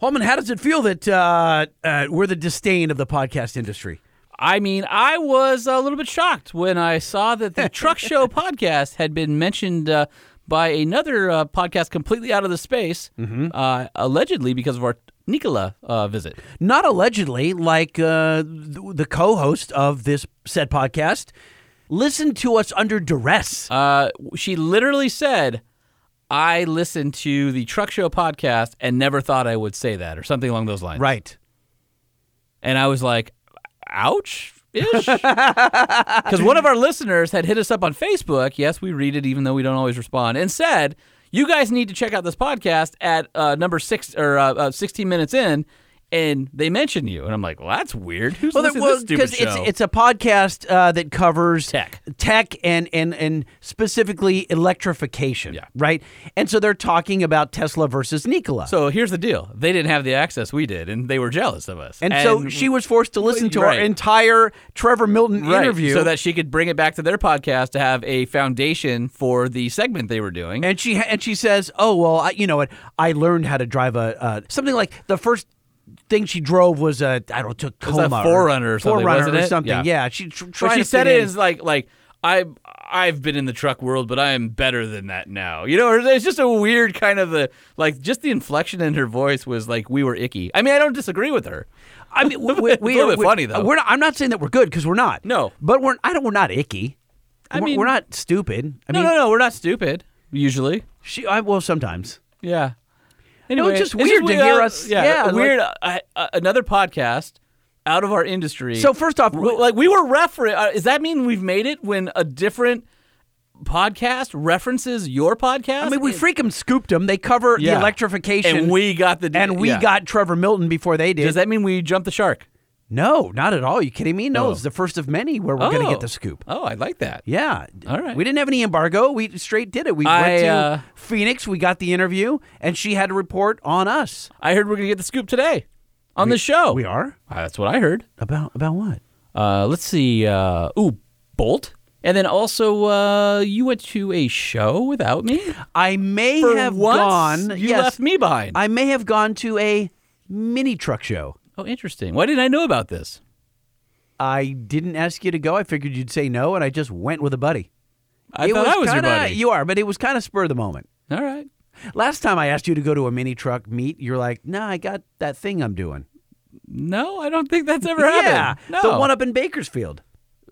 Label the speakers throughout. Speaker 1: Holman, how does it feel that uh, uh, we're the disdain of the podcast industry?
Speaker 2: I mean, I was a little bit shocked when I saw that the Truck Show podcast had been mentioned uh, by another uh, podcast completely out of the space, uh, allegedly because of our Nicola uh, visit.
Speaker 1: Not allegedly, like uh, th- the co-host of this said podcast, listened to us under duress.
Speaker 2: Uh, she literally said, I listened to the Truck Show podcast and never thought I would say that, or something along those lines.
Speaker 1: right.
Speaker 2: And I was like, ouch ish. Because one of our listeners had hit us up on Facebook. Yes, we read it, even though we don't always respond, and said, You guys need to check out this podcast at uh, number six or uh, uh, 16 minutes in. And they mention you. And I'm like, Well, that's weird. Who's
Speaker 1: Well,
Speaker 2: listening
Speaker 1: because
Speaker 2: to this stupid
Speaker 1: it's
Speaker 2: show?
Speaker 1: it's a podcast uh, that covers
Speaker 2: Tech.
Speaker 1: tech, and and and specifically electrification.
Speaker 2: Yeah.
Speaker 1: Right. And so they're talking about Tesla versus Nikola.
Speaker 2: so here's the deal they didn't have the access we did, and they were jealous of us.
Speaker 1: and, so she was forced to listen to
Speaker 2: Right.
Speaker 1: our entire Trevor Milton
Speaker 2: Right,
Speaker 1: interview.
Speaker 2: so that she could bring it back to their podcast to have a foundation for the segment they were doing.
Speaker 1: and she and she says, "Oh well, I, you know what? I learned how to drive a uh, something like the first thing she drove was a I don't know, Tacoma,
Speaker 2: a Forerunner or something,
Speaker 1: Forerunner
Speaker 2: wasn't
Speaker 1: or
Speaker 2: it?
Speaker 1: something.
Speaker 2: Yeah.
Speaker 1: Yeah, she tr-
Speaker 2: But
Speaker 1: tried.
Speaker 2: she
Speaker 1: to
Speaker 2: said
Speaker 1: fit
Speaker 2: it
Speaker 1: in.
Speaker 2: is like like I I've been in the truck world, but I am better than that now. You know, or it's just a weird kind of the like just the inflection in her voice was like we were icky. I mean, I don't disagree with her.
Speaker 1: I mean, we, we, we,
Speaker 2: a little bit
Speaker 1: we-
Speaker 2: funny, though.
Speaker 1: We're not, I'm not saying that we're good because we're not.
Speaker 2: No.
Speaker 1: but we're I don't. We're not icky.
Speaker 2: I
Speaker 1: we're,
Speaker 2: mean-
Speaker 1: we're not stupid. I
Speaker 2: No,
Speaker 1: mean,
Speaker 2: no, no, we're not stupid usually.
Speaker 1: she. I well sometimes.
Speaker 2: Yeah.
Speaker 1: No, it's just weird to hear us-
Speaker 2: Yeah,
Speaker 1: yeah,
Speaker 2: a
Speaker 1: like-
Speaker 2: weird. uh, uh, another podcast out of our industry.
Speaker 1: So first off,
Speaker 2: W- like we were refer. Uh, does that mean we've made it when a different podcast references your podcast?
Speaker 1: I mean, we freaking scooped them. They cover
Speaker 2: Yeah.
Speaker 1: the electrification,
Speaker 2: and we got the
Speaker 1: and we
Speaker 2: yeah.
Speaker 1: got Trevor Milton before they did.
Speaker 2: Does that mean we jumped the shark?
Speaker 1: no, not at all. you kidding me? No,
Speaker 2: Oh.
Speaker 1: it's the first of many where we're going to
Speaker 2: Oh.
Speaker 1: get the scoop.
Speaker 2: Oh, I like that.
Speaker 1: Yeah.
Speaker 2: All right.
Speaker 1: We didn't have any embargo. We straight did it. We
Speaker 2: I,
Speaker 1: went to
Speaker 2: uh,
Speaker 1: Phoenix. We got the interview, and she had to report on us.
Speaker 2: I heard we're gonna get the scoop today on the show.
Speaker 1: We are
Speaker 2: Uh, that's what I heard.
Speaker 1: about about what?
Speaker 2: Uh, let's see. Uh, ooh, Bolt. And then also, uh, you went to a show without me.
Speaker 1: I may
Speaker 2: For
Speaker 1: have
Speaker 2: once,
Speaker 1: gone.
Speaker 2: You
Speaker 1: yes,
Speaker 2: left me behind.
Speaker 1: I may have gone to a mini truck show.
Speaker 2: oh, interesting. Why didn't I know about this?
Speaker 1: I didn't ask you to go. I figured you'd say no, and I just went with a buddy.
Speaker 2: I
Speaker 1: it
Speaker 2: thought
Speaker 1: was
Speaker 2: I was
Speaker 1: kinda,
Speaker 2: your buddy.
Speaker 1: You are, but it was kind of spur of the moment.
Speaker 2: All right.
Speaker 1: Last time I asked you to go to a mini truck meet, you're like, "No, I got that thing I'm doing."
Speaker 2: No, I don't think that's ever
Speaker 1: yeah,
Speaker 2: happened. No.
Speaker 1: the one up in Bakersfield.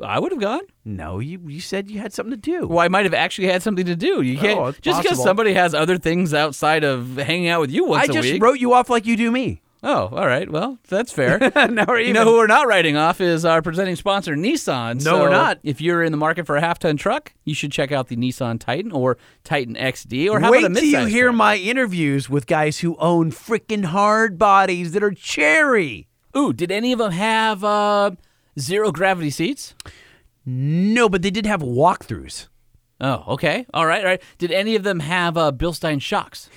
Speaker 2: I would have gone.
Speaker 1: No, you you said you had something to do.
Speaker 2: Well, I might have actually had something to do. You can't
Speaker 1: Oh, it's
Speaker 2: just because
Speaker 1: possible.
Speaker 2: somebody has other things outside of hanging out with you once
Speaker 1: I
Speaker 2: a
Speaker 1: just
Speaker 2: week.
Speaker 1: wrote you off like you do me.
Speaker 2: Oh, all right. Well, that's fair.
Speaker 1: now we're
Speaker 2: you know who we're not writing off is our presenting sponsor, Nissan.
Speaker 1: No, we're
Speaker 2: So
Speaker 1: not.
Speaker 2: If you're in the market for a half ton truck, you should check out the Nissan Titan or Titan XD or how
Speaker 1: Wait
Speaker 2: about a
Speaker 1: till you
Speaker 2: midsize
Speaker 1: hear
Speaker 2: truck?
Speaker 1: my interviews with guys who own freaking hard bodies that are cherry.
Speaker 2: Ooh, did any of them have uh, zero gravity seats?
Speaker 1: No, but they did have walkthroughs.
Speaker 2: Oh, okay. All right, all right. Did any of them have uh, Bilstein shocks?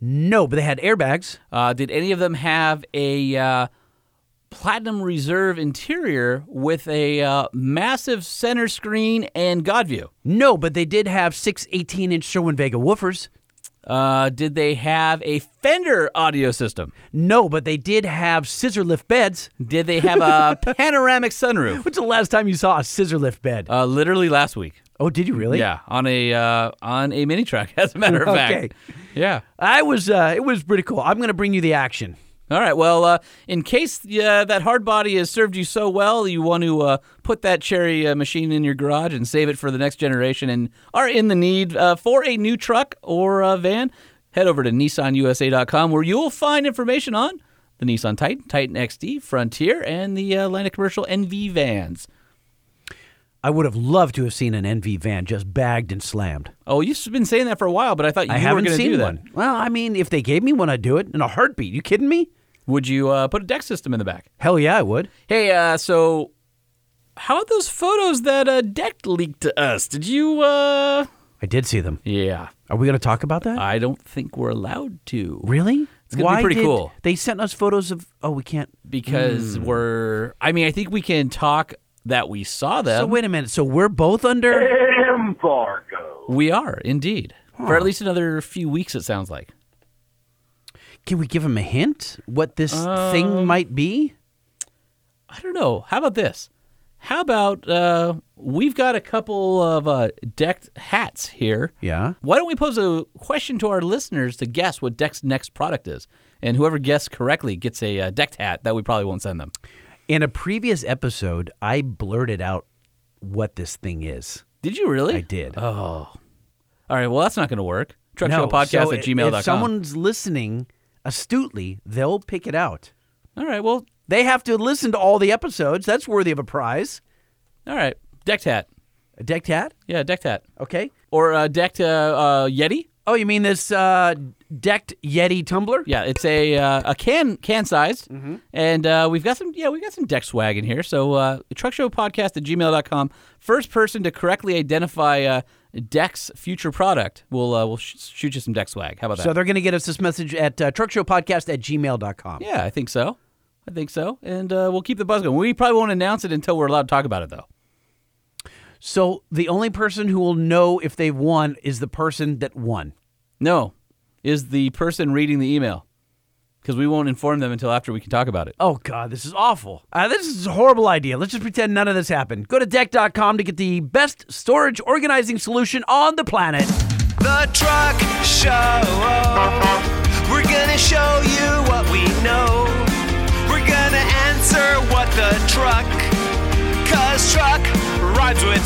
Speaker 1: No, but they had airbags.
Speaker 2: Uh, did any of them have a uh, platinum reserve interior with a uh, massive center screen and God view?
Speaker 1: No, but they did have six 18 inch Sherwin Vega woofers.
Speaker 2: Uh, did they have a Fender audio system?
Speaker 1: No, but they did have scissor lift beds.
Speaker 2: Did they have a panoramic sunroof?
Speaker 1: When's the last time you saw a scissor lift bed?
Speaker 2: Uh, literally last week.
Speaker 1: oh, did you really?
Speaker 2: Yeah, on a uh, on a mini truck. As a matter of
Speaker 1: Okay.
Speaker 2: fact. Yeah.
Speaker 1: I was, uh, it was pretty cool. I'm going to bring you the action.
Speaker 2: All right. Well, uh, in case uh, that hard body has served you so well, you want to uh, put that cherry uh, machine in your garage and save it for the next generation, and are in the need uh, for a new truck or a van, head over to nissanusa.com where you'll find information on the Nissan Titan, Titan XD, Frontier, and the uh, line of commercial NV vans.
Speaker 1: I would have loved to have seen an NV van just bagged and slammed.
Speaker 2: Oh, you've been saying that for a while, but I thought you
Speaker 1: I
Speaker 2: were
Speaker 1: haven't
Speaker 2: going to
Speaker 1: seen
Speaker 2: do that.
Speaker 1: one. Well, I mean, if they gave me one, I'd do it in a heartbeat. You kidding me?
Speaker 2: Would you uh, put a deck system in the back?
Speaker 1: Hell yeah, I would.
Speaker 2: Hey, uh, so how about those photos that uh, Deck leaked to us? Did you? uh
Speaker 1: I did see them.
Speaker 2: Yeah,
Speaker 1: Are we going to talk about that?
Speaker 2: I don't think we're allowed to
Speaker 1: really? It's
Speaker 2: gonna be pretty cool.
Speaker 1: They sent us photos of. Oh, we can't. Mm. Hmm.
Speaker 2: because we're. I mean, I think we can talk that we saw them.
Speaker 1: So wait a minute. So we're both under.
Speaker 2: we are indeed for at least another few weeks. It sounds like.
Speaker 1: Can we give him a hint what this thing might be?
Speaker 2: Um, I don't know. How about this? How about uh, we've got a couple of uh, decked hats here.
Speaker 1: Yeah.
Speaker 2: Why don't we pose a question to our listeners to guess what Deck's next product is? And whoever guesses correctly gets a uh, decked hat that we probably won't send them.
Speaker 1: In a previous episode, I blurted out what this thing is.
Speaker 2: Did you really?
Speaker 1: I did.
Speaker 2: Oh. All right. Well, that's not going to work. Truck
Speaker 1: No,
Speaker 2: Show Podcast
Speaker 1: so
Speaker 2: at
Speaker 1: i-
Speaker 2: gmail.com.
Speaker 1: If someone's listening astutely, they'll pick it out.
Speaker 2: All right. Well,
Speaker 1: They have to listen to all the episodes. That's worthy of a prize.
Speaker 2: all right. Decked hat.
Speaker 1: A decked hat?
Speaker 2: Yeah, decked hat.
Speaker 1: Okay.
Speaker 2: Or uh, decked uh, uh, Yeti.
Speaker 1: Oh, you mean this uh, decked Yeti tumbler? Mm-hmm.
Speaker 2: Yeah, it's a uh, a can can sized, and uh, we've got some yeah we've got some deck swag in here. So uh, truckshowpodcast at gmail.com. First person to correctly identify uh, Deck's future product, we'll uh, we'll sh- shoot you some deck swag. How about that?
Speaker 1: So they're going to get us this message at uh, truckshowpodcast at gmail.com.
Speaker 2: yeah, I think so. I think so, and uh, we'll keep the buzz going. We probably won't announce it until we're allowed to talk about it, though.
Speaker 1: So the only person who will know if they won is the person that won.
Speaker 2: No, is the person reading the email because we won't inform them until after we can talk about it.
Speaker 1: Oh, God, this is awful. Uh, this is a horrible idea. Let's just pretend none of this happened. Go to deck.com to get the best storage organizing solution on the planet.
Speaker 3: The Truck Show. We're gonna show you what we know. We're gonna answer what the truck. Cause truck rhymes with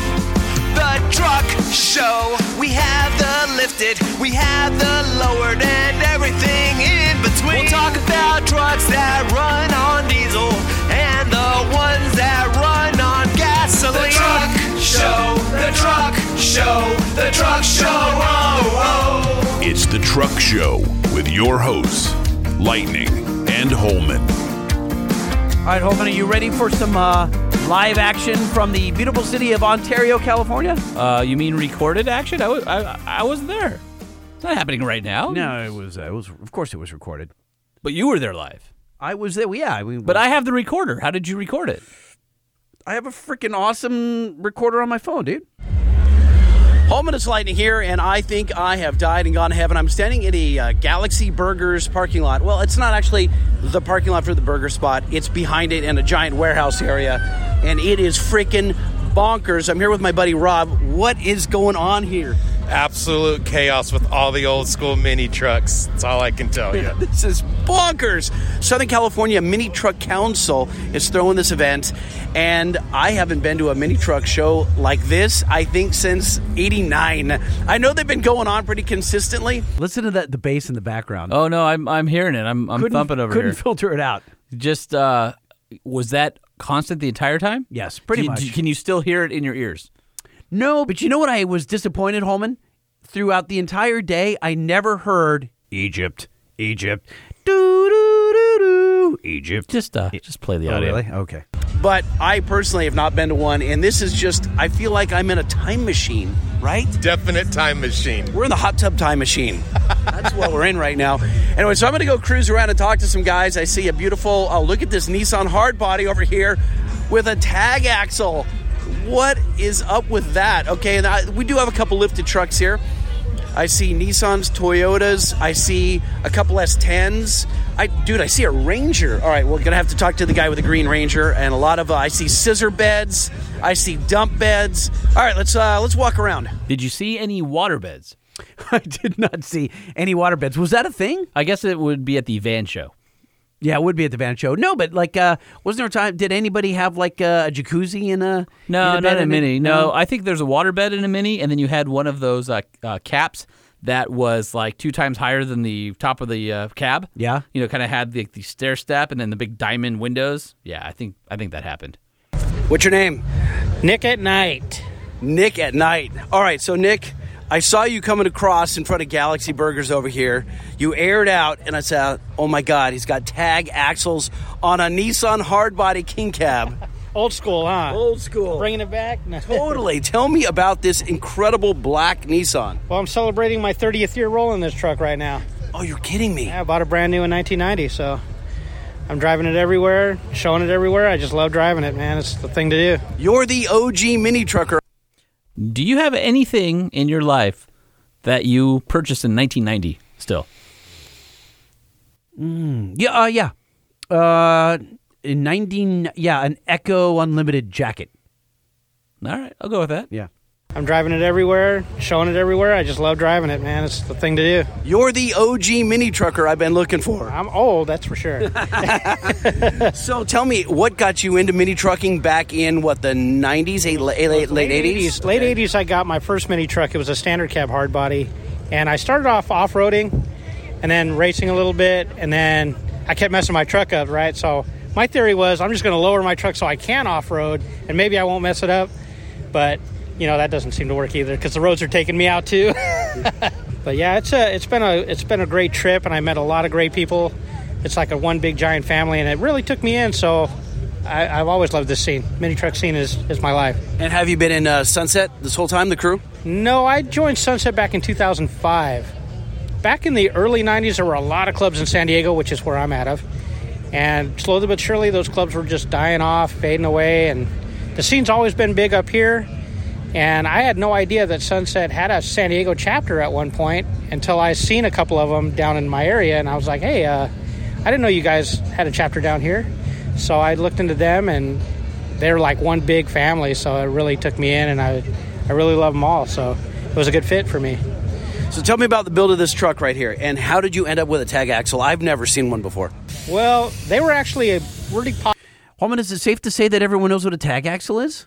Speaker 3: the truck show. We have the lifted, we have the lowered, and everything in between. We'll talk about trucks that run on diesel and the ones that run on gasoline. The truck show, the truck show, the truck show. Oh, oh.
Speaker 4: It's the Truck Show with your hosts, Lightning and Holman.
Speaker 1: All right, Holman, are you ready for some uh, live action from the beautiful city of Ontario, California?
Speaker 2: Uh, you mean recorded action? I was I, I was there. It's not happening right now.
Speaker 1: No, it was. Uh, it was. Of course, it was recorded.
Speaker 2: But you were there live.
Speaker 1: I was there. well, Yeah, I mean,
Speaker 2: But I have the recorder. How did you record it?
Speaker 1: I have a freaking awesome recorder on my phone, dude. Holman is Lightning here, and I think I have died and gone to heaven. I'm standing in a uh, Galaxy Burgers parking lot. Well, it's not actually the parking lot for the burger spot, it's behind it in a giant warehouse area, and it is freaking bonkers. I'm here with my buddy Rob. What is going on here?
Speaker 5: absolute chaos with all the old school mini trucks. That's all I can tell you.
Speaker 1: This is bonkers. Southern California Mini Truck Council is throwing this event, and I haven't been to a mini truck show like this, I think, since 89. I know they've been going on pretty consistently. Listen to that the bass in the background.
Speaker 2: Oh no, I'm I'm hearing it. I'm I'm thumping over
Speaker 1: couldn't
Speaker 2: here.
Speaker 1: filter it out.
Speaker 2: Just uh, was that constant the entire time?
Speaker 1: Yes, pretty
Speaker 2: Do-
Speaker 1: much.
Speaker 2: do- can you still hear it in your ears?
Speaker 1: No, but you know what I was disappointed, Holman? Throughout the entire day, I never heard Egypt, Egypt, doo doo doo doo, Egypt.
Speaker 2: Just uh, just play the
Speaker 1: Oh,
Speaker 2: audio.
Speaker 1: really? Okay.
Speaker 6: but I personally have not been to one, and this is just, I feel like I'm in a time machine, right?
Speaker 5: Definite time machine.
Speaker 6: We're in the hot tub time machine. That's what we're in right now. Anyway, so I'm going to go cruise around and talk to some guys. I see a beautiful, oh, look at this Nissan Hardbody over here with a tag axle. What is up with that? Okay, and I, we do have a couple lifted trucks here. I see Nissans, Toyotas. I see a couple S10s. I, dude, I see a Ranger. All right, we're gonna have to talk to the guy with the green Ranger, and a lot of uh, I see scissor beds. I see dump beds. All right, let's uh, let's walk around.
Speaker 2: Did you see any water beds?
Speaker 1: I did not see any water beds. Was that a thing?
Speaker 2: I guess it would be at the van show.
Speaker 1: Yeah, it would be at the van show. No, but like, uh, wasn't there a time? Did anybody have like uh, a jacuzzi in a
Speaker 2: No,
Speaker 1: in a bed?
Speaker 2: not a
Speaker 1: I mean,
Speaker 2: mini. No, I think there's a water bed in a mini, and then you had one of those uh, uh, caps that was like two times higher than the top of the uh, cab.
Speaker 1: Yeah.
Speaker 2: you know, kind of had the, the stair step, and then the big diamond windows. Yeah, I think I think that happened.
Speaker 6: What's your name?
Speaker 7: Nick at night.
Speaker 6: Nick at night. All right, so Nick, I saw you coming across in front of Galaxy Burgers over here. You aired out, and I said, "Oh my God, he's got tag axles on a Nissan hardbody king cab,
Speaker 7: Old school, huh?
Speaker 6: old school."
Speaker 7: Bringing it back? No.
Speaker 6: Totally. Tell me about this incredible black Nissan.
Speaker 7: Well, I'm celebrating my 30th year rolling this truck right now.
Speaker 6: Oh, you're kidding me.
Speaker 7: I bought it brand new in 1990, so I'm driving it everywhere, showing it everywhere. I just love driving it, man. It's the thing to do.
Speaker 6: You're the OG mini trucker.
Speaker 2: Do you have anything in your life that you purchased in 1990 still?
Speaker 6: Yeah, uh, yeah. Uh, in 19, yeah, an Echo Unlimited jacket.
Speaker 2: All right, I'll go with that.
Speaker 6: Yeah.
Speaker 7: I'm driving it everywhere, showing it everywhere. I just love driving it, man. It's the thing to do.
Speaker 1: You're the OG mini trucker I've been looking for.
Speaker 7: I'm old, that's for sure.
Speaker 1: So tell me, what got you into mini trucking back in what the '90s, eight, late, late, late '80s?
Speaker 7: Late 80s, I got my first mini truck. It was a standard cab hard body. And I started off off roading and then racing a little bit. And then I kept messing my truck up, right? So my theory was I'm just going to lower my truck so I can off road and maybe I won't mess it up. But, you know, that doesn't seem to work either because the roads are taking me out too. but yeah, it's a it's been a it's been a great trip, and I met a lot of great people. It's like a one big giant family, and it really took me in. So, I, I've always loved this scene. Mini truck scene is is my life.
Speaker 1: And have you been in uh, Sunset this whole time, the crew?
Speaker 7: No, I joined Sunset back in 2005. Back in the early 90s, there were a lot of clubs in San Diego, which is where I'm out of. And slowly but surely, those clubs were just dying off, fading away. And the scene's always been big up here. And I had no idea that Sunset had a San Diego chapter at one point until I seen a couple of them down in my area. And I was like, hey, uh, I didn't know you guys had a chapter down here. So I looked into them, and they're like one big family. So it really took me in, and I, I really love them all. So it was a good fit for me.
Speaker 1: So tell me about the build of this truck right here, and how did you end up with a tag axle? I've never seen one before.
Speaker 7: Well, they were actually a really popular.
Speaker 6: Holman, is it safe to say that everyone knows what a tag axle is?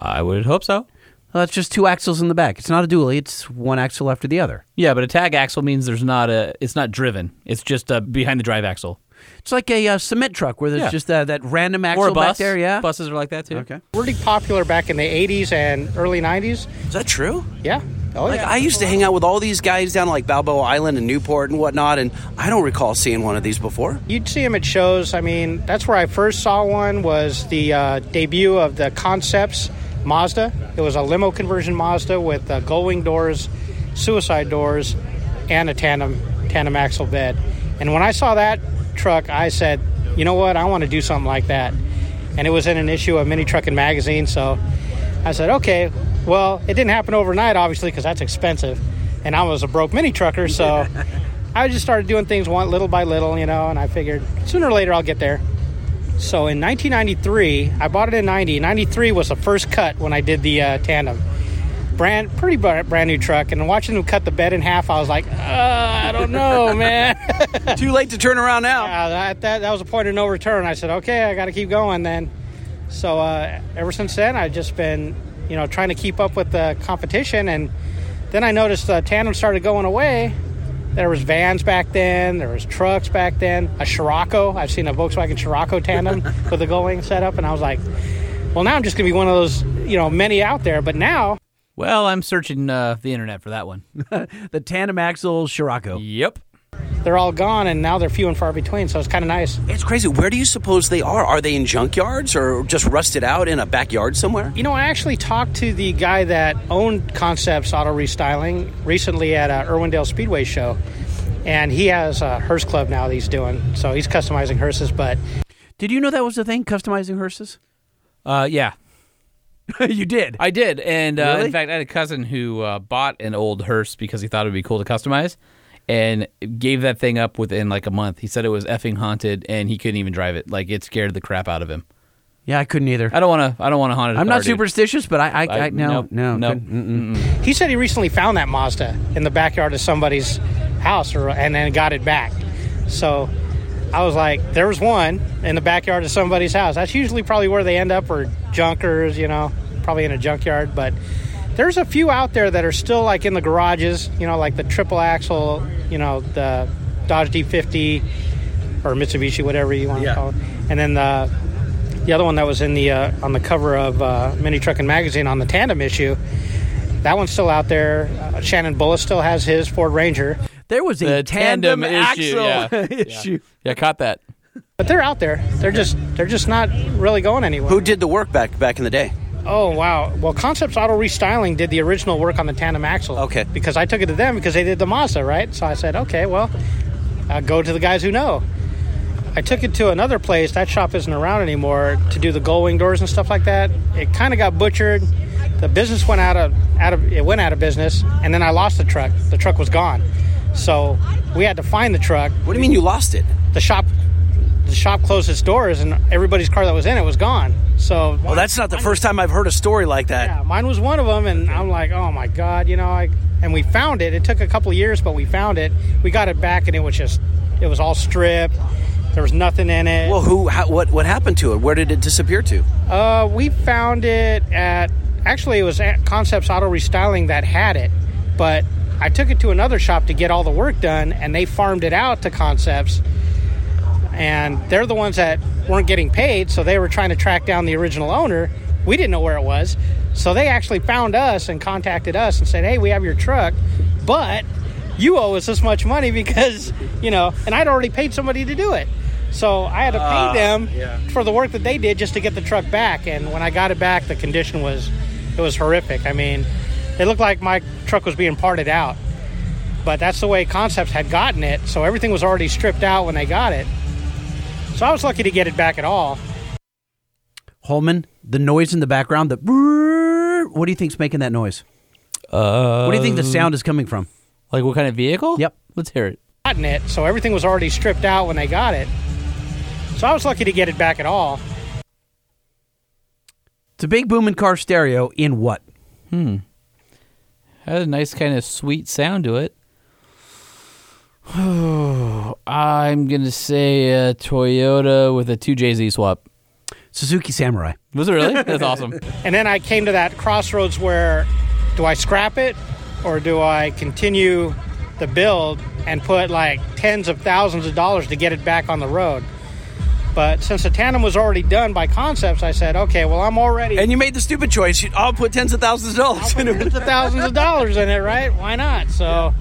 Speaker 2: I would hope so.
Speaker 6: Uh, it's just two axles in the back. It's not a dually. It's one axle after the other.
Speaker 2: Yeah, but a tag axle means there's not a. It's not driven. It's just uh, behind the drive axle.
Speaker 6: It's like a uh, cement truck where there's
Speaker 2: Yeah.
Speaker 6: just uh, that random axle
Speaker 2: Or a bus
Speaker 6: back there. Yeah.
Speaker 2: buses are like that too.
Speaker 6: Okay.
Speaker 7: really popular back in the 80s and early 90s.
Speaker 1: Is that true?
Speaker 7: Yeah. Oh,
Speaker 1: Like
Speaker 7: yeah.
Speaker 1: I used to hang out with all these guys down like Balboa Island and Newport and whatnot, and I don't recall seeing one of these before.
Speaker 7: You'd see them at shows. I mean, that's where I first saw one was the uh, debut of the Concepts Mazda. It was a limo conversion Mazda with uh, gull-wing doors, suicide doors, and a tandem tandem axle bed. And when I saw that truck, I said, "You know what? I want to do something like that." And it was in an issue of Mini Trucking Magazine, so I said, "Okay." Well, it didn't happen overnight, obviously, because that's expensive, and I was a broke mini trucker, so. I just started doing things one little by little, you know, and I figured sooner or later I'll get there. So in 1993, I bought it in 90. 93 was the first cut when I did the uh, tandem. Brand, pretty br- brand new truck, and watching them cut the bed in half, I was like, uh, I don't know, man.
Speaker 1: Too late to turn around now.
Speaker 7: Yeah, that, that, that was a point of no return. I said, okay, I got to keep going then. So uh, ever since then, I've just been, you know, trying to keep up with the competition. And then I noticed uh, tandem started going away. There was vans back then. There was trucks back then. A Scirocco. I've seen a Volkswagen Scirocco tandem with a gull-wing setup, and I was like, well, now I'm just going to be one of those, you know, many out there. But now
Speaker 2: Well, I'm searching uh, the internet for that one.
Speaker 6: The tandem axle Scirocco.
Speaker 2: yep.
Speaker 7: they're all gone, and now they're few and far between. So it's kind of nice.
Speaker 1: It's crazy. Where do you suppose they are? Are they in junkyards or just rusted out in a backyard somewhere?
Speaker 7: You know, I actually talked to the guy that owned Concepts Auto Restyling recently at a Irwindale Speedway show, and he has a hearse club now that he's doing. So he's customizing hearses, but
Speaker 6: Did you know that was the thing? Customizing hearses.
Speaker 2: Uh, yeah.
Speaker 6: you did.
Speaker 2: I did, and uh,
Speaker 6: Really?
Speaker 2: in fact, I had a cousin who uh, bought an old hearse because he thought it would be cool to customize, and gave that thing up within like a month. He said it was effing haunted, and he couldn't even drive it. Like it scared the crap out of him.
Speaker 6: yeah, I couldn't either.
Speaker 2: I don't want to. I don't want to haunt it.
Speaker 6: I'm not superstitious, but I, I, I,
Speaker 2: I-
Speaker 6: no,
Speaker 2: nope,
Speaker 6: no,
Speaker 2: nope.
Speaker 6: couldn't-
Speaker 7: he said he recently found that Mazda in the backyard of somebody's house or, and then got it back. So I was like, there was one in the backyard of somebody's house. That's usually probably where they end up, or junkers, you know, probably in a junkyard. But there's a few out there that are still like in the garages, you know, like the triple axle, you know, the Dodge D50 or Mitsubishi, whatever you want to call it. And then the the other one that was in the uh, on the cover of uh, Mini Trucking Magazine on the tandem issue. That one's still out there. Uh, Shannon Bullis still has his Ford Ranger,
Speaker 6: There was a
Speaker 2: The tandem issue,
Speaker 6: axle
Speaker 2: yeah.
Speaker 6: issue.
Speaker 2: Yeah, caught that.
Speaker 7: but they're out there. They're just they're just not really going anywhere.
Speaker 1: Who did the work back back in the day?
Speaker 7: Oh wow! Well, Concepts Auto Restyling did the original work on the tandem axle.
Speaker 1: Okay.
Speaker 7: Because I took it to them because they did the Mazda, right? So I said, okay, well, i go to the guys who know. I took it to another place. That shop isn't around anymore to do the gull wing doors and stuff like that. It kind of got butchered. The business went out of out of it went out of business, and then I lost the truck. The truck was gone, so we had to find the truck.
Speaker 1: What do you mean you lost it?
Speaker 7: the shop the shop closed its doors and everybody's car that was in it was gone. So
Speaker 1: Well, that's not the first time I've heard a story like that.
Speaker 7: yeah, mine was one of them, and I'm like, oh my god, you know, I and we found it. It took a couple of years, but we found it. We got it back, and it was just, it was all stripped. There was nothing in it.
Speaker 1: Well, who? How, what? What happened to it? Where did it disappear to?
Speaker 7: Uh, we found it at actually it was at Concepts Auto Restyling that had it, but I took it to another shop to get all the work done, and they farmed it out to Concepts, and they're the ones that weren't getting paid, so they were trying to track down the original owner. We didn't know where it was, so they actually found us and contacted us and said, "Hey, we have your truck, but you owe us this much money because you know." And I'd already paid somebody to do it. So I had to pay them for the work that they did just to get the truck back. And when I got it back, the condition was it was horrific. I mean, it looked like my truck was being parted out. But that's the way Concepts had gotten it, so everything was already stripped out when they got it. So I was lucky to get it back at all.
Speaker 1: Holman, the noise in the background. The brrrr, what do you think's making that noise?
Speaker 2: Uh,
Speaker 1: What do you think the sound is coming from?
Speaker 2: Like what kind of vehicle?
Speaker 1: Yep.
Speaker 2: Let's hear it.
Speaker 7: Gotten it, so everything was already stripped out when they got it. So I was lucky to get it back at all.
Speaker 1: It's a big boom and car stereo in what?
Speaker 8: Hmm.
Speaker 2: Had a nice kind of sweet sound to it. I'm gonna say a Toyota with a two JZ swap.
Speaker 1: Suzuki Samurai.
Speaker 2: Was it really? That's awesome.
Speaker 7: And then I came to that crossroads where do I scrap it or do I continue the build and put like tens of thousands of dollars to get it back on the road? But since the tandem was already done by concepts, I said, okay, well, I'm already
Speaker 1: And you made the stupid choice. You- I'll put tens of thousands of dollars into
Speaker 7: hundreds of thousands of dollars in it, right? Why not? So,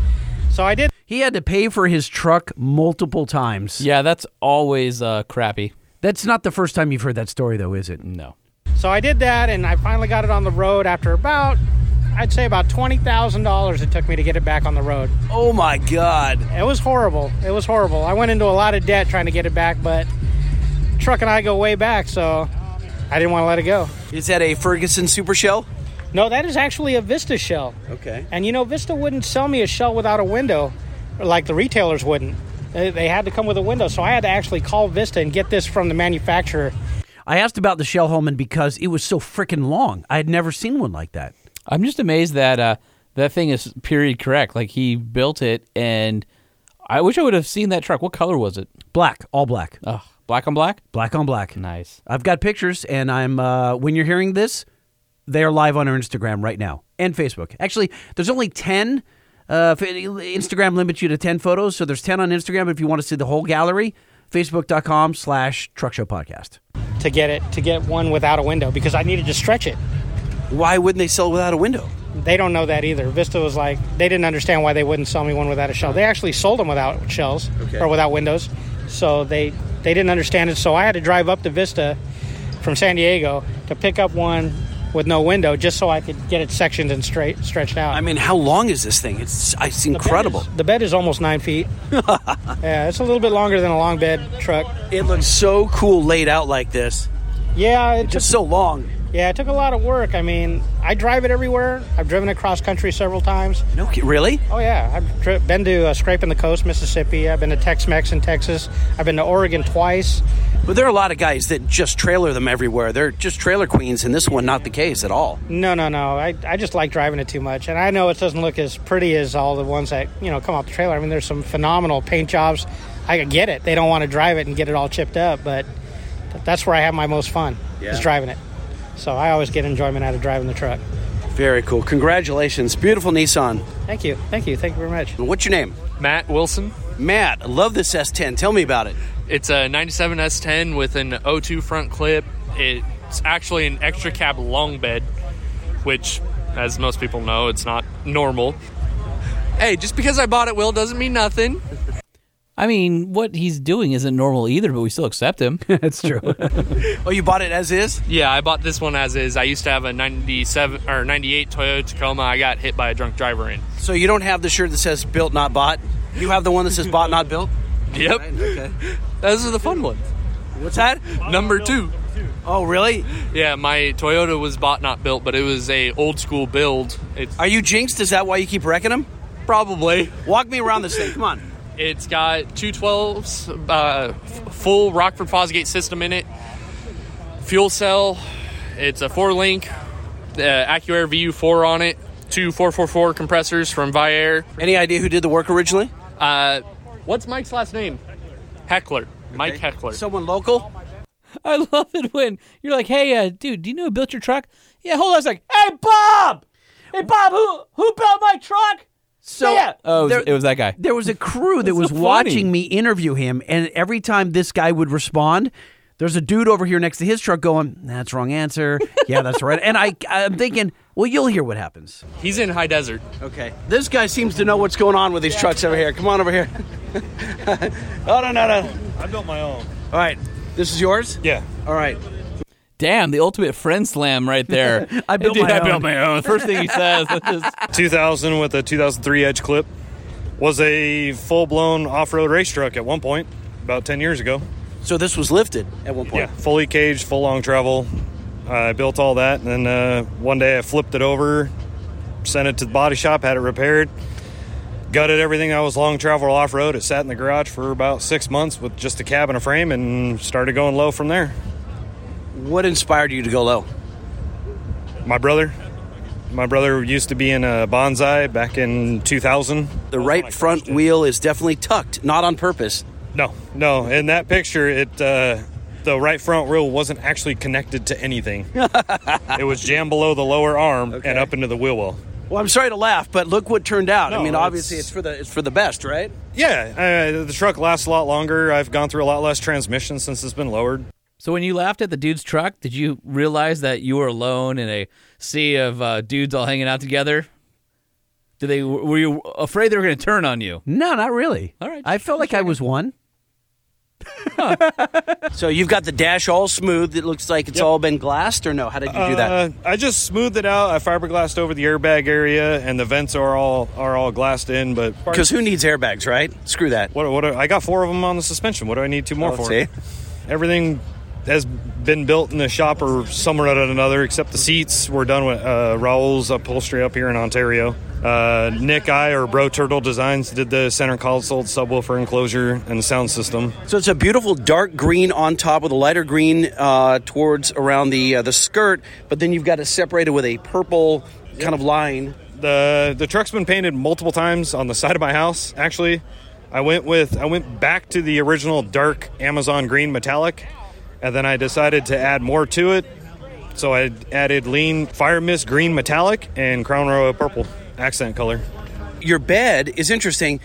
Speaker 7: so I did
Speaker 1: He had to pay for his truck multiple times.
Speaker 2: yeah, that's always uh, crappy.
Speaker 1: That's not the first time you've heard that story, though, is it?
Speaker 2: No.
Speaker 7: So I did that, and I finally got it on the road after about, I'd say about twenty thousand dollars it took me to get it back on the road.
Speaker 1: Oh my God.
Speaker 7: It was horrible. It was horrible. I went into a lot of debt trying to get it back, but truck and I go way back, so I didn't want to let it go.
Speaker 1: Is that a Ferguson Super Shell?
Speaker 7: No, that is actually a Vista shell.
Speaker 1: Okay.
Speaker 7: And you know, Vista wouldn't sell me a shell without a window, like the retailers wouldn't. They they had to come with a window, so I had to actually call Vista and get this from the manufacturer.
Speaker 1: I asked about the Shell Holman because it was so freaking long. I had never seen one like that.
Speaker 2: I'm just amazed that uh, that thing is period correct. Like he built it, and I wish I would have seen that truck. What color was it?
Speaker 1: Black, all black,
Speaker 2: Ugh, black on black.
Speaker 1: black on black.
Speaker 2: Nice.
Speaker 1: I've got pictures, and I'm uh, when you're hearing this, they are live on our Instagram right now and Facebook. Actually, there's only ten. Uh, fa- Instagram limits you to ten photos, so there's ten on Instagram. But if you want to see the whole gallery, Facebook.com/slash Truck Show Podcast.
Speaker 7: to get it to get one without a window because I needed to stretch it.
Speaker 1: Why wouldn't they sell without a window?
Speaker 7: They don't know that either. Vista was like they didn't understand why they wouldn't sell me one without a shell. They actually sold them without shells or without windows, so they they didn't understand it. So I had to drive up to Vista from San Diego to pick up one with no window just so I could get it sectioned and straight stretched out.
Speaker 1: I mean, how long is this thing? It's it's incredible.
Speaker 7: The bed is almost nine feet. yeah, it's a little bit longer than a long bed truck.
Speaker 1: It looks so cool laid out like this.
Speaker 7: Yeah, it took
Speaker 1: Just so long.
Speaker 7: yeah it took a lot of work. I mean, I drive it everywhere. I've driven it cross country several times.
Speaker 1: No, ki- really?
Speaker 7: Oh yeah, I've dri been to uh, Scraping the Coast, Mississippi. I've been to Tex-Mex in Texas. I've been to Oregon twice.
Speaker 1: But there are a lot of guys that just trailer them everywhere. They're just trailer queens, and this one not the case at all.
Speaker 7: No, no, no. I, I just like driving it too much, and I know it doesn't look as pretty as all the ones that you know come off the trailer. I mean, there's some phenomenal paint jobs. I could get it. They don't want to drive it and get it all chipped up, but th- that's where I have my most fun is driving it. So I always get enjoyment out of driving the truck.
Speaker 1: Very cool. Congratulations. Beautiful Nissan.
Speaker 7: Thank you, thank you, thank you very much.
Speaker 1: What's your name?
Speaker 9: Matt Wilson.
Speaker 1: Matt, I love this S10. Tell me about it.
Speaker 9: It's a 97 S10 with an O2 front clip. It's actually an extra cab long bed, which, as most people know, it's not normal. Hey, just because I bought it, Will, doesn't mean nothing.
Speaker 2: I mean, what he's doing isn't normal either, but we still accept him.
Speaker 1: That's true. oh, you bought it as is?
Speaker 9: Yeah, I bought this one as is. I used to have a 97 or 98 Toyota Tacoma. I got hit by a drunk driver in.
Speaker 1: So you don't have the shirt that says built, not bought? You have the one that says bought, not built?
Speaker 9: Yep.
Speaker 1: Okay.
Speaker 9: Those are the fun ones.
Speaker 1: What's that?
Speaker 9: Number two.
Speaker 1: Oh, really?
Speaker 9: Yeah, my Toyota was bought, not built, but it was a old school build. It's
Speaker 1: Are you jinxed? Is that why you keep wrecking them?
Speaker 9: probably
Speaker 1: Walk me around this thing. Come on.
Speaker 9: It's got two 12s, uh, f- full Rockford Fosgate system in it, fuel cell. It's a four link, uh, Accuair VU4 on it, two 444 compressors from Viair.
Speaker 1: Any idea who did the work originally?
Speaker 9: Uh, what's Mike's last name? Heckler. Mike Heckler.
Speaker 1: Someone local?
Speaker 2: I love it when you're like, "Hey, uh, dude, do you know who built your truck?" Yeah, hold on a second. Hey, Bob! Hey, Bob, who who built my truck?
Speaker 1: So
Speaker 2: yeah. Oh, it was,
Speaker 1: there-
Speaker 2: it was that guy.
Speaker 1: there was a crew that was
Speaker 2: so funny.
Speaker 1: watching me interview him, and every time this guy would respond, there's a dude over here next to his truck going, "That's wrong answer." yeah, that's right. And I, I'm thinking, well, you'll hear what happens.
Speaker 9: He's in High Desert.
Speaker 1: Okay, this guy seems to know what's going on with these trucks over here. Come on over here. oh no, no, no!
Speaker 5: I built my own.
Speaker 1: All right, this is yours.
Speaker 5: Yeah.
Speaker 1: All right,
Speaker 2: Damn, the ultimate friend slam right there.
Speaker 1: I built
Speaker 2: Dude,
Speaker 1: my
Speaker 2: I
Speaker 1: own.
Speaker 2: built my own. First thing he says. that's just-
Speaker 5: 2000 with a 2003 Edge clip. Was a full blown off road race truck at one point, about 10 years ago.
Speaker 1: So this was lifted at one
Speaker 5: Yeah,
Speaker 1: point.
Speaker 5: fully caged, full long travel. I built all that, and then uh, one day I flipped it over, sent it to the body shop, had it repaired, gutted everything that was long travel off road. It sat in the garage for about six months with just a cab and a frame, and started going low from there.
Speaker 1: What inspired you to go low?
Speaker 5: My brother, my brother used to be in a bonsai back in 2000.
Speaker 1: The right front wheel is definitely tucked, not on purpose.
Speaker 5: No, no. In that picture, it uh, the right front wheel wasn't actually connected to anything. it was jammed below the lower arm and up into the wheel well.
Speaker 1: Well, I'm sorry to laugh, but look what turned out. I
Speaker 5: No,
Speaker 1: mean,
Speaker 5: it's-
Speaker 1: obviously it's for the it's for the best, right?
Speaker 5: Yeah, uh, the truck lasts a lot longer. I've gone through a lot less transmission since it's been lowered.
Speaker 2: So when you laughed at the dude's truck, did you realize that you were alone in a sea of uh, dudes all hanging out together? Did they were you afraid they were going to turn on you?
Speaker 1: No, not really.
Speaker 2: All right,
Speaker 1: I felt like I was one. so you've got the dash all smooth. It looks like it's all been glassed, or no? How did you do that?
Speaker 5: Uh, I just smoothed it out. I fiberglassed over the airbag area, and the vents are all are all glassed in. But
Speaker 1: Because who needs airbags, right? Screw that.
Speaker 5: what what I got four of them on the suspension. What do I need two more
Speaker 1: Oh,
Speaker 5: for?
Speaker 1: see?
Speaker 5: Everything has been built in the shop or somewhere at another, except the seats. We're done with uh, Raoul's upholstery up here in Ontario. Uh, Nick I or Bro Turtle Designs did the center console, subwoofer enclosure, and sound system.
Speaker 1: So it's a beautiful dark green on top with a lighter green uh, towards around the uh, the skirt, but then you've got it separated with a purple kind of line.
Speaker 5: the the truck's been painted multiple times on the side of my house actually i went with i went back to the original dark amazon green metallic and then i decided to add more to it so i added lean fire mist green metallic and crown royal purple accent color
Speaker 1: your bed is interesting.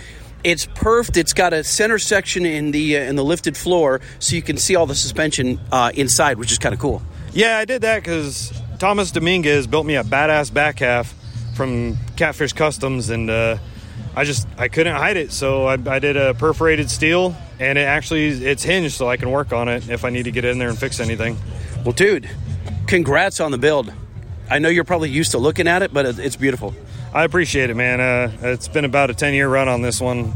Speaker 1: It's perfed. It's got a center section in the uh, in the lifted floor, so you can see all the suspension uh, inside, which is kind of cool.
Speaker 5: yeah i did that because thomas dominguez built me a badass back half from catfish customs and uh I just I couldn't hide it, so I, I did a perforated steel, and it actually it's hinged, so I can work on it if I need to get in there and fix anything.
Speaker 1: Well, dude, congrats on the build. I know you're probably used to looking at it, but it- it's beautiful.
Speaker 5: I appreciate it, man. Uh, it's been about a 10 year run on this one,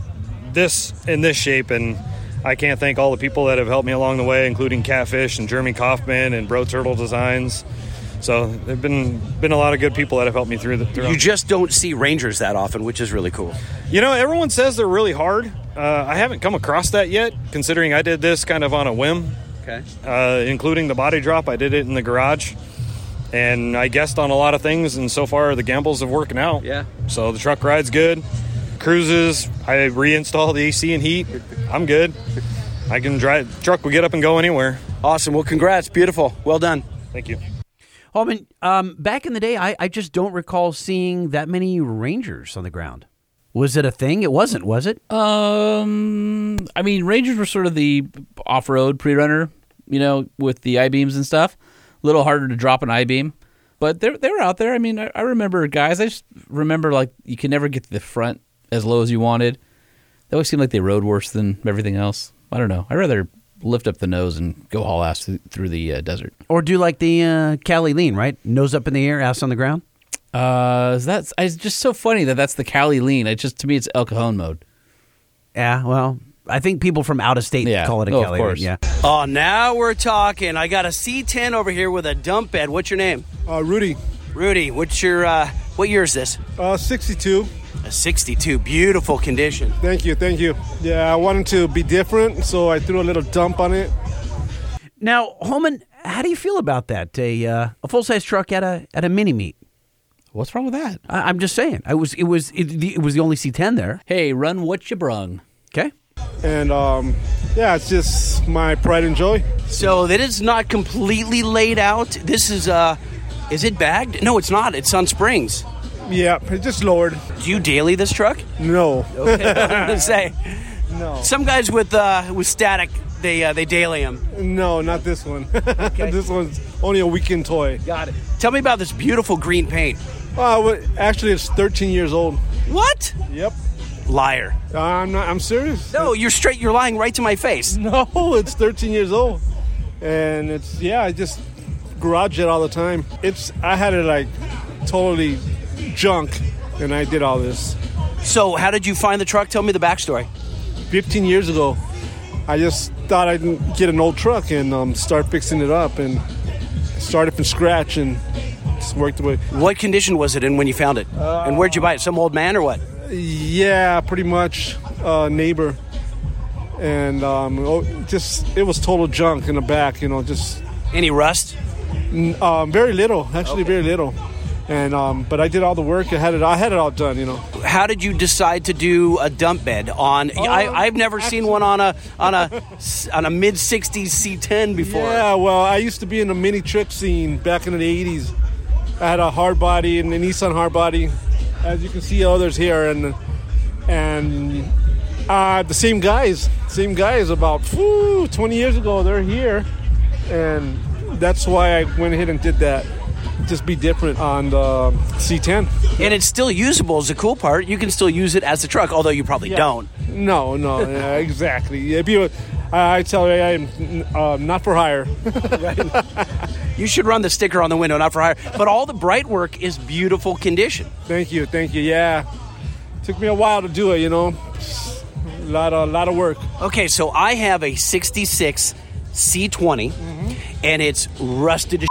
Speaker 5: this in this shape, and I can't thank all the people that have helped me along the way, including Catfish and Jeremy Kaufman and Bro Turtle Designs. So there've been been a lot of good people that have helped me through the. Through
Speaker 1: You just don't see Rangers that often, which is really cool.
Speaker 5: you know, everyone says they're really hard. Uh, I haven't come across that yet, considering I did this kind of on a whim,
Speaker 1: Okay.
Speaker 5: uh, including the body drop. I did it in the garage, and I guessed on a lot of things, and so far the gambles have working out.
Speaker 1: Yeah.
Speaker 5: So the truck rides good, cruises. I reinstall the AC and heat. I'm good. I can drive. Truck will get up and go anywhere.
Speaker 1: Awesome. Well, congrats. Beautiful. Well done.
Speaker 5: Thank you.
Speaker 6: Holman, um, back in the day, I, I just don't recall seeing that many Rangers on the ground. Was it a thing? It wasn't, was it?
Speaker 2: Um, I mean, Rangers were sort of the off-road pre-runner, you know, with the I beams and stuff. A little harder to drop an I beam, but they they were out there. I mean, I, I remember guys. I just remember like you could never get to the front as low as you wanted. They always seemed like they rode worse than everything else. I don't know. I'd rather lift up the nose and go haul ass th- through the uh, desert.
Speaker 6: Or do like the uh, Cali lean, right? Nose up in the air, ass on the ground.
Speaker 2: Uh, that's it's just so funny that that's the Cali lean. It just to me it's El Cajon mode.
Speaker 6: Yeah, well, I think people from out of state
Speaker 2: Yeah.
Speaker 6: call it a
Speaker 2: Oh, of
Speaker 6: Cali lean.
Speaker 2: course.
Speaker 6: Yeah.
Speaker 1: Oh, now we're talking. I got a C10 over here with a dump bed. What's your name?
Speaker 10: Uh, Rudy,
Speaker 1: Rudy. What's your uh, what year is this?
Speaker 10: uh, 62.
Speaker 1: A 62, beautiful condition.
Speaker 10: Thank you, thank you. Yeah, I wanted to be different, so I threw a little dump on it.
Speaker 1: Now, Holman, how do you feel about that? A uh, a full size truck at a at a mini meet.
Speaker 2: What's wrong with that?
Speaker 1: I, I'm just saying. I was it was it, the, it was the only C10 there.
Speaker 2: Hey, run what you brung.
Speaker 1: Okay.
Speaker 10: And um, yeah, it's just my pride and joy.
Speaker 1: So that is not completely laid out. This is uh, is it bagged? No, it's not. It's on springs.
Speaker 10: Yeah, it's just lowered.
Speaker 1: Do you daily this truck?
Speaker 10: No.
Speaker 1: Let's say.
Speaker 10: No.
Speaker 1: Some guys with uh, with static, they uh, they daily them.
Speaker 10: No, not this one. this one's only a weekend toy.
Speaker 1: Got it. Tell me about this beautiful green paint.
Speaker 10: Uh, well, actually, it's 13 years old.
Speaker 1: What?
Speaker 10: Yep.
Speaker 1: Liar.
Speaker 10: Uh, I'm not. I'm serious.
Speaker 1: No, you're straight. You're lying right to my face.
Speaker 10: No, it's 13 years old, and it's yeah. I just garage it all the time. It's I had it like totally junk, and I did all this
Speaker 1: So, how did you find the truck? Tell me the backstory.
Speaker 10: 15 years ago. I just thought I'd get an old truck and um, start fixing it up, and started from scratch and just worked away.
Speaker 1: What condition was it in when you found it? and where'd you buy it? Some old man or what?
Speaker 10: Yeah, pretty much uh, neighbor, and um, oh, just it was total junk in the back. You know, just
Speaker 1: Any rust?
Speaker 10: Um, very little, actually, very little. And um, but I did all the work. I had it. I had it all done. You know.
Speaker 1: How did you decide to do a dump bed on?
Speaker 10: Um,
Speaker 1: I, I've never seen one on a on a on a mid '60s C10 before.
Speaker 10: Yeah. Well, I used to be in the mini trick scene back in the '80s. I had a hard body and a Nissan hard body, as you can see others here, and and uh, the same guys, same guys. About whew, 20 years ago, they're here, and that's why I went ahead and did that. Just be different on the C10.
Speaker 1: And it's still usable is the cool part. You can still use it as a truck, although you probably don't.
Speaker 10: No, no, yeah, exactly. If you, I I tell you, I'm um, not for hire.
Speaker 1: You should run the sticker on the window, not for hire. But all the bright work is beautiful condition.
Speaker 10: thank you, thank you. Yeah, took me a while to do it. You know, a lot of lot of work.
Speaker 1: Okay, so I have a 66 C20
Speaker 10: Mm-hmm.
Speaker 1: and it's rusted as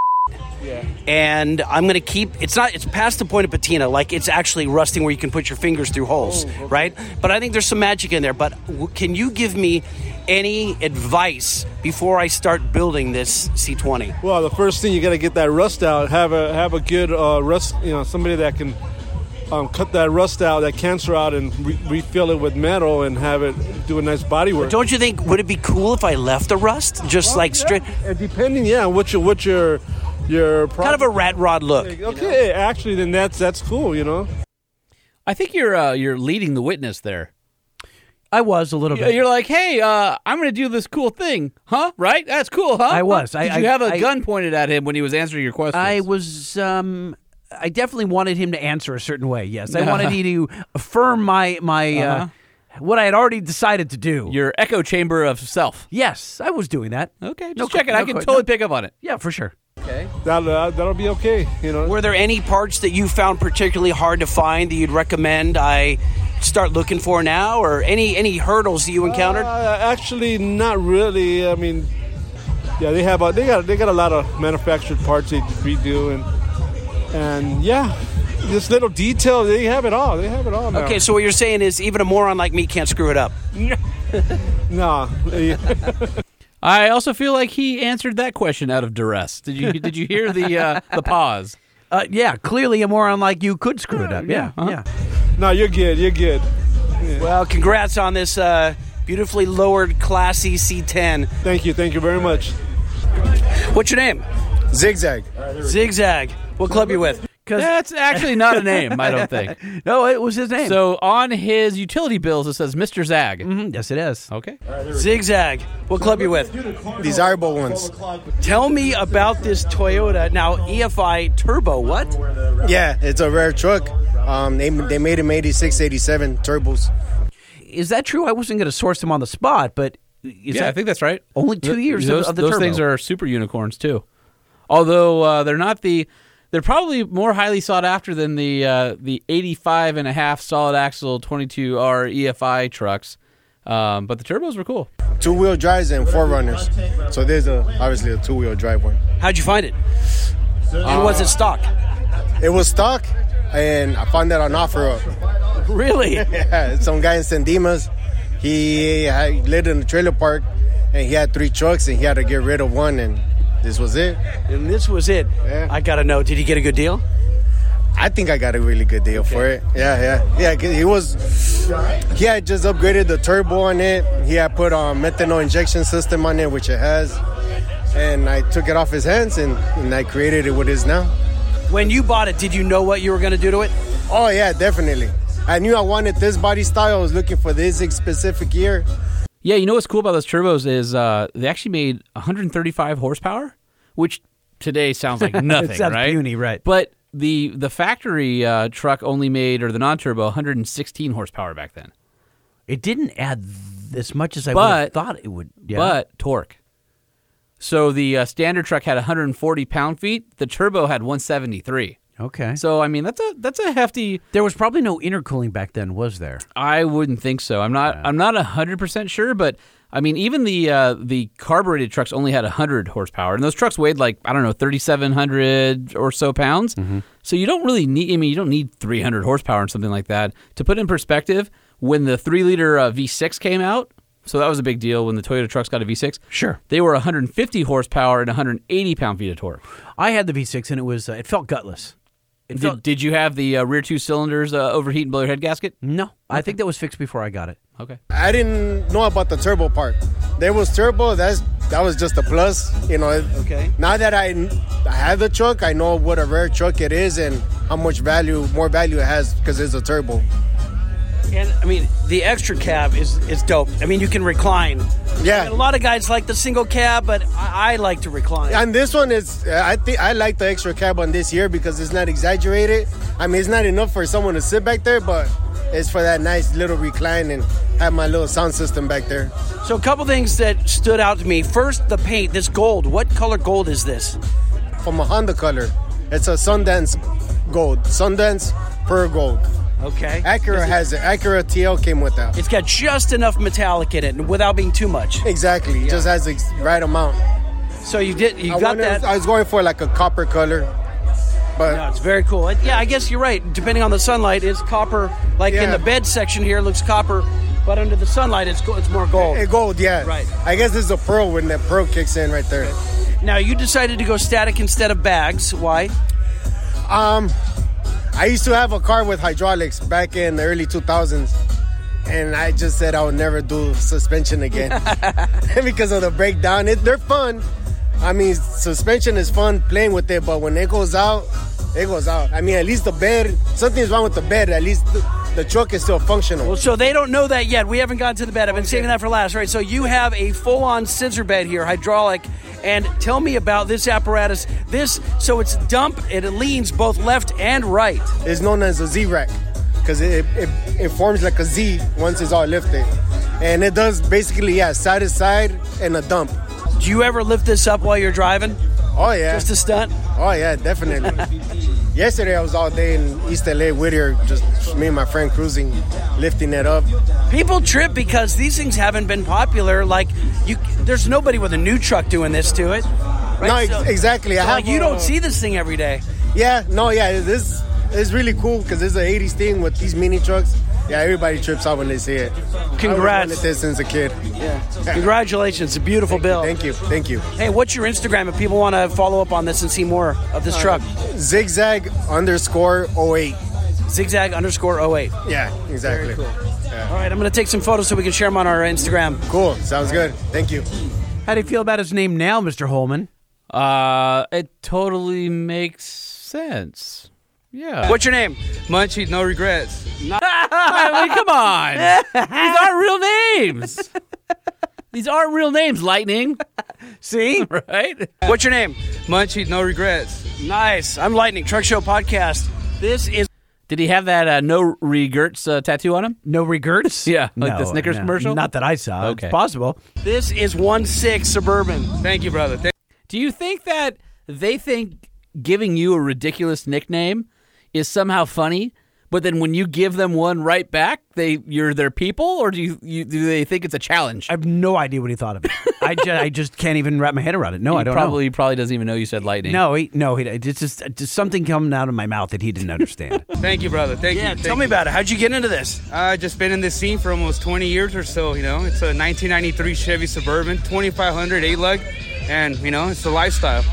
Speaker 10: Yeah.
Speaker 1: and I'm gonna keep. It's not. It's past the point of patina. Like it's actually rusting where you can put your fingers through holes, right? But I think there's some magic in there. But w- can you give me any advice before I start building this C20?
Speaker 10: Well, the first thing you got to get that rust out. Have a have a good uh, rust. You know, somebody that can um, cut that rust out, that cancer out, and re- refill it with metal, and have it do a nice body work.
Speaker 1: Don't you think would it be cool if I left the rust just like straight,
Speaker 10: Uh, depending, yeah, what your what your your
Speaker 1: kind of a rat rod look?
Speaker 10: Okay, actually, then that's that's cool. You know.
Speaker 2: I think you're uh, you're leading the witness there.
Speaker 6: I was a little
Speaker 2: You- You're like, hey, uh, I'm going to do this cool thing, huh? Right? That's cool, huh?
Speaker 6: I was.
Speaker 2: Did
Speaker 6: I-
Speaker 2: you
Speaker 6: I-
Speaker 2: have a
Speaker 6: I-
Speaker 2: gun pointed at him when he was answering your questions?
Speaker 6: I was. Um, I definitely wanted him to answer a certain way. Yes, I wanted you to affirm my my uh what I had already decided to do.
Speaker 2: Uh-huh. your echo chamber of self.
Speaker 6: yes, I was doing that.
Speaker 2: Okay, just
Speaker 6: No
Speaker 2: check
Speaker 6: que-
Speaker 2: it. I
Speaker 6: no
Speaker 2: can
Speaker 6: que-
Speaker 2: totally
Speaker 6: no-
Speaker 2: pick up on it.
Speaker 6: Yeah, for sure.
Speaker 10: That'll, uh, that'll be okay, you know.
Speaker 1: Were there any parts that you found particularly hard to find that you'd recommend I start looking for now, or any any hurdles that you encountered?
Speaker 10: Uh, actually, not really. I mean, yeah, they have a, they got they got a lot of manufactured parts they redo and and yeah, this little detail they have it all. They have it all now.
Speaker 1: Okay, so what you're saying is even a moron like me can't screw it up.
Speaker 10: Nah. eh,
Speaker 2: I also feel like he answered that question out of duress. Did you did you hear the uh, the pause?
Speaker 6: Uh, yeah, clearly a moron like you could screw it up. Yeah, yeah.
Speaker 10: no, you're good. You're good.
Speaker 1: uh-huh. Well, congrats on this uh, beautifully lowered E classy C10.
Speaker 10: Thank you. Thank you very much.
Speaker 1: What's your name?
Speaker 11: Zigzag.
Speaker 1: Zigzag. What club you with?
Speaker 2: That's actually not a name, I don't think.
Speaker 6: No, it was his name.
Speaker 2: So on his utility bills, it says Mr. Zag.
Speaker 6: Mm, yes, it is.
Speaker 2: Okay.
Speaker 1: Zigzag. What club you with?
Speaker 11: Desirable ones.
Speaker 1: Tell me about this Toyota now EFI Turbo. What?
Speaker 11: Yeah, it's a rare truck. Um, they, they made them 86, 87 turbos.
Speaker 6: Is that true? I wasn't going to source him on the spot, but is
Speaker 2: Yeah,
Speaker 6: that
Speaker 2: I think that's right.
Speaker 6: only two years of-
Speaker 2: those,
Speaker 6: of the
Speaker 2: those
Speaker 6: turbo.
Speaker 2: things are super unicorns too. Although uh, they're not the, they're probably more highly sought after than the uh, the 85 and a half solid axle 22R EFI trucks. Um, but the turbos were cool.
Speaker 11: Two wheel drives and four runners. So there's a obviously a two wheel drive one. Uh,
Speaker 1: How'd you find it?
Speaker 2: Um,
Speaker 1: And was it stock?
Speaker 11: It was stock, and I found that on offer up.
Speaker 2: Really?
Speaker 11: Yeah, some guy in San Dimas, he had, lived in a trailer park, and he had three trucks, and he had to get rid of one, and this was it.
Speaker 1: And this was it.
Speaker 11: Yeah.
Speaker 1: I gotta know, did he get a good deal?
Speaker 11: I think I got a really good deal for it. Yeah, yeah, yeah. 'cause he was, he had just upgraded the turbo on it. He had put a methanol injection system on it, which it has. And I took it off his hands, and, and I created it what it is now.
Speaker 1: When you bought it, did you know what you were gonna do to it?
Speaker 11: Oh yeah, definitely. I knew I wanted this body style. I was looking for this specific year.
Speaker 2: Yeah, you know what's cool about those turbos is uh, they actually made 135 horsepower, which today sounds like nothing,
Speaker 1: sounds
Speaker 2: right?
Speaker 1: puny, right.
Speaker 2: But the the factory uh, truck only made, or the non-turbo, 116 horsepower back then.
Speaker 6: It didn't add th- as much as I would
Speaker 2: But-
Speaker 6: have thought it would. Yeah.
Speaker 2: but torque. So the uh, standard truck had 140 pound feet. The turbo had 173.
Speaker 6: okay. So
Speaker 2: So I mean that's a that's a hefty.
Speaker 6: there was probably no intercooling back then, was there?
Speaker 2: I wouldn't think so. I'm not I'm not hundred percent sure, but I mean even the uh, the carbureted trucks only had hundred horsepower, and those trucks weighed like I don't know 3,700 or so pounds.
Speaker 6: Mm-hmm.
Speaker 2: So you don't really need. I mean you don't need 300 horsepower and something like that. To put in perspective, when the three liter uh, V6 came out, so that was a big deal when the Toyota trucks got a V6.
Speaker 6: Sure.
Speaker 2: They were 150 horsepower and 180 pound feet of torque.
Speaker 6: I had the V6 and it was uh, it felt gutless. It felt
Speaker 2: Did, did you have the uh, rear two cylinders uh, overheat and blow your head gasket?
Speaker 6: no. I think that was fixed before I got it.
Speaker 2: Okay.
Speaker 11: I didn't know about the turbo part. There was turbo. That's that was just a plus, you know.
Speaker 6: Okay.
Speaker 11: Now that I I have the truck, I know what a rare truck it is and how much value, more value it has because it's a turbo.
Speaker 1: And I mean, the extra cab is is dope. I mean, you can recline.
Speaker 11: Yeah.
Speaker 1: I mean, a lot of guys like the single cab, but I, I like to recline.
Speaker 11: And this one is, uh, I think I like the extra cab on this year because it's not exaggerated. I mean, it's not enough for someone to sit back there, but it's for that nice little recline and have my little sound system back there.
Speaker 1: so, a couple things that stood out to me. First, the paint. This gold. What color gold is this?
Speaker 11: From a Honda color, it's a Sundance gold, Sundance pearl gold.
Speaker 1: Okay.
Speaker 11: Acura has it. Acura TL came with that.
Speaker 1: It's got just enough metallic in it, and without being too much.
Speaker 11: Exactly, it just has the right amount.
Speaker 1: So you did. You
Speaker 11: I,
Speaker 1: got
Speaker 11: wanted,
Speaker 1: that.
Speaker 11: I was going for like a copper color, but
Speaker 1: No, it's very cool. It- yeah, I guess you're right. Depending on the sunlight, it's copper. Like in
Speaker 11: Yeah.
Speaker 1: the bed section here, it looks copper, but under the sunlight, it's go- it's more gold.
Speaker 11: a gold, yeah.
Speaker 1: Right.
Speaker 11: I guess it's a pearl when that pearl kicks in right there.
Speaker 1: Now you decided to go static instead of bags. Why?
Speaker 11: Um, I used to have a car with hydraulics back in the early 2000s, and I just said I would never do suspension again because of the breakdown. It, they're fun. I mean, suspension is fun playing with it, but when it goes out, it goes out. I mean, at least the bed, something's wrong with the bed. At least the, the truck is still functional.
Speaker 1: Well, so they don't know that yet. We haven't gotten to the bed. I've been saving that for last, right? So you have a full-on scissor bed here, hydraulic. And tell me about this apparatus. This so it's dump. It leans both left and right.
Speaker 11: It's known as a Z rack because it, it, it forms like a Z once it's all lifted. And it does basically, yeah, side to side and a dump.
Speaker 1: Do you ever lift this up while you're driving?
Speaker 11: Oh, yeah.
Speaker 1: Just a stunt.
Speaker 11: Oh yeah, definitely. Yesterday I was all day in East LA Whittier, just me and my friend cruising, lifting it up.
Speaker 1: People trip because these things haven't been popular. Like you, there's nobody with a new truck doing this to it. Right?
Speaker 11: No, ex- exactly. I
Speaker 1: so, like,
Speaker 11: have,
Speaker 1: you
Speaker 11: uh,
Speaker 1: don't see this thing every day.
Speaker 11: Yeah, no, yeah, this is really cool because it's an '80s thing with these mini trucks. Yeah, everybody trips out when they see it. I
Speaker 1: Congrats.
Speaker 11: wanted this since a kid.
Speaker 1: Congratulations, it's a beautiful bill.
Speaker 11: Thank you, thank you.
Speaker 1: Hey, what's your Instagram if people want to follow up on this and see more of this truck?
Speaker 11: Zigzag underscore 08.
Speaker 1: Zigzag underscore 08. All
Speaker 11: Yeah, exactly.
Speaker 1: right, I'm going to take some photos so we can share them on our Instagram.
Speaker 11: Cool. Sounds good. Thank you.
Speaker 6: How do you feel about his name now, Mr. Holman?
Speaker 2: Uh, it totally makes sense. Yeah.
Speaker 1: What's your name?
Speaker 12: Munchie, no regrets.
Speaker 2: I mean, come on. These aren't real names. These aren't real names, Lightning.
Speaker 1: See?
Speaker 2: Right?
Speaker 1: What's your name?
Speaker 12: Munchie, no regrets.
Speaker 1: Nice. I'm Lightning, Truck Show Podcast. This is
Speaker 2: Did he have that uh, no regrets uh, tattoo on him?
Speaker 6: No regrets?
Speaker 2: Yeah, like
Speaker 6: No,
Speaker 2: the Snickers
Speaker 6: no.
Speaker 2: commercial?
Speaker 6: Not that I saw.
Speaker 2: Okay.
Speaker 6: It's possible.
Speaker 1: this is one six Suburban.
Speaker 12: Thank you, brother. Thank-
Speaker 2: Do you think that they think giving you a ridiculous nickname is somehow funny? But then when you give them one right back, they you're their people, or do you, you do they think it's a challenge?
Speaker 1: I have no idea what he thought of it. I just, I just can't even wrap my head around it. No,
Speaker 2: he
Speaker 1: I don't
Speaker 2: probably he probably doesn't even know you said lightning.
Speaker 1: know. No, he, no, he, it's just, just something coming out of my mouth that he didn't understand.
Speaker 12: Thank you, brother. Thank you. Thank you.
Speaker 1: about it. How'd you get into this?
Speaker 12: I just been in this scene for almost 20 years or so. You know, it's a 1993 Chevy Suburban, 2500 eight lug, and you know, it's a lifestyle.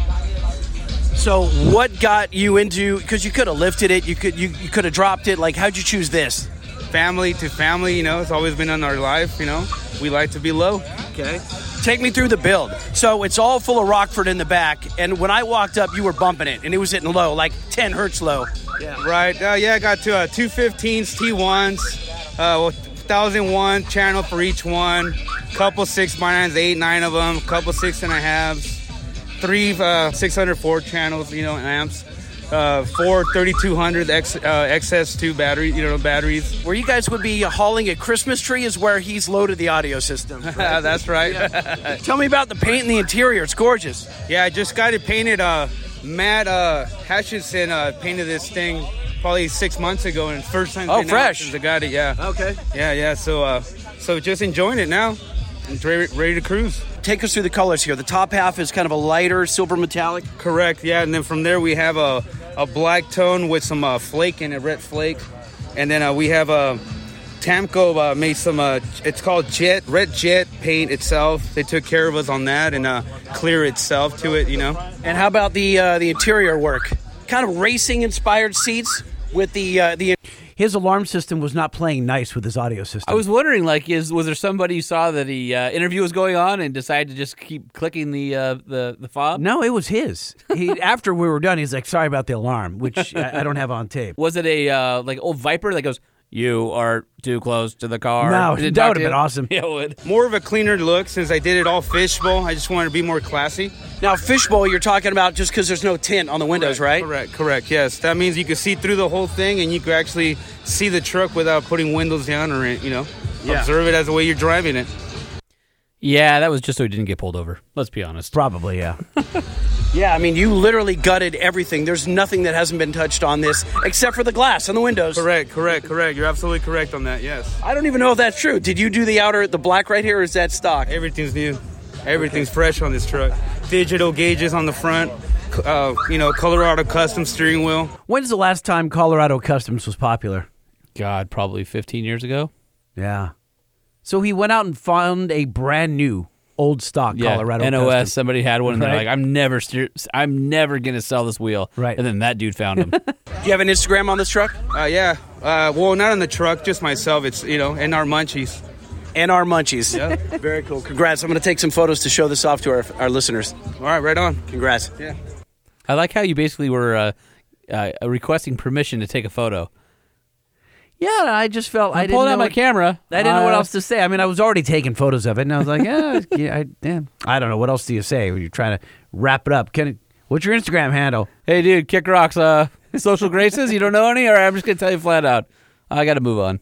Speaker 1: So, what got you into? Because you could have lifted it, you could you, you could have dropped it. Like, how'd you choose this?
Speaker 12: Family to family, you know, it's always been in our life. You know, we like to be low.
Speaker 1: Okay. Take me through the build. So it's all full of Rockford in the back, and when I walked up, you were bumping it, and it was hitting low, like 10 hertz low.
Speaker 12: Right. Uh, yeah, I got two uh, 215s, T1s, uh, well, 1001 channel for each one, couple six by nines, eight, nine of them, couple six and a halves, three uh, 604 channels, you know, amps, uh, four 3200 X, uh, XS2 battery, you know, batteries.
Speaker 1: Where you guys would be hauling a Christmas tree is where he's loaded the audio system.
Speaker 12: That's right.
Speaker 1: Tell me about the paint in the interior. It's gorgeous.
Speaker 12: Yeah, I just got it painted. Uh, Matt uh, Hutchinson uh, painted this thing probably six months ago, and first time.
Speaker 1: Oh,
Speaker 12: been out
Speaker 1: fresh.
Speaker 12: Since I got it. Yeah.
Speaker 1: Okay.
Speaker 12: Yeah, yeah. So, uh, so just enjoying it now. and ready, ready to cruise.
Speaker 1: Take us through the colors here. The top half is kind of a lighter silver metallic.
Speaker 12: Correct. Yeah, and then from there we have a, a black tone with some uh, flake in it, red flake, and then uh, we have uh, Tamco uh, made some. Uh, it's called jet red jet paint itself. They took care of us on that and uh, clear itself to it. You know.
Speaker 1: And how about the uh, the interior work? Kind of racing inspired seats with the uh, the. His alarm system was not playing nice with his audio system.
Speaker 2: I was wondering, like, is was there somebody who saw that the uh, interview was going on and decided to just keep clicking the uh, the the fob?
Speaker 1: No, it was his. He after we were done, he's like, "Sorry about the alarm," which I, I don't have on tape.
Speaker 2: Was it a uh, like old Viper that goes, "You are too close to the car"?
Speaker 1: No,
Speaker 2: Did it
Speaker 1: that
Speaker 2: talk
Speaker 1: would've
Speaker 2: to you?
Speaker 1: been awesome.
Speaker 2: Yeah, it would.
Speaker 12: More of a cleaner look since I did it all fishbowl. I just wanted to be more classy.
Speaker 1: Now, fishbowl, you're talking about just because there's no tint on the windows, right?
Speaker 12: Correct, correct. Yes, that means you can see through the whole thing, and you can actually see the truck without putting windows down or you know, observe it as the way you're driving it.
Speaker 2: Yeah, that was just so he didn't get pulled over. Let's be honest.
Speaker 1: Probably, yeah. yeah, I mean, you literally gutted everything. There's nothing that hasn't been touched on this except for the glass on the windows.
Speaker 12: Correct, correct, correct. You're absolutely correct on that. Yes,
Speaker 1: I don't even know if that's true. Did you do the outer, the black right here, or is that stock?
Speaker 12: everything's new, everything's fresh on this truck. Digital gauges on the front. c- Uh, you know, Colorado custom steering wheel.
Speaker 1: When's the last time Colorado Customs was popular?
Speaker 2: God, probably 15 years ago.
Speaker 1: Yeah. So he went out and found a brand new old stock Colorado
Speaker 2: NOS.
Speaker 1: Custom.
Speaker 2: Somebody had one, and they're
Speaker 1: Right.
Speaker 2: like, "I'm never, steer- I'm never gonna sell this wheel."
Speaker 1: Right.
Speaker 2: And then that dude found him.
Speaker 1: Do you have an Instagram on this truck?
Speaker 12: Uh, yeah. Uh, well, not on the truck, just myself. It's you know, and our munchies.
Speaker 1: NR Munchies. Yeah. Very cool. Congrats. I'm going to take some photos to show this off to our, our listeners.
Speaker 12: All right, right on.
Speaker 1: Congrats.
Speaker 2: I like how you basically were uh, uh, requesting permission to take a photo.
Speaker 1: Yeah, I just felt I
Speaker 2: I'm pulling out my camera.
Speaker 1: I didn't know what
Speaker 2: Uh,
Speaker 1: else to say. I mean, I was already taking photos of it, and I was like, yeah, yeah, I, yeah. I don't know. What else do you say when you're trying to wrap it up? Can it, what's your Instagram handle?
Speaker 2: Hey, dude, kick rocks. Uh, social graces. You don't know any? All right, I'm just gonna tell you flat out. I got to move on.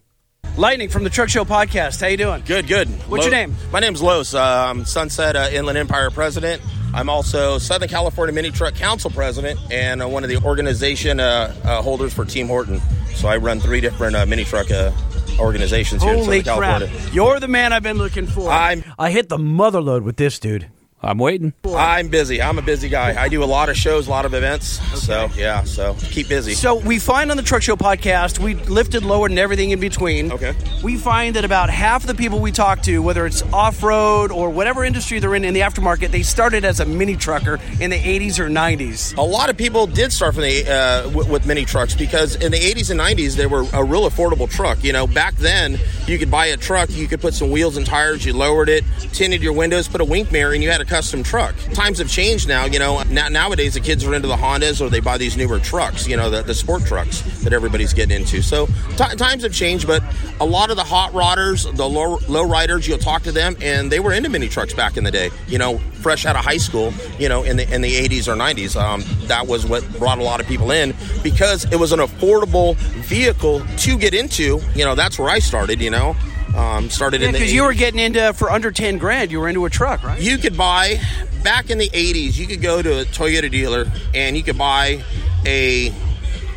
Speaker 1: Lightning from the Truck Show podcast. How you doing?
Speaker 13: Good, good.
Speaker 1: What's your name?
Speaker 13: My name's Los. Uh, I'm Sunset uh, Inland Empire president. I'm also Southern California Mini Truck Council president and uh, one of the organization uh, uh, holders for Team Horton. So I run three different uh, mini truck uh, organizations here
Speaker 1: Holy
Speaker 13: in Southern
Speaker 1: crap!
Speaker 13: California.
Speaker 1: You're the man I've been looking for.
Speaker 13: I'm
Speaker 1: I hit the mother load with this dude.
Speaker 2: I'm waiting.
Speaker 13: I'm busy. I'm a busy guy. I do a lot of shows, a lot of events. So yeah, so keep busy.
Speaker 1: So we find on the Truck Show podcast, we lifted, lowered, and everything in between.
Speaker 13: Okay.
Speaker 1: We find that about half the people we talk to, whether it's off road or whatever industry they're in in the aftermarket, they started as a mini trucker in the 80s or 90s.
Speaker 13: a lot of people did start from the uh, w- with mini trucks because in the 80s and 90s they were a real affordable truck. You know, back then you could buy a truck, you could put some wheels and tires, you lowered it, tinted your windows, put a wink mirror, and you had a custom truck. Times have changed now. You know, now, nowadays the kids are into the Hondas or they buy these newer trucks. You know, the, the sport trucks that everybody's getting into. So ti times have changed, but a lot of the hot rodders, the low, low riders, you'll talk to them, and they were into mini trucks back in the day. You know, fresh out of high school, you know, in the in the 80s or 90s, um, that was what brought a lot of people in because it was an affordable vehicle to get into. You know, that's where I started. You know, um, started in the
Speaker 1: Because you were
Speaker 13: 80s.
Speaker 1: getting into, for under 10 grand, you were into a truck, right?
Speaker 13: You could buy back in the 80s. You could go to a Toyota dealer and you could buy a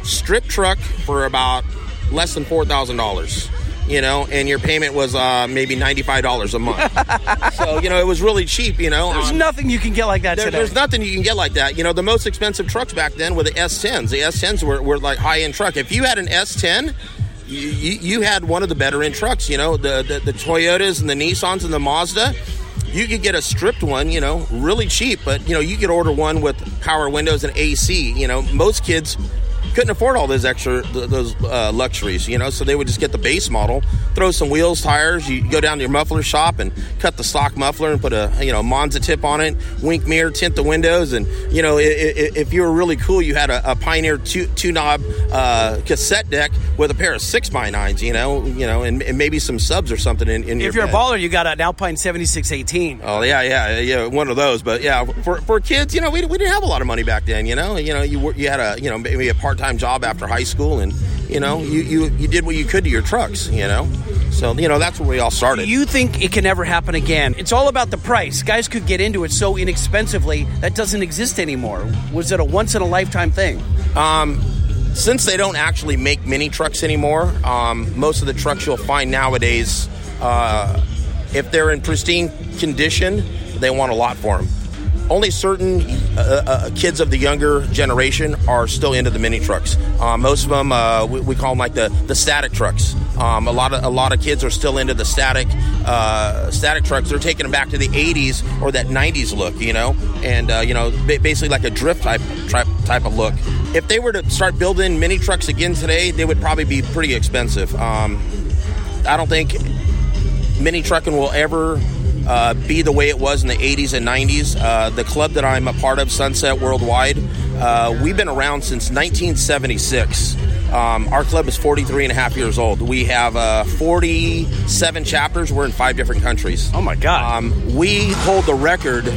Speaker 13: strip truck for about less than four thousand dollars. You know, and your payment was uh, maybe ninety five dollars a month. so you know it was really cheap. You know,
Speaker 1: there's
Speaker 13: Um,
Speaker 1: nothing you can get like that
Speaker 13: there-
Speaker 1: today.
Speaker 13: There's nothing you can get like that. You know, the most expensive trucks back then were the S10s. The S10s were, were like high end truck. If you had an S10, you, you, you had one of the better end trucks. You know, the, the the Toyotas and the Nissans and the Mazda. You could get a stripped one, you know, really cheap, but you know you could order one with power windows and AC. You know, most kids couldn't afford all those extra th- those uh, luxuries, you know. So they would just get the base model, throw some wheels, tires. You go down to your muffler shop and cut the stock muffler and put a you know Monza tip on it, wink mirror, tint the windows, and you know i- i- i- if you were really cool, you had a, a Pioneer two two knob uh, cassette deck with a pair of six by nines, you know, you know, and, and maybe some subs or something in, in your.
Speaker 1: if you're
Speaker 13: bed.
Speaker 1: a baller, you got an Alpine 7618.
Speaker 13: Oh yeah, yeah, yeah, one of those. But yeah, for, for kids, you know, we, we didn't have a lot of money back then. You know, you know, you wor- you had a you know maybe a part time job after high school, and you know, you, you you did what you could to your trucks. You know, so you know that's where we all started.
Speaker 1: Do you think it can ever happen again? It's all about the price. Guys could get into it so inexpensively that doesn't exist anymore. Was it a once in a lifetime thing?
Speaker 13: Um, since they don't actually make mini trucks anymore, um, most of the trucks you'll find nowadays, uh, if they're in pristine condition, they want a lot for them. Only certain uh, uh, kids of the younger generation are still into the mini trucks. Uh, most of them, uh, we, we call them like the, the static trucks. Um, a lot of a lot of kids are still into the static uh, static trucks. They're taking them back to the '80s or that '90s look, you know, and uh, you know, ba- basically like a drift type type type of look. If they were to start building mini trucks again today, they would probably be pretty expensive. Um, I don't think mini trucking will ever uh, be the way it was in the 80s and 90s. Uh, the club that I'm a part of, Sunset Worldwide, uh, we've been around since 1976. Um, our club is 43 and a half years old. We have uh, 47 chapters. We're in five different countries. Oh my God. Um, we hold the record,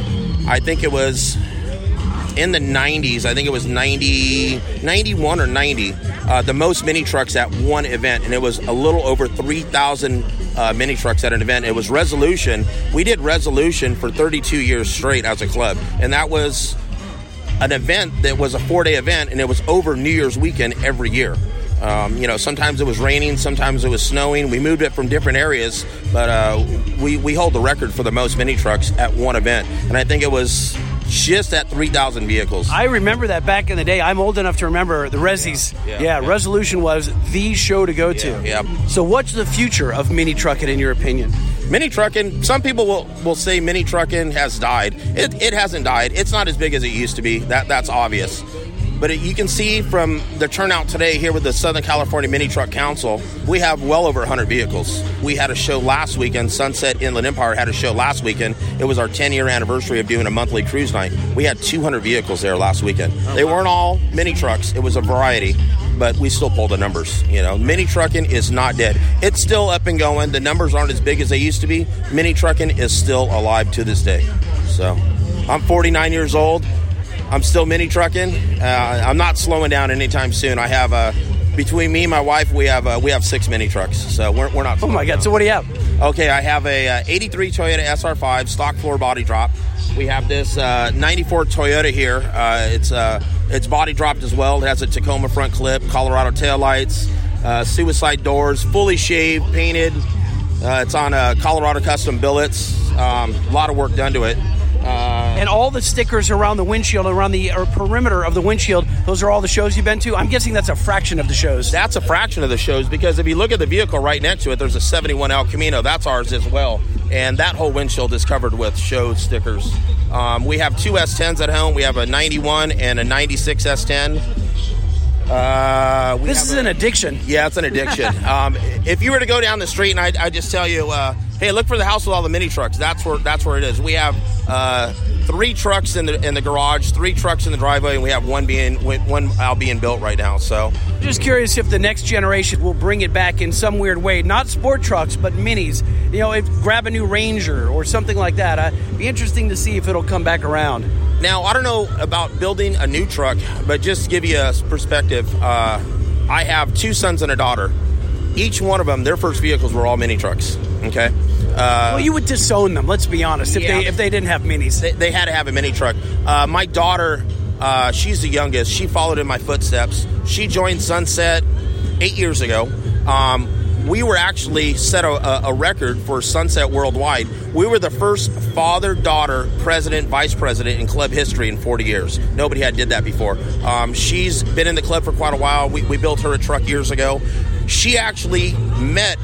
Speaker 13: I think it was in the 90s i think it was 90 91 or 90 uh, the most mini trucks at one event and it was a little over 3000 uh, mini trucks at an event it was resolution we did resolution for 32 years straight as a club and that was an event that was a four day event and it was over New Year's weekend every year. Um, you know, sometimes it was raining, sometimes it was snowing. We moved it from different areas, but uh, we, we hold the record for the most mini trucks at one event. And I think it was just at 3,000 vehicles.
Speaker 1: I remember that back in the day. I'm old enough to remember the Resis. Yeah,
Speaker 13: yeah,
Speaker 1: Resolution was the show to go to.
Speaker 13: Yeah, yeah.
Speaker 1: So, what's the future of mini trucking in your opinion?
Speaker 13: Mini trucking, some people will, will say mini trucking has died. It, it hasn't died. It's not as big as it used to be. That That's obvious. But it, you can see from the turnout today here with the Southern California Mini Truck Council, we have well over 100 vehicles. We had a show last weekend, Sunset Inland Empire had a show last weekend. It was our 10 year anniversary of doing a monthly cruise night. We had 200 vehicles there last weekend.
Speaker 1: Oh,
Speaker 13: They weren't all mini trucks, it was a variety but we still pull the numbers. You know, mini trucking is not dead. It's still up and going. The numbers aren't as big as they used to be. Mini trucking is still alive to this day. So, I'm 49 years old. I'm still mini trucking. Uh, I'm not slowing down anytime soon. I have uh, between me and my wife, we have uh, we have six mini trucks. So we're, we're not. Oh my god!
Speaker 1: So what do you have?
Speaker 13: Okay, I have a uh, 83 Toyota SR5 stock floor body drop. We have this uh, 94 Toyota here. Uh, it's uh, it's body dropped as well. It has a Tacoma front clip, Colorado taillights, uh, suicide doors, fully shaved, painted. Uh, it's on uh, Colorado custom billets. Um, a lot of work done to it. Uh,
Speaker 1: and all the stickers around the windshield, around the or perimeter of the windshield, those are all the shows you've been to. I'm guessing that's a fraction of the shows.
Speaker 13: That's a fraction of the shows because if you look at the vehicle right next to it, there's a 71 El Camino. That's ours as well. And that whole windshield is covered with show stickers. Um, we have two S10s at home. We have a 91 and a 96 S10. Uh, this is an
Speaker 1: addiction.
Speaker 13: Yeah, it's an addiction. um, if you were to go down the street and I, I just tell you, uh, hey, look for the house with all the mini trucks. That's where that's where it is. We have uh, three trucks in the in the garage, three trucks in the driveway, and we have one being one out being built right now. So
Speaker 1: I'm just curious if the next generation will bring it back in some weird way. Not sport trucks, but minis. You know, if grab a new Ranger or something like that. Uh, it'd be interesting to see if it'll come back around.
Speaker 13: Now, I don't know about building a new truck, but just to give you a perspective, uh, I have two sons and a daughter. Each one of them, their first vehicles were all mini trucks. Okay. Uh,
Speaker 1: well, you would disown them. Let's be honest. If they if they didn't have minis,
Speaker 13: they, they had to have a mini truck. Uh, my daughter, uh, she's the youngest. She followed in my footsteps. She joined Sunset eight years ago. Um, we were actually set a, a, a record for Sunset Worldwide. We were the first father daughter president vice president in club history in 40 years. Nobody had did that before. Um, she's been in the club for quite a while. We, we built her a truck years ago. She actually met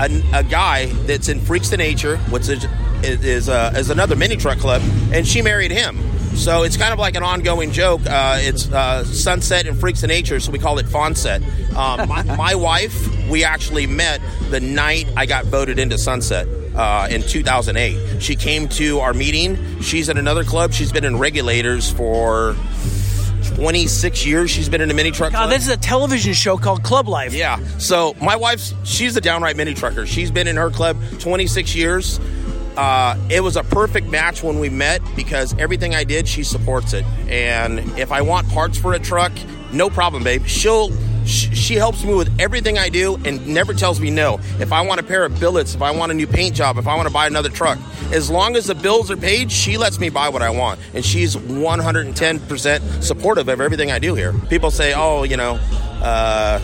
Speaker 13: a, a guy that's in Freaks to Nature, which is is, uh, is another mini truck club, and she married him. So it's kind of like an ongoing joke. Uh, it's uh, Sunset and Freaks of Nature, so we call it Fonset. Um, my, my wife, we actually met the night I got voted into Sunset uh, in 2008. She came to our meeting. She's at another club. She's been in regulators for 26 years she's been in a mini truck.
Speaker 1: God, this is a television show called Club Life.
Speaker 13: Yeah. So my wife's she's a downright mini trucker. She's been in her club 26 years. Uh, it was a perfect match when we met because everything I did, she supports it. And if I want parts for a truck, no problem, babe. She'll sh- she helps me with everything I do and never tells me no. If I want a pair of billets, if I want a new paint job, if I want to buy another truck, as long as the bills are paid, she lets me buy what I want. And she's 110% supportive of everything I do here. People say, oh, you know, uh,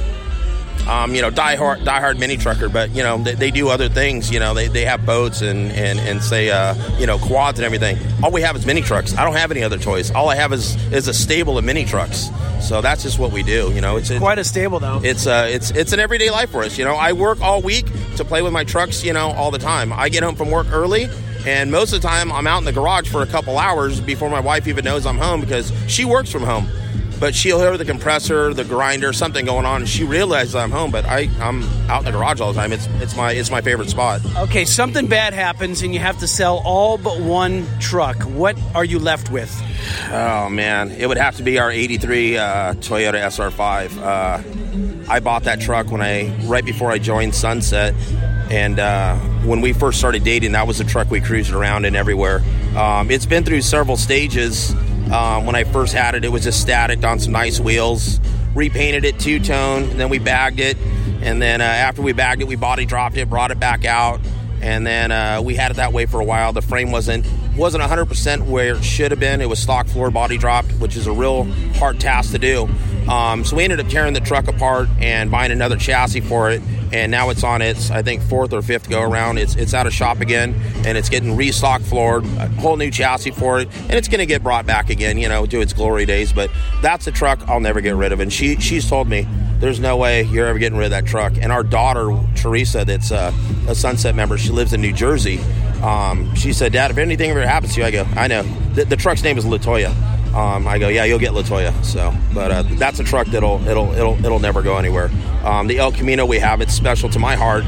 Speaker 13: um, you know, die hard, die hard mini trucker, but you know, they, they, do other things. You know, they, they have boats and and and say, uh, you know, quads and everything. All we have is mini trucks. I don't have any other toys. All I have is is a stable of mini trucks. So that's just what we do. You know, it's, it's
Speaker 1: quite a stable though.
Speaker 13: It's uh, it's it's an everyday life for us. You know, I work all week to play with my trucks. You know, all the time. I get home from work early. And most of the time, I'm out in the garage for a couple hours before my wife even knows I'm home because she works from home but she'll hear the compressor, the grinder, something going on. And she realizes I'm home, but I, I'm out in the garage all the time. It's it's my it's my favorite spot.
Speaker 1: Okay, something bad happens and you have to sell all but one truck. What are you left with?
Speaker 13: Oh man, it would have to be our '83 uh, Toyota SR5. Uh, I bought that truck when I right before I joined Sunset, and uh, when we first started dating, that was the truck we cruised around and everywhere. Um, it's been through several stages. Um, when I first had it, it was just static on some nice wheels. Repainted it two tone, then we bagged it, and then uh, after we bagged it, we body dropped it, brought it back out, and then uh, we had it that way for a while. The frame wasn't wasn't 100% where it should have been. It was stock floor body dropped, which is a real hard task to do. Um, so we ended up tearing the truck apart and buying another chassis for it, and now it's on its I think fourth or fifth go around. It's it's out of shop again, and it's getting restock floored, a whole new chassis for it, and it's going to get brought back again, you know, to its glory days. But that's a truck I'll never get rid of, and she she's told me there's no way you're ever getting rid of that truck. And our daughter Teresa, that's a, a Sunset member, she lives in New Jersey. Um, she said, "Dad, if anything ever happens to you, I go, I know. The, the truck's name is Latoya." Um, I go, yeah, you'll get Latoya. So, but uh, that's a truck that'll it'll it'll it'll never go anywhere. Um, the El Camino we have, it's special to my heart.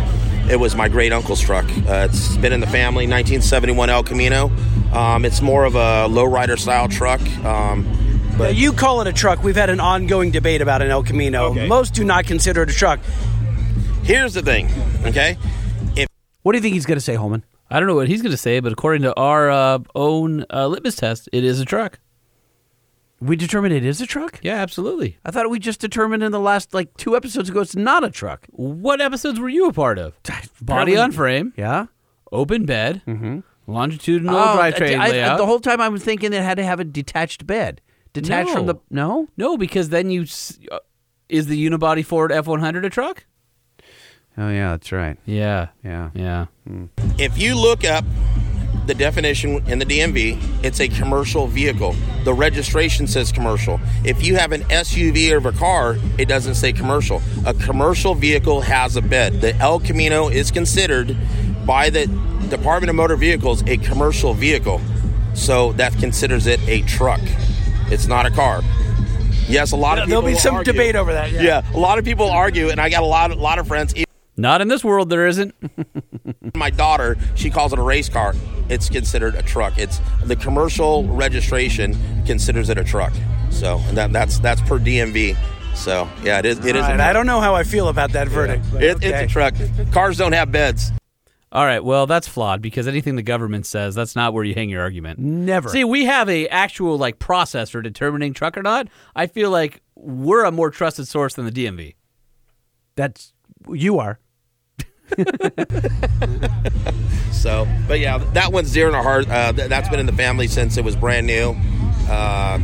Speaker 13: It was my great uncle's truck. Uh, it's been in the family, 1971 El Camino. Um, it's more of a lowrider style truck. Um,
Speaker 1: but now you call it a truck. We've had an ongoing debate about an El Camino. Okay. Most do not consider it a truck.
Speaker 13: Here's the thing, okay?
Speaker 1: If- what do you think he's going to say, Holman?
Speaker 2: I don't know what he's going to say, but according to our uh, own litmus test, it is a truck.
Speaker 1: We determined it is a truck?
Speaker 2: Yeah, absolutely.
Speaker 1: I thought we just determined in the last like two episodes ago it's not a truck.
Speaker 2: What episodes were you a part of? Body on frame.
Speaker 1: Yeah.
Speaker 2: Open bed. Mm-hmm. Longitudinal oh, drivetrain I, layout.
Speaker 1: I, the whole time I was thinking it had to have a detached bed. Detached no. from the no,
Speaker 2: no, because then you uh, is the unibody Ford F one hundred a truck?
Speaker 1: Oh yeah, that's right.
Speaker 2: Yeah,
Speaker 1: yeah, Hmm.
Speaker 2: yeah.
Speaker 13: Mm. If you look up the definition in the DMV, it's a commercial vehicle. The registration says commercial. If you have an SUV or a car, it doesn't say commercial. A commercial vehicle has a bed. The El Camino is considered by the Department of Motor Vehicles a commercial vehicle. So that considers it a truck. It's not a car. Yes, a lot of
Speaker 1: There'll be some
Speaker 13: argue.
Speaker 1: debate over that. Yeah.
Speaker 13: yeah, a lot of people argue, and I got a lot, a lot of friends.
Speaker 2: Not in this world, there isn't.
Speaker 13: My daughter, she calls it a race car. It's considered a truck. It's the commercial registration considers it a truck. So that, that's that's per DMV. So yeah, it is. It is
Speaker 1: right. I don't know how I feel about that verdict. Yeah.
Speaker 13: It, okay. It's a truck. Cars don't have beds.
Speaker 2: All right, well, that's flawed because anything the government says, that's not where you hang your argument.
Speaker 1: Never.
Speaker 2: See, we have a actual like process for determining truck or not. I feel like we're a more trusted source than the DMV.
Speaker 1: That's you are.
Speaker 13: so, but yeah, that one's dear in our heart. Uh, th- that's been in the family since it was brand new. Uh,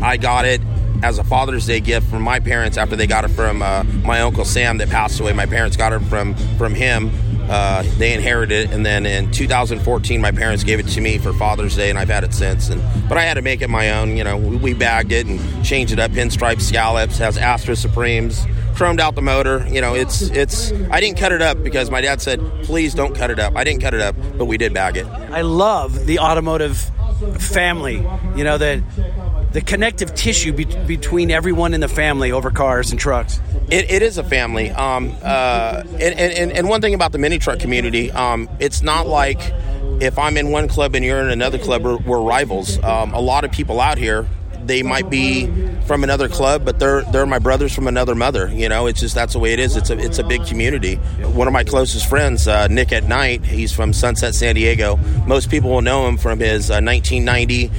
Speaker 13: I got it as a Father's Day gift from my parents after they got it from uh, my uncle Sam that passed away. My parents got it from from him. Uh, they inherited it, and then in 2014, my parents gave it to me for Father's Day, and I've had it since. And but I had to make it my own. You know, we, we bagged it and changed it up. Pinstripe scallops has Astra Supremes, chromed out the motor. You know, it's it's. I didn't cut it up because my dad said, "Please don't cut it up." I didn't cut it up, but we did bag it.
Speaker 1: I love the automotive family. You know the the connective tissue be- between everyone in the family over cars and trucks.
Speaker 13: It, it is a family. Um, uh, and, and, and one thing about the mini truck community, um, it's not like if I'm in one club and you're in another club, we're, we're rivals. Um, a lot of people out here, they might be from another club, but they're they're my brothers from another mother. You know, it's just that's the way it is. It's a it's a big community. One of my closest friends, uh, Nick at Night, he's from Sunset, San Diego. Most people will know him from his uh, 1990.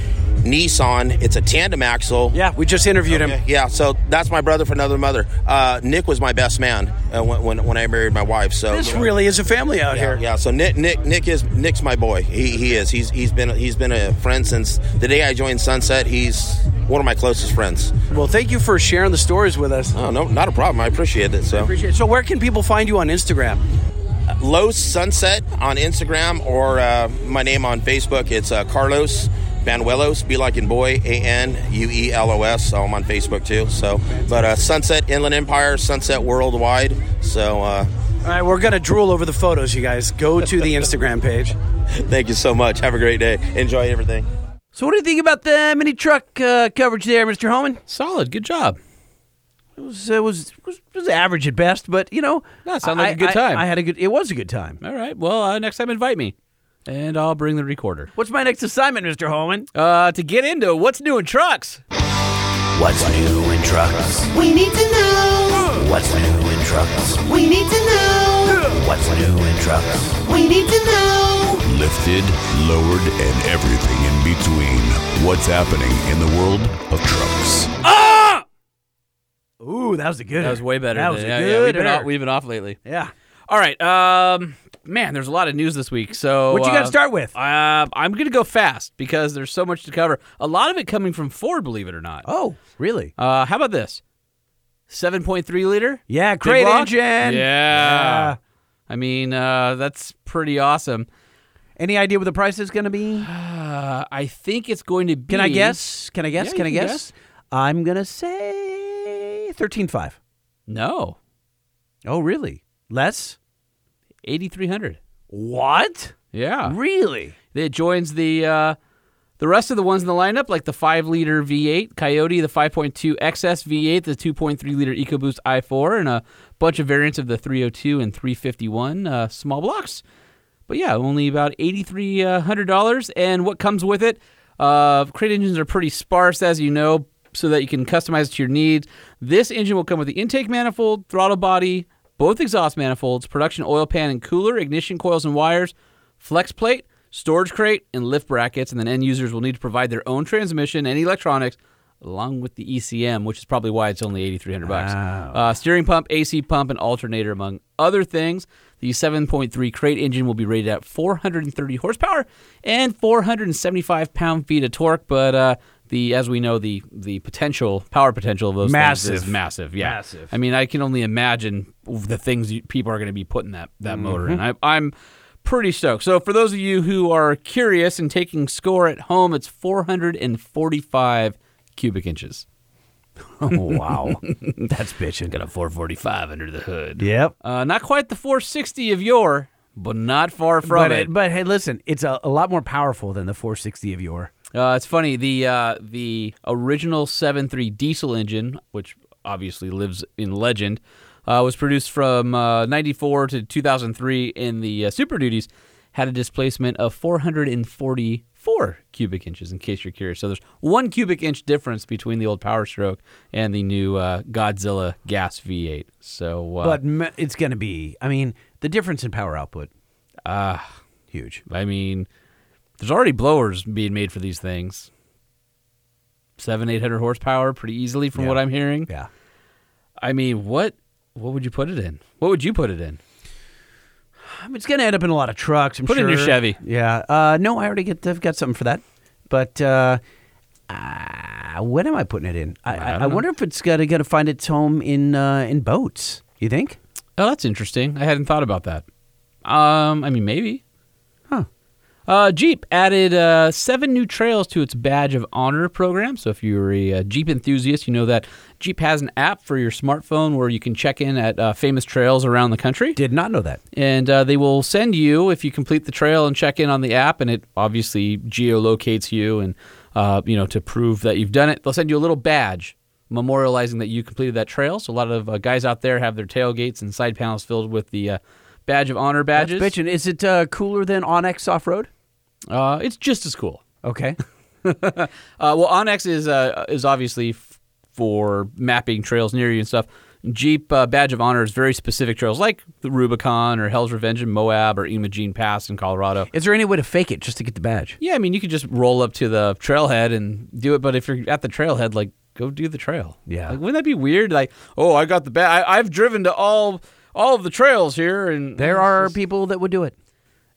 Speaker 13: Nissan. It's a tandem axle.
Speaker 1: Yeah, we just interviewed him.
Speaker 13: Yeah, so that's my brother for another mother. Uh, Nick was my best man uh, when, when, when I married my wife. So
Speaker 1: This really is a family out
Speaker 13: yeah,
Speaker 1: here.
Speaker 13: Yeah, so Nick Nick Nick is Nick's my boy. He, he is. He's he's been he's been a friend since the day I joined Sunset. He's one of my closest friends.
Speaker 1: Well, thank you for sharing the stories with us.
Speaker 13: Oh no, not a problem. I appreciate it. So
Speaker 1: Appreciate it. So where can people find you on Instagram?
Speaker 13: Low Sunset on Instagram or uh, my name on Facebook. It's uh, Carlos Banuelos, be like in boy, A N U E L O S. So I'm on Facebook too. So, but uh, Sunset Inland Empire, Sunset Worldwide. So, uh,
Speaker 1: All right, we're gonna drool over the photos, you guys. Go to the Instagram page.
Speaker 13: thank you so much. Have a great day. Enjoy everything.
Speaker 2: So, what do you think about the mini truck uh, coverage there, Mr. Holman? Solid. Good job. It was uh, was, was was average at best, but you know,
Speaker 1: No,
Speaker 2: it sounded like
Speaker 1: I-
Speaker 2: a good
Speaker 1: I-
Speaker 2: time.
Speaker 1: I had a good. It was a good time.
Speaker 2: All right. Well, uh, next time invite me, and I'll bring the recorder.
Speaker 1: What's my next assignment, Mr. Holman?
Speaker 2: Uh, to get into what's new in trucks.
Speaker 3: What's new in trucks?
Speaker 14: We need to know.
Speaker 3: What's new in trucks?
Speaker 14: We need to know.
Speaker 3: What's new in trucks?
Speaker 14: We need to know.
Speaker 4: Lifted, lowered, and everything in between. What's happening in the world of trucks?
Speaker 1: Ooh, that was a good.
Speaker 2: That was way better.
Speaker 1: That
Speaker 2: than-
Speaker 1: was a
Speaker 2: yeah, yeah, we've,
Speaker 1: good.
Speaker 2: been off, we've been off lately.
Speaker 1: yeah.
Speaker 2: All right. Um, man, there's a lot of news this week. So
Speaker 1: What you got to
Speaker 2: uh,
Speaker 1: start with?
Speaker 2: Uh, I'm going to go fast because there's so much to cover. A lot of it coming from Ford, believe it or not.
Speaker 1: Oh, really?
Speaker 2: Uh, how about this? 7.3 liter.
Speaker 1: Yeah,
Speaker 2: Big
Speaker 1: great
Speaker 2: block?
Speaker 1: engine.
Speaker 2: Yeah.
Speaker 1: Yeah.
Speaker 2: I mean, uh, that's pretty awesome.
Speaker 1: Any idea what the price is going to be?
Speaker 2: Uh, I think it's going to be.
Speaker 1: Can I guess? Can I guess?
Speaker 2: Yeah,
Speaker 1: can I
Speaker 2: you can
Speaker 1: guess?
Speaker 2: guess.
Speaker 1: I'm going to say 13.5.
Speaker 2: No,
Speaker 1: Oh, really? Less?
Speaker 2: 8,300.
Speaker 1: What?
Speaker 2: Yeah.
Speaker 1: Really?
Speaker 2: It joins the uh, the rest of the ones in the lineup, like the five liter V8 Coyote, the 5.2 XS V8, the 2.3 liter EcoBoost i4, and a bunch of variants of the 302 and 351 uh, small blocks. But yeah, only about $8,300. And what comes with it? Uh, crate engines are pretty sparse, as you know, so that you can customize it to your needs. This engine will come with the intake manifold, throttle body, both exhaust manifolds, production oil pan and cooler, ignition coils and wires, flex plate, storage crate, and lift brackets. And then end users will need to provide their own transmission and electronics along with the ECM, which is probably why it's only 8300 bucks. Uh, steering pump, AC pump, and alternator, among other things. The 7.3 crate engine will be rated at 430 horsepower and 475 pound-feet of torque, but uh, the as we know the the potential power potential of those things is
Speaker 1: Massive.
Speaker 2: massive. Yeah,
Speaker 1: Massive.
Speaker 2: I mean, I can only imagine the things you, people are going to be putting that that
Speaker 1: Mm-hmm.
Speaker 2: motor in. I, I'm pretty stoked. So for those of you who are curious and taking score at home, it's 445 cubic inches.
Speaker 1: Oh, wow. That's bitching.
Speaker 2: Got a 445 under the hood.
Speaker 1: Yep.
Speaker 2: Uh, not quite the 460 of yore, but not far from
Speaker 1: But,
Speaker 2: it.
Speaker 1: it, but hey, listen, it's a, a lot more powerful than the 460 of your.
Speaker 2: Uh, it's funny the uh, the original 7.3 diesel engine, which obviously lives in legend, uh, was produced from uh, 94 to 2003 in the uh, Super Duties, had a displacement of 444 cubic inches. In case you're curious, so there's one cubic inch difference between the old Power Stroke and the new uh, Godzilla gas V8. So, uh,
Speaker 1: But me- it's going to be, I mean, the difference in power output. Ah. huge.
Speaker 2: I mean, there's already blowers being made for these things. Seven, eight hundred horsepower, pretty easily, from what I'm hearing.
Speaker 1: Yeah.
Speaker 2: I mean, what what would you put it in? What would you put it in?
Speaker 1: I mean, it's going to end up in a lot of trucks. I'm
Speaker 2: Put it in your
Speaker 1: sure.
Speaker 2: Chevy.
Speaker 1: Yeah. Uh, no, I already get. I've got something for that, but uh, I Uh, When am I putting it in? I, I, I,
Speaker 2: don't know.
Speaker 1: wonder if it's got to got to find its home in uh, in boats. You think?
Speaker 2: Oh, that's interesting. I hadn't thought about that. Um, I mean, maybe. Huh. Uh, Jeep added uh, seven new trails to its Badge of Honor program. So if you're a uh, Jeep enthusiast, you know that Jeep has an app for your smartphone where you can check in at uh, famous trails around the country.
Speaker 1: Did not know that.
Speaker 2: And uh, they will send you, if you complete the trail and check in on the app, and it obviously geolocates you and, uh, you know, to prove that you've done it, they'll send you a little badge memorializing that you completed that trail. So a lot of uh, guys out there have their tailgates and side panels filled with the uh, Badge of Honor badges.
Speaker 1: That's bitchin'. Is it uh, cooler than Onyx off road?
Speaker 2: Uh, it's just as cool.
Speaker 1: Okay.
Speaker 2: uh, well, Onyx is uh, is obviously f- for mapping trails near you and stuff. Jeep uh, Badge of Honor is very specific trails like the Rubicon or Hell's Revenge in Moab or Imogene Pass in Colorado.
Speaker 1: Is there any way to fake it just to get the badge?
Speaker 2: Yeah, I mean, you could just roll up to the trailhead and do it, but if you're at the trailhead, like, go do the trail.
Speaker 1: Yeah.
Speaker 2: Like, wouldn't that be weird? Like, oh, I got the badge. I've driven to all all of the trails here, and
Speaker 1: There are people that would do it.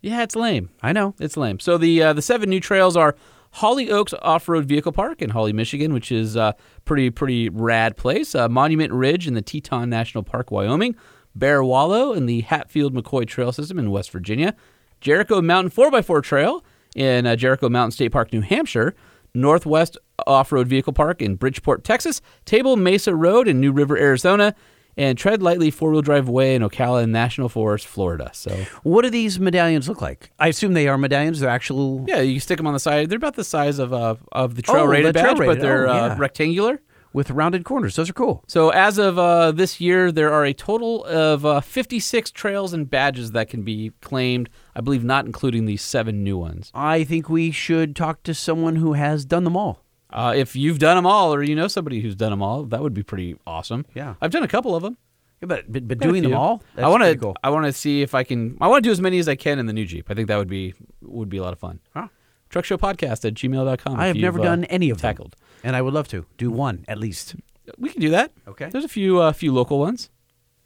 Speaker 2: yeah, it's lame.
Speaker 1: I know.
Speaker 2: It's lame. So the uh, the seven new trails are Holly Oaks Off Road Vehicle Park in Holly, Michigan, which is a pretty pretty rad place. Uh, Monument Ridge in the Teton National Park, Wyoming. Bear Wallow in the Hatfield McCoy Trail System in West Virginia. Jericho Mountain 4x4 Trail in uh, Jericho Mountain State Park, New Hampshire. Northwest Off Road Vehicle Park in Bridgeport, Texas. Table Mesa Road in New River, Arizona. And Tread Lightly Four Wheel Drive Way in Ocala National Forest, Florida. So
Speaker 1: What do these medallions look like? I assume they are medallions. They're actual.
Speaker 2: Yeah, you stick them on the side. They're about the size of uh, of the trail
Speaker 1: Oh,
Speaker 2: rated
Speaker 1: the
Speaker 2: badge, but
Speaker 1: trail rated.
Speaker 2: they're
Speaker 1: Oh,
Speaker 2: uh,
Speaker 1: yeah.
Speaker 2: rectangular.
Speaker 1: With rounded corners. Those are cool.
Speaker 2: So as of uh, this year, there are a total of uh, 56 trails and badges that can be claimed. I believe not including these seven new ones.
Speaker 1: I think we should talk to someone who has done them all.
Speaker 2: Uh, if you've done them all, or you know somebody who's done them all, that would be pretty awesome.
Speaker 1: Yeah.
Speaker 2: I've done a couple of them.
Speaker 1: Yeah, but but, but
Speaker 2: Got a
Speaker 1: doing them
Speaker 2: few.
Speaker 1: all.
Speaker 2: I want to.
Speaker 1: pretty cool.
Speaker 2: I want to see if I can. I want to do as many as I can in the new Jeep. I think that would be would be a lot of fun.
Speaker 1: Huh.
Speaker 2: Truck Show Podcast at gmail.com.
Speaker 1: I
Speaker 2: if
Speaker 1: have
Speaker 2: you've,
Speaker 1: never
Speaker 2: uh,
Speaker 1: done any of them.
Speaker 2: tackled.
Speaker 1: and I would love to do one at least.
Speaker 2: We can do that.
Speaker 1: Okay.
Speaker 2: There's a few uh, few local ones.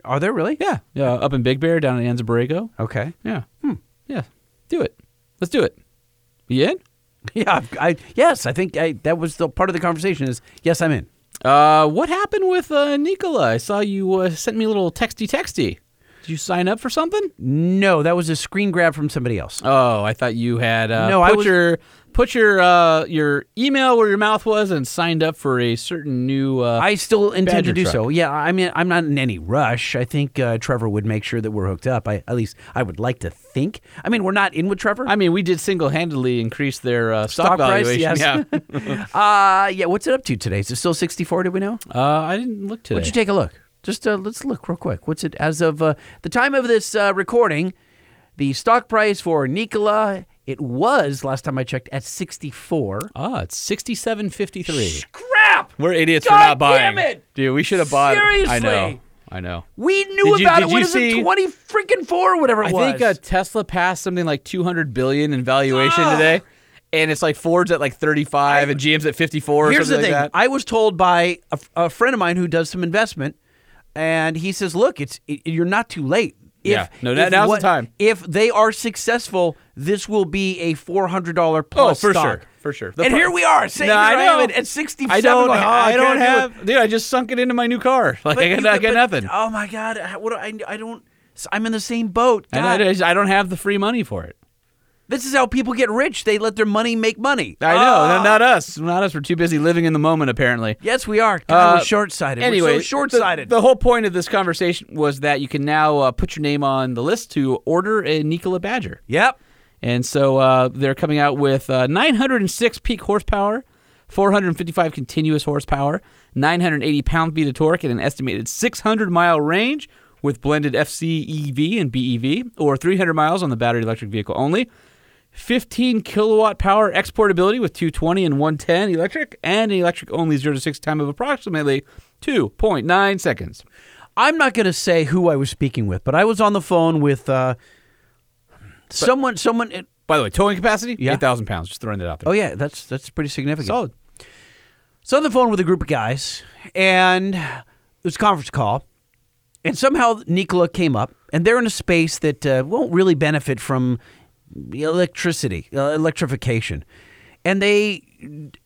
Speaker 1: Are there really?
Speaker 2: Yeah. Yeah. Up in Big Bear, down in Anza Borrego.
Speaker 1: Okay.
Speaker 2: Yeah. Yeah. Do it. Let's do it. You in?
Speaker 1: Yeah. I've- I, yes, I think I, that was the part of the conversation. Is yes, I'm in.
Speaker 2: Uh, what happened with uh, Nicola? I saw you uh, sent me a little texty texty. Did you sign up for something?
Speaker 1: No, that was a screen grab from somebody else.
Speaker 2: Oh, I thought you had uh,
Speaker 1: No,
Speaker 2: put
Speaker 1: I was-
Speaker 2: your put your uh, your email where your mouth was and signed up for a certain new. Uh,
Speaker 1: I still intend
Speaker 2: Badger
Speaker 1: to do
Speaker 2: truck.
Speaker 1: so. Yeah, I mean, I'm not in any rush. I think uh, Trevor would make sure that we're hooked up. I, at least I would like to think. I mean, we're not in with Trevor.
Speaker 2: I mean, we did single handedly increase their uh, stock, valuation.
Speaker 1: yes.
Speaker 2: Yeah.
Speaker 1: uh, yeah. What's it up to today? Is it still 64? Do we know?
Speaker 2: uh, I didn't look today.
Speaker 1: Why don't you take a look? Just uh, let's look real quick. What's it as of uh, the time of this uh, recording? The stock price for Nikola it was last time I checked at 64.
Speaker 2: Ah, it's sixty-seven fifty-three.
Speaker 1: Crap!
Speaker 2: We're idiots
Speaker 1: God
Speaker 2: for not buying.
Speaker 1: damn it!
Speaker 2: Dude, we should have bought. I know.
Speaker 1: Seriously!
Speaker 2: I know.
Speaker 1: We knew
Speaker 2: Did you-
Speaker 1: about
Speaker 2: did
Speaker 1: it. What
Speaker 2: you
Speaker 1: is it?
Speaker 2: see-
Speaker 1: 20 freaking four or whatever it
Speaker 2: I
Speaker 1: was. Ah.
Speaker 2: think uh, Tesla passed something like 200 billion in valuation today, and it's like Ford's at like 35 and GM's at 54. Or
Speaker 1: Here's the
Speaker 2: something
Speaker 1: thing.
Speaker 2: Like that.
Speaker 1: I was told by a, a friend of mine who does some investment, and he says, "Look, it's it, you're not too late. If,
Speaker 2: Yeah. No, now-
Speaker 1: if
Speaker 2: now's the time.
Speaker 1: If they are successful, this will be a four hundred dollar
Speaker 2: Oh,
Speaker 1: plus
Speaker 2: for
Speaker 1: stock.
Speaker 2: sure, for sure.
Speaker 1: and
Speaker 2: pro-
Speaker 1: here we are. Saying
Speaker 2: No,
Speaker 1: here I,
Speaker 2: know.
Speaker 1: am at, at sixty seven.
Speaker 2: I don't. I don't have. dude, I just sunk it into my new car. Like I got, I got nothing.
Speaker 1: Oh my god! I- What do I? I don't. I'm in the same boat.
Speaker 2: And I,
Speaker 1: God.
Speaker 2: just- I don't have the free money for it.
Speaker 1: This is how people get rich. They let their money make money.
Speaker 2: I know.
Speaker 1: Ah.
Speaker 2: no, Not us. Not us. We're too busy living in the moment, apparently.
Speaker 1: Yes, we are. God,
Speaker 2: Uh,
Speaker 1: we're short sighted.
Speaker 2: Anyway,
Speaker 1: we're so short sighted.
Speaker 2: The, the whole point of this conversation was that you can now uh, put your name on the list to order a Nikola Badger.
Speaker 1: yep.
Speaker 2: And so uh, they're coming out with uh, 906 peak horsepower, 455 continuous horsepower, 980 pound feet of torque, and an estimated 600 mile range with blended FC EV and BEV, or 300 miles on the battery electric vehicle only. 15 kilowatt power exportability with 220 and 110 electric, and an electric only 0 to 6 time of approximately 2.9 seconds.
Speaker 1: I'm not going to say who I was speaking with, but I was on the phone with uh, someone. Someone. It,
Speaker 2: By the way, towing capacity,
Speaker 1: Yeah.
Speaker 2: 8,000 pounds. Just throwing that out there.
Speaker 1: oh yeah, that's that's pretty significant. Solid. So on the phone with a group of guys, and it was a conference call, and somehow Nikola came up, and they're in a space that uh, won't really benefit from electricity, uh, electrification, and they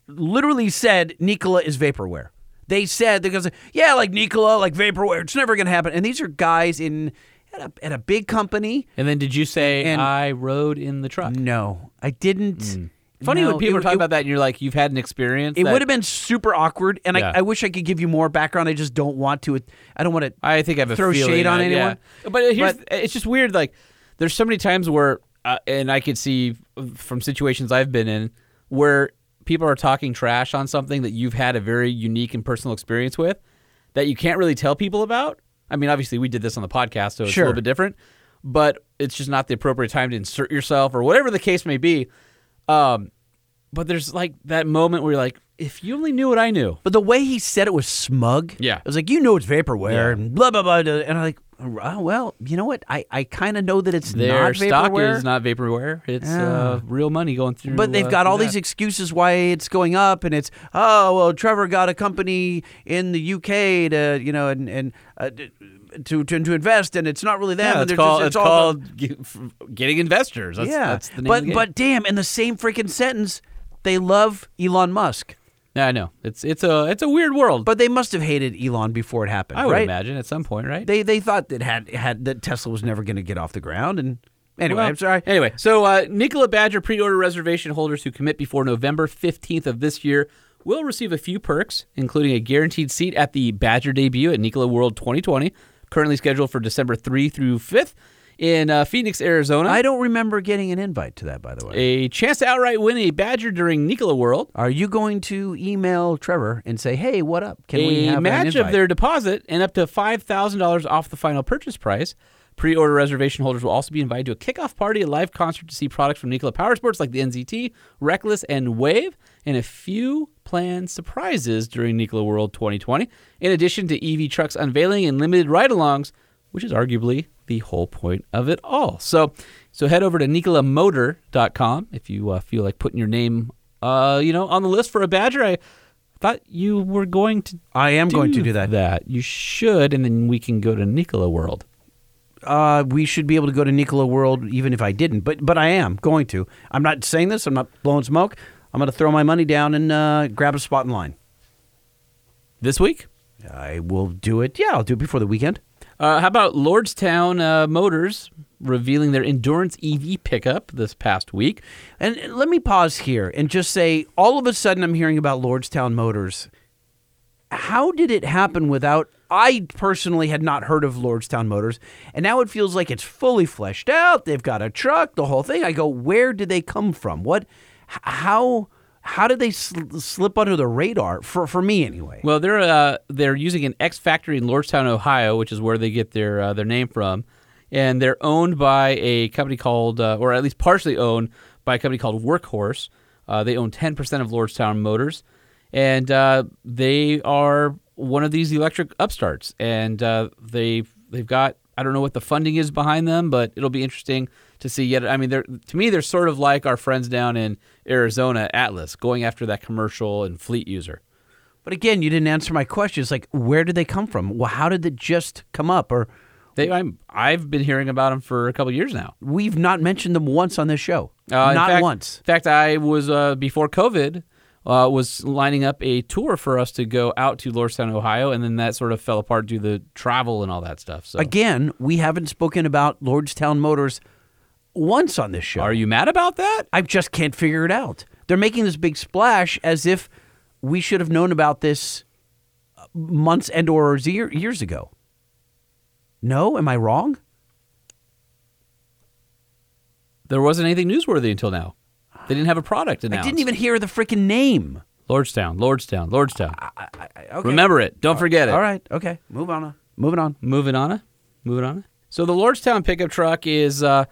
Speaker 1: literally said Nikola is vaporware. They said they're gonna say, yeah, like Nikola, like vaporware. It's never gonna happen. And these are guys in at a, at a big company.
Speaker 2: And then did you say
Speaker 1: And-
Speaker 2: I rode in the truck? Hmm.
Speaker 1: No, I didn't.
Speaker 2: Funny
Speaker 1: No,
Speaker 2: when people
Speaker 1: it-
Speaker 2: are talking
Speaker 1: it-
Speaker 2: about that and you're like, you've had an experience.
Speaker 1: It
Speaker 2: that-
Speaker 1: would have been super awkward, and
Speaker 2: Yeah.
Speaker 1: I, I wish I could give you more background. I just don't want to. I don't want to.
Speaker 2: I think I have a
Speaker 1: throw
Speaker 2: feeling
Speaker 1: shade on
Speaker 2: I-
Speaker 1: anyone.
Speaker 2: yeah. But uh, here's, it's just weird. Like, there's so many times where, uh, and I could see from situations I've been in where people are talking trash on something that you've had a very unique and personal experience with that you can't really tell people about. I mean, obviously, we did this on the podcast, so it's a
Speaker 1: Sure.
Speaker 2: little bit different. But it's just not the appropriate time to insert yourself or whatever the case may be. Um, but there's like that moment where you're like, if you only knew what I knew.
Speaker 1: But the way he said it was smug.
Speaker 2: Yeah.
Speaker 1: I was like, you know, it's vaporware
Speaker 2: Yeah.
Speaker 1: and blah blah blah. blah. And I'm like, oh, well, you know what? I, I kind of know that it's
Speaker 2: Their
Speaker 1: not
Speaker 2: stock
Speaker 1: vaporware.
Speaker 2: is not vaporware. It's
Speaker 1: Yeah.
Speaker 2: uh, real money going through.
Speaker 1: but they've
Speaker 2: uh,
Speaker 1: got
Speaker 2: through
Speaker 1: all
Speaker 2: that.
Speaker 1: these excuses why it's going up, and it's oh well, Trevor got a company in the UK to you know and and uh, d- to, to to invest, and it's not really them.
Speaker 2: Yeah,
Speaker 1: and
Speaker 2: it's
Speaker 1: they're
Speaker 2: called,
Speaker 1: just,
Speaker 2: it's
Speaker 1: all about-
Speaker 2: called ge- f- getting investors. That's, that's the name
Speaker 1: but
Speaker 2: of the game.
Speaker 1: but damn, in the same freaking sentence, they love Elon Musk,
Speaker 2: yeah, I know it's it's a it's a weird world.
Speaker 1: but they must have hated Elon before it happened,
Speaker 2: I would
Speaker 1: right?
Speaker 2: imagine at some point, right?
Speaker 1: They they thought that had had that Tesla was never going to get off the ground, and anyway,
Speaker 2: Well,
Speaker 1: I'm sorry.
Speaker 2: Anyway, so uh, Nicola Badger pre-order reservation holders who commit before November 15th of this year will receive a few perks, including a guaranteed seat at the Badger debut at Nicola World 2020, currently scheduled for December 3 through 5th in uh, Phoenix, Arizona.
Speaker 1: I don't remember getting an invite to that, by the way.
Speaker 2: a chance to outright win a Badger during Nicola World.
Speaker 1: Are you going to email Trevor and say, "Hey, what up? Can we
Speaker 2: a
Speaker 1: have
Speaker 2: match
Speaker 1: an
Speaker 2: of
Speaker 1: invite?"
Speaker 2: their deposit and up to $5,000 off the final purchase price. Pre order reservation holders will also be invited to a kickoff party, a live concert to see products from Nikola Power Sports like the NZT, Reckless, and Wave, and a few planned surprises during Nikola World 2020, in addition to EV trucks unveiling and limited ride alongs, which is arguably the whole point of it all. So, so head over to nikolamotor.com if you uh, feel like putting your name uh, you know, on the list for a Badger. I thought you were going to
Speaker 1: I am going to do that.
Speaker 2: that. You should, and then we can go to Nicola World.
Speaker 1: Uh, we should be able to go to Nicola World, even if I didn't. But but I am going to. I'm not saying this. I'm not blowing smoke. I'm going to throw my money down and uh, grab a spot in line.
Speaker 2: This week?
Speaker 1: I will do it. Yeah, I'll do it before the weekend.
Speaker 2: Uh, how about Lordstown uh, Motors revealing their Endurance EV pickup this past week?
Speaker 1: And and let me pause here and just say all of a sudden I'm hearing about Lordstown Motors. How did it happen without I personally had not heard of Lordstown Motors and now it feels like it's fully fleshed out. They've got a truck, the whole thing. I go, "Where did they come from? What h- how how did they sl- slip under the radar for for me anyway?"
Speaker 2: Well, they're uh, they're using an X factory in Lordstown, Ohio, which is where they get their uh, their name from, and they're owned by a company called, uh, or at least partially owned by a company called Workhorse. Uh, they own ten percent of Lordstown Motors, and uh, they are one of these electric upstarts, and uh, they they've got I don't know what the funding is behind them, but it'll be interesting to see. Yet, I mean, they're to me they're sort of like our friends down in Arizona, Atlas, going after that commercial and fleet user.
Speaker 1: but again, you didn't answer my question. It's like, "Where did they come from? Well, how did it just come up or
Speaker 2: They, I'm, I've been hearing about them for a couple years now.
Speaker 1: we've not mentioned them once on this show?"
Speaker 2: Uh, in
Speaker 1: not
Speaker 2: fact-
Speaker 1: once.
Speaker 2: In fact, I was uh, before COVID uh, was lining up a tour for us to go out to Lordstown, Ohio, and then that sort of fell apart due to travel and all that stuff. So,
Speaker 1: Again, we haven't spoken about Lordstown Motors once on this show.
Speaker 2: are you mad about that?
Speaker 1: I just can't figure it out. They're making this big splash as if we should have known about this uh, months and or year, years ago. No, am I wrong?
Speaker 2: There wasn't anything newsworthy until now. They didn't have a product announced.
Speaker 1: I didn't even hear the freaking name.
Speaker 2: Lordstown, Lordstown, Lordstown. Remember it. Don't forget it.
Speaker 1: All right, okay, move on. Moving on.
Speaker 2: Moving on. Moving on. So the Lordstown pickup truck is uh,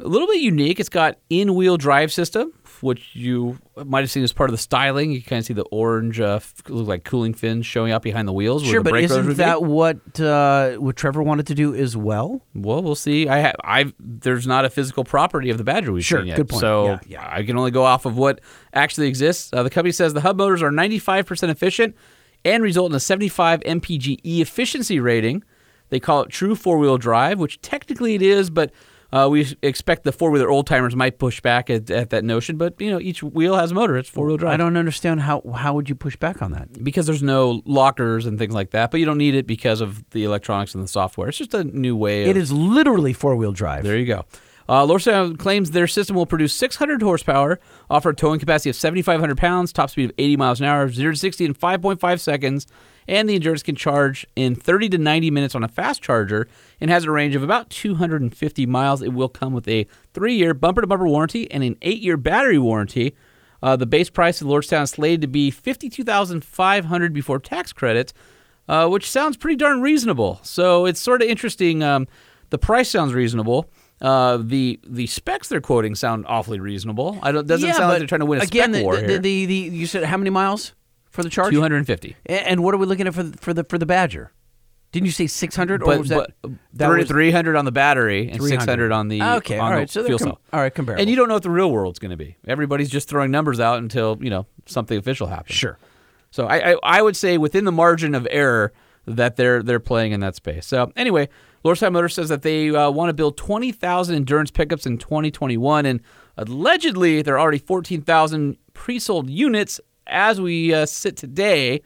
Speaker 2: a little bit unique. It's got in-wheel drive system, which you might have seen as part of the styling. You kind of see the orange, uh, f- look like cooling fins showing out behind the wheels. where
Speaker 1: Sure,
Speaker 2: the
Speaker 1: but
Speaker 2: brake rotors
Speaker 1: isn't
Speaker 2: would be.
Speaker 1: that what uh, what Trevor wanted to do as well?
Speaker 2: Well, we'll see. I have. I there's not a physical property of the Badger we've
Speaker 1: Sure,
Speaker 2: seen yet.
Speaker 1: good point.
Speaker 2: So
Speaker 1: Yeah, yeah.
Speaker 2: I can only go off of what actually exists. Uh, the company says the hub motors are 95% efficient and result in a 75 E mpge efficiency rating. They call it true four wheel drive, which technically it is, but Uh, we expect the four wheeler old timers might push back at, at that notion, but you know each wheel has a motor; it's four wheel drive.
Speaker 1: I don't understand how how would you push back on that?
Speaker 2: because there's no lockers and things like that, but you don't need it because of the electronics and the software. It's just a new way. Of,
Speaker 1: It is literally four wheel drive.
Speaker 2: There you go. Uh, Lordstown claims their system will produce 600 horsepower, offer a towing capacity of 7,500 pounds, top speed of 80 miles an hour, 0 to 60 in 5.5 seconds, and the Endurance can charge in 30 to 90 minutes on a fast charger and has a range of about 250 miles. It will come with a three year bumper to bumper warranty and an eight year battery warranty. Uh, the base price of Lordstown is slated to be 52500 before tax credits uh, which sounds pretty darn reasonable. So it's sort of interesting. Um, the price sounds reasonable. Uh, the the specs they're quoting sound awfully reasonable. I don't doesn't
Speaker 1: Yeah,
Speaker 2: sound
Speaker 1: but
Speaker 2: like they're trying to win a
Speaker 1: again,
Speaker 2: spec
Speaker 1: the,
Speaker 2: war
Speaker 1: the,
Speaker 2: here.
Speaker 1: The, the, the- you said how many miles for the charge?
Speaker 2: 250.
Speaker 1: A- And what are we looking at for the, for the for the Badger? Didn't you say 600 or
Speaker 2: But,
Speaker 1: was that,
Speaker 2: but uh,
Speaker 1: that
Speaker 2: three-
Speaker 1: was-
Speaker 2: 300 on the battery and
Speaker 1: 300.
Speaker 2: 600 on the
Speaker 1: Okay,
Speaker 2: on
Speaker 1: all
Speaker 2: the
Speaker 1: right, so they're
Speaker 2: fuel
Speaker 1: com-
Speaker 2: cell.
Speaker 1: all right, comparable.
Speaker 2: And you don't know what the real world's going to be. Everybody's just throwing numbers out until you know something official happens.
Speaker 1: Sure.
Speaker 2: So I, I, I would say within the margin of error that they're they're playing in that space. So anyway, Lordstown Motors says that they uh, want to build 20,000 endurance pickups in 2021, and allegedly there are already 14,000 pre-sold units as we uh, sit today.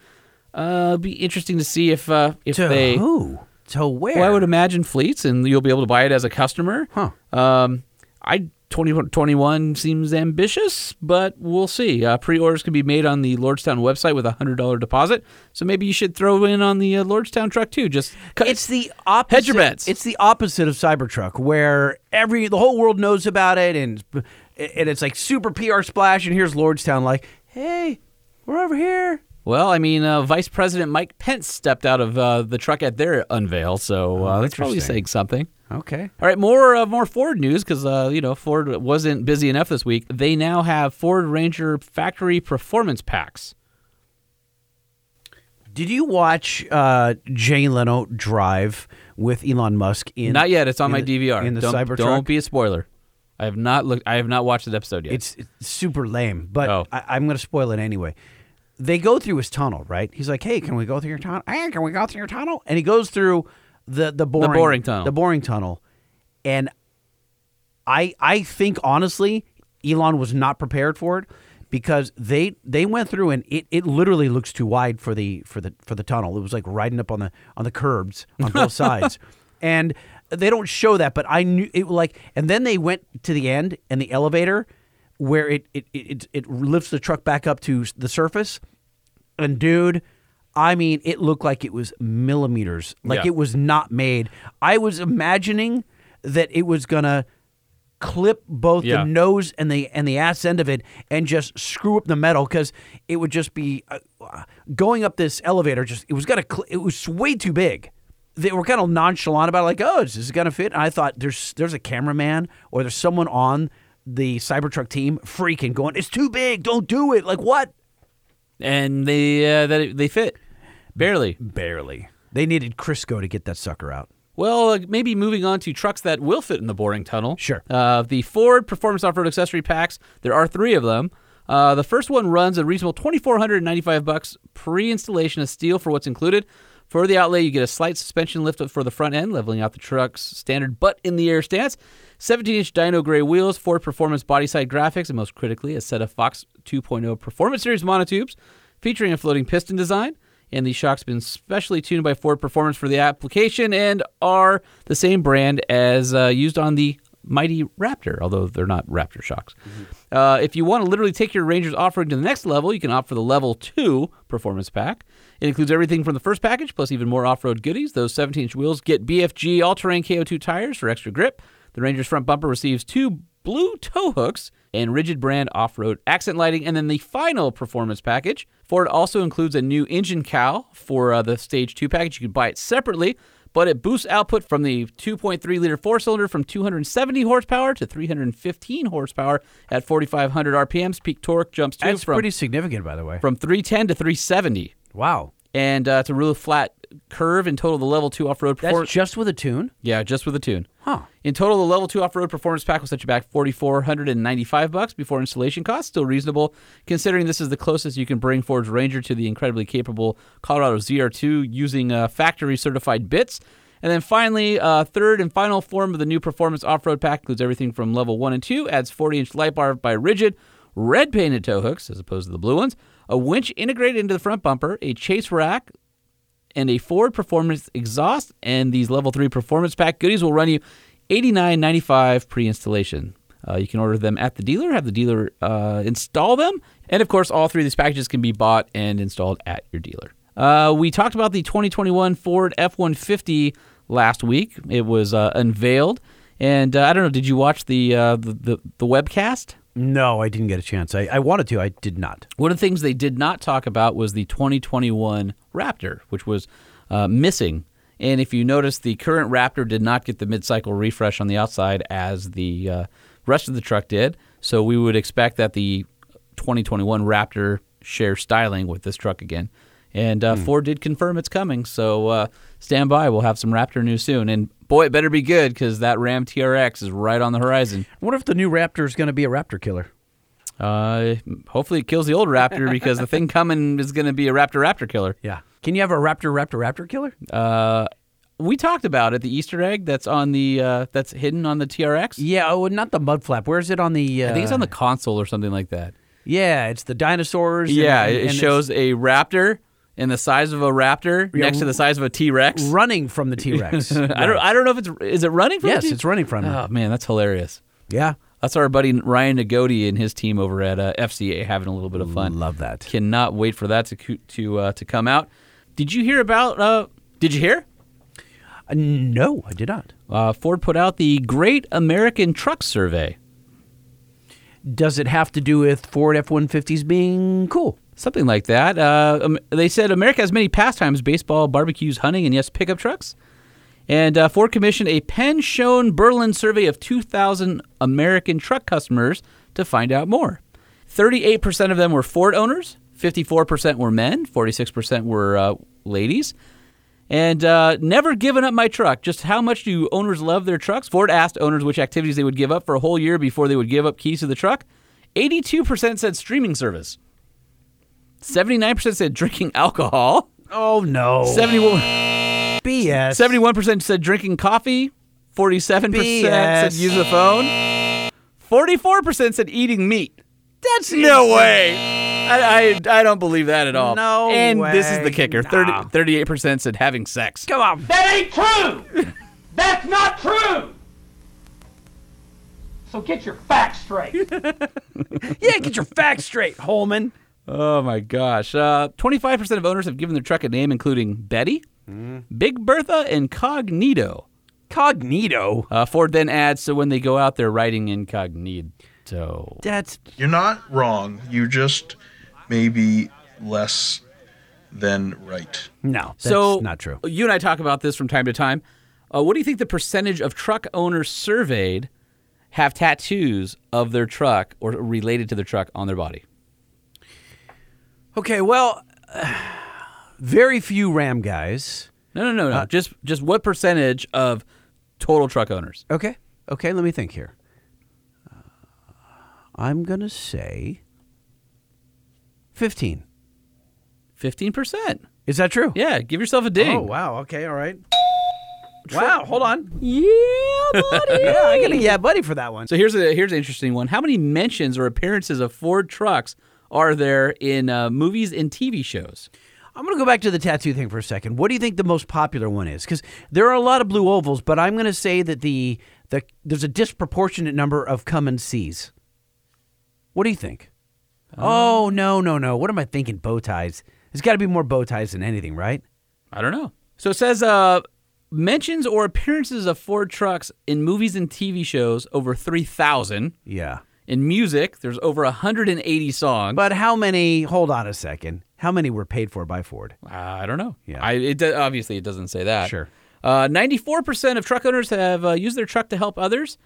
Speaker 2: Uh, it'll be interesting to see if uh, if
Speaker 1: to
Speaker 2: they.
Speaker 1: who? To where?
Speaker 2: Well, I would imagine fleets, and you'll be able to buy it as a customer.
Speaker 1: Huh.
Speaker 2: Um, I 20, 21 seems ambitious, but we'll see. Uh, pre-orders can be made on the Lordstown website with a hundred dollar deposit. So maybe you should throw in on the uh, Lordstown truck too. Just cut-
Speaker 1: It's the opposite.
Speaker 2: Hedge your bets.
Speaker 1: It's the opposite of Cybertruck, where every the whole world knows about it, and and it's like super PR splash. And here's Lordstown, like, hey, we're over here.
Speaker 2: well, I mean, uh, Vice President Mike Pence stepped out of uh, the truck at their unveil, so uh, that's probably
Speaker 1: Oh, interesting.
Speaker 2: saying something.
Speaker 1: Okay.
Speaker 2: All right, more uh, more Ford news because uh, you know Ford wasn't busy enough this week. They now have Ford Ranger factory performance packs.
Speaker 1: Did you watch uh, Jay Leno drive with Elon Musk in?
Speaker 2: Not yet. It's on
Speaker 1: in
Speaker 2: my
Speaker 1: the-
Speaker 2: DVR.
Speaker 1: in the
Speaker 2: don't,
Speaker 1: Cybertruck.
Speaker 2: Don't be a spoiler. I have not looked. I have not watched that episode yet.
Speaker 1: It's, it's super lame, but
Speaker 2: Oh.
Speaker 1: I, I'm going to spoil it anyway. They go through his tunnel, right? He's like, "Hey, can we go through your tunnel? Hey, can we go through your tunnel?" And he goes through the the boring,
Speaker 2: boring tunnel.
Speaker 1: the boring tunnel, and I I think honestly, Elon was not prepared for it because they they went through and it, it literally looks too wide for the for the for the tunnel. It was like riding up on the on the curbs on both sides. And they don't show that, but I knew it like and then they went to the end and the elevator where it it it, it, it lifts the truck back up to the surface. And dude, I mean, it looked like it was millimeters. Like
Speaker 2: Yeah.
Speaker 1: it was not made. I was imagining that it was gonna clip both
Speaker 2: Yeah.
Speaker 1: the nose and the and the ass end of it and just screw up the metal because it would just be uh, uh, going up this elevator. Just it was gonna. Cl- it was way too big. They were kind of nonchalant about it, like, oh, is this gonna fit? And I thought there's there's a cameraman or there's someone on the Cybertruck team freaking going, it's too big, don't do it. Like what?
Speaker 2: and they uh, that they fit barely.
Speaker 1: Barely. They needed Crisco to get that sucker out.
Speaker 2: Well, uh, maybe moving on to trucks that will fit in the boring tunnel.
Speaker 1: Sure.
Speaker 2: Uh, the Ford Performance Off-Road Accessory Packs. There are three of them. Uh, the first one runs a reasonable twenty four hundred and ninety five bucks pre-installation of steel for what's included. For the outlay, you get a slight suspension lift up for the front end, leveling out the truck's standard butt in the air stance. 17 inch dyno gray wheels, Ford Performance body side graphics, and most critically, a set of Fox 2.0 Performance Series monotubes featuring a floating piston design and the shocks been specially tuned by Ford Performance for the application and are the same brand as uh, used on the mighty Raptor, although they're not Raptor shocks. Uh, if you want to literally take your Ranger's offering to the next level, you can opt for the Level 2 Performance Pack. It includes everything from the first package, plus even more off road goodies. Those 17 inch wheels get BFG all terrain KO2 tires for extra grip. The Ranger's front bumper receives two blue tow hooks and rigid brand off-road accent lighting and then the final performance package ford also includes a new engine cowl for uh, the stage 2 package you can buy it separately but it boosts output from the 2.3 liter four cylinder from 270 horsepower to 315 horsepower at 4500 rpms peak torque jumps to
Speaker 1: That's
Speaker 2: from,
Speaker 1: pretty significant, by the way.
Speaker 2: from 310 to 370
Speaker 1: wow.
Speaker 2: and uh, it's a really flat curve in total the level 2 off-road
Speaker 1: That's
Speaker 2: performance
Speaker 1: just with a tune.
Speaker 2: yeah, just with a tune.
Speaker 1: Huh.
Speaker 2: In total, the level two off-road performance pack will set you back forty-four hundred and ninety-five bucks before installation costs. Still reasonable, considering this is the closest you can bring Ford's Ranger to the incredibly capable Colorado ZR2 using uh, factory-certified bits. And then finally, uh, third and final form of the new performance off road pack includes everything from level 1 and 2, adds 40 inch light bar by Rigid, red painted tow hooks as opposed to the blue ones, a winch integrated into the front bumper, a chase rack, and a Ford Performance exhaust. And these Level 3 Performance Pack goodies will run you $89.95 pre installation. Uh, you can order them at the dealer, have the dealer uh, install them. And of course, all three of these packages can be bought and installed at your dealer. Uh, we talked about the 2021 Ford F 150 last week, it was uh, unveiled. And uh, I don't know, did you watch the, uh, the, the, the webcast?
Speaker 1: No, I didn't get a chance. I, I wanted to. I did not.
Speaker 2: One of the things they did not talk about was the 2021 Raptor, which was uh, missing. And if you notice, the current Raptor did not get the mid-cycle refresh on the outside as the uh, rest of the truck did. So we would expect that the 2021 Raptor share styling with this truck again. And
Speaker 1: Hmm.
Speaker 2: uh, Ford did confirm it's coming. So uh, stand by. We'll have some Raptor news soon. And boy, it better be good because that Ram TRX is right on the horizon.
Speaker 1: I wonder if the new Raptor is going to be a Raptor killer.
Speaker 2: Uh, hopefully it kills the old Raptor because the thing coming is going to be a Raptor Raptor killer.
Speaker 1: Yeah. Can you have a Raptor, Raptor, Raptor killer?
Speaker 2: Uh, we talked about it, the Easter egg that's on the uh, that's hidden on the TRX.
Speaker 1: Yeah. Oh, not the mud flap. Where is it on the? Uh,
Speaker 2: I think it's on the console or something like that.
Speaker 1: Yeah, it's the dinosaurs. and-
Speaker 2: Yeah,
Speaker 1: and-
Speaker 2: it
Speaker 1: and it's
Speaker 2: shows a raptor and the size of a raptor next to the size of a T Rex.
Speaker 1: running from the T Rex.
Speaker 2: I don't I don't know if it's is it running from? the
Speaker 1: Yes,
Speaker 2: T-
Speaker 1: it's running from it.
Speaker 2: Oh man, that's hilarious.
Speaker 1: Yeah.
Speaker 2: That's our buddy Ryan Nagodi and his team over at uh, FCA having a little bit of fun.
Speaker 1: Love that.
Speaker 2: Cannot wait for that to co- to uh, to come out. Did you hear about? Uh, did you hear?
Speaker 1: Uh, no, I did not.
Speaker 2: Uh, Ford put out the Great American Truck Survey.
Speaker 1: Does it have to do with Ford F 150s being cool?
Speaker 2: Something like that. Uh, um, they said America has many pastimes baseball, barbecues, hunting, and yes, pickup trucks. And uh, Ford commissioned a Penn Schoen Berlin survey of 2,000 American truck customers to find out more. 38% of them were Ford owners, 54% were men, 46% were uh, ladies. And uh, never giving up my truck. Just how much do owners love their trucks? Ford asked owners which activities they would give up for a whole year before they would give up keys to the truck. 82% said streaming service. 79% said drinking alcohol.
Speaker 1: Oh, no.
Speaker 2: 71,
Speaker 1: BS.
Speaker 2: 71% said drinking coffee. 47% said
Speaker 1: BS.
Speaker 2: use the phone. 44% said eating meat. That's no way. I, I, I don't believe that at all.
Speaker 1: No
Speaker 2: Um, And this is the
Speaker 1: way.
Speaker 2: kicker. 30, 38% said having sex.
Speaker 1: Come on.
Speaker 15: That ain't true! That's not true! So get your facts straight.
Speaker 1: Yeah, get your facts straight, Holman.
Speaker 2: Oh my gosh. Uh, 25% of owners have given their truck a name, including Betty,
Speaker 12: Mm-hmm.
Speaker 2: Big Bertha, and Cognito.
Speaker 1: Cognito.
Speaker 2: Uh, Ford then adds, so when they go out, they're riding incognito.
Speaker 1: That's
Speaker 16: You're not wrong. You just maybe less than right.
Speaker 1: no. That's
Speaker 2: so
Speaker 1: not true.
Speaker 2: You and I talk about this from time to time. Uh, what do you think the percentage of truck owners surveyed have tattoos of their truck or related to their truck on their body?
Speaker 1: Okay, well, very few Ram guys. Uh,
Speaker 2: No, no, no, no. just just what percentage of total truck owners?
Speaker 1: Okay. Okay, let me think here. Uh, I'm going to say 15.
Speaker 2: Fifteen percent.
Speaker 1: Is that true?
Speaker 2: Yeah, give yourself a ding.
Speaker 1: Oh, wow. Okay, all right. Wow, hold on.
Speaker 2: Yeah, buddy.
Speaker 1: Yeah, I got a yeah, buddy, for that one.
Speaker 2: So here's a here's an interesting one. How many mentions or appearances of Ford trucks are there in uh, movies and TV shows?
Speaker 1: I'm going to go back to the tattoo thing for a second. What do you think the most popular one is? Because there are a lot of blue ovals, but I'm going to say that the, the there's a disproportionate number of come and sees. What do you think? oh no no no! What am I thinking? Bow ties. There's got to be more bow ties than anything, right?
Speaker 2: I don't know. So it says uh, mentions or appearances of Ford trucks in movies and TV shows over 3,000.
Speaker 1: Yeah.
Speaker 2: In music, there's over 180 songs.
Speaker 1: But how many? Hold on a second. How many were paid for by Ford?
Speaker 2: Uh, I don't know.
Speaker 1: Yeah.
Speaker 2: I, it do- obviously it doesn't say that.
Speaker 1: Sure.
Speaker 2: Uh, 94% of truck owners have uh, used their truck to help others,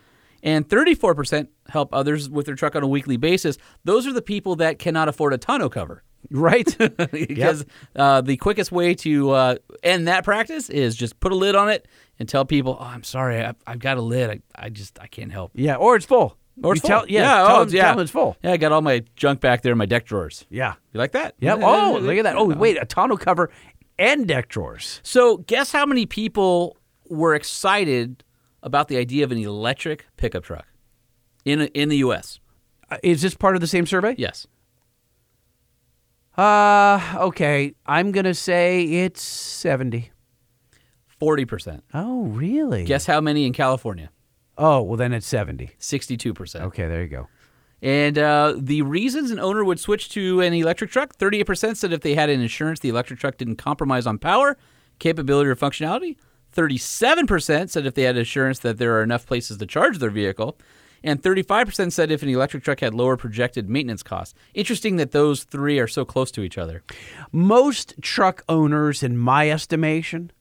Speaker 2: and 34% help others with their truck on a weekly basis. Those are the people that cannot afford a tonneau cover.
Speaker 1: Right.
Speaker 2: because uh, the quickest way to uh, end that practice is just put a lid on it and tell people, "Oh, I'm sorry, I've, I've got a lid. I, I just I can't help."
Speaker 1: yeah, or it's full.
Speaker 2: Or it's
Speaker 1: You tell-
Speaker 2: full.
Speaker 1: yeah, tell
Speaker 2: oh,
Speaker 1: them- tell them it's full.
Speaker 2: Yeah, I got all my junk back there in my deck drawers.
Speaker 1: Yeah.
Speaker 2: You like that?
Speaker 1: Yep. Oh, look at that. Oh, wait, a tonneau cover and deck drawers.
Speaker 2: So guess how many people were excited about the idea of an electric pickup truck in in the U.S.
Speaker 1: Uh, Is this part of the same survey?
Speaker 2: Yes.
Speaker 1: Uh, okay. I'm going to say it's 70.
Speaker 2: 40%.
Speaker 1: Oh, really?
Speaker 2: Guess how many in California?
Speaker 1: Oh, well, then it's 70.
Speaker 2: 62%.
Speaker 1: Okay, there you go.
Speaker 2: And uh, the reasons an owner would switch to an electric truck 38% said if they had an insurance, the electric truck didn't compromise on power, capability, or functionality. 37% said if they had assurance that there are enough places to charge their vehicle. And 35% said if an electric truck had lower projected maintenance costs. Interesting that those three are so close to each other.
Speaker 1: Most truck owners, in my estimation,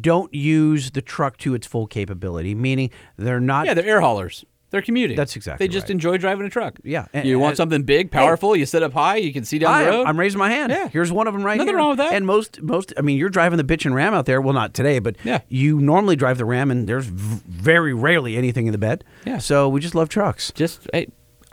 Speaker 1: don't use the truck to its full capability, meaning they're not.
Speaker 2: Yeah, they're air haulers. They're commuting.
Speaker 1: That's exactly
Speaker 2: They just
Speaker 1: right.
Speaker 2: enjoy driving a truck.
Speaker 1: Yeah.
Speaker 2: you want something big, powerful, you sit up high, you can see down
Speaker 1: I,
Speaker 2: the road.
Speaker 1: I'm raising my hand.
Speaker 2: Yeah.
Speaker 1: Here's one of them right
Speaker 2: Nothing
Speaker 1: here.
Speaker 2: wrong with that.
Speaker 1: And most, most, I mean, you're driving the bitch and ram out there. Well, not today, but
Speaker 2: Yeah.
Speaker 1: you normally drive the ram, and there's v- very rarely anything in the bed.
Speaker 2: Yeah.
Speaker 1: So we just love trucks.
Speaker 2: Just, hey,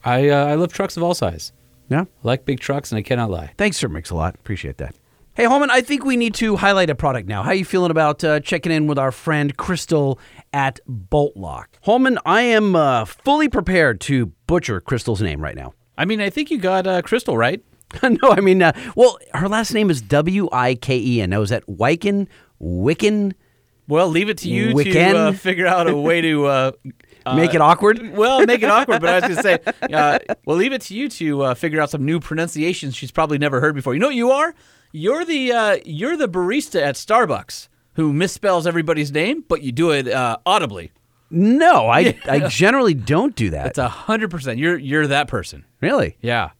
Speaker 2: I, uh, I love trucks of all sizes.
Speaker 1: Yeah.
Speaker 2: I like big trucks, and I cannot lie.
Speaker 1: Thanks, Sir Mix a Lot. Appreciate that. Hey, Holman, I think we need to highlight a product now. How you feeling about uh, checking in with our friend Crystal at Boltlock? Holman, I am uh, fully prepared to butcher Crystal's name right now.
Speaker 2: I mean, I think you got uh, Crystal right.
Speaker 1: no, I mean, uh, well, her last name is W I K E N. Now, is that Wyken? Wicken?
Speaker 2: Well, leave it to you
Speaker 1: Weekend?
Speaker 2: to uh, figure out a way to uh, uh,
Speaker 1: Make it awkward?
Speaker 2: Well, make it awkward, but I was going to say, uh, we'll leave it to you to uh, figure out some new pronunciations she's probably never heard before. You know what you are? You're the uh, you're the barista at Starbucks who misspells everybody's name, but you do it uh, audibly.
Speaker 1: No, I, I generally don't do that.
Speaker 2: That's hundred percent. You're you're that person.
Speaker 1: really?
Speaker 2: Yeah.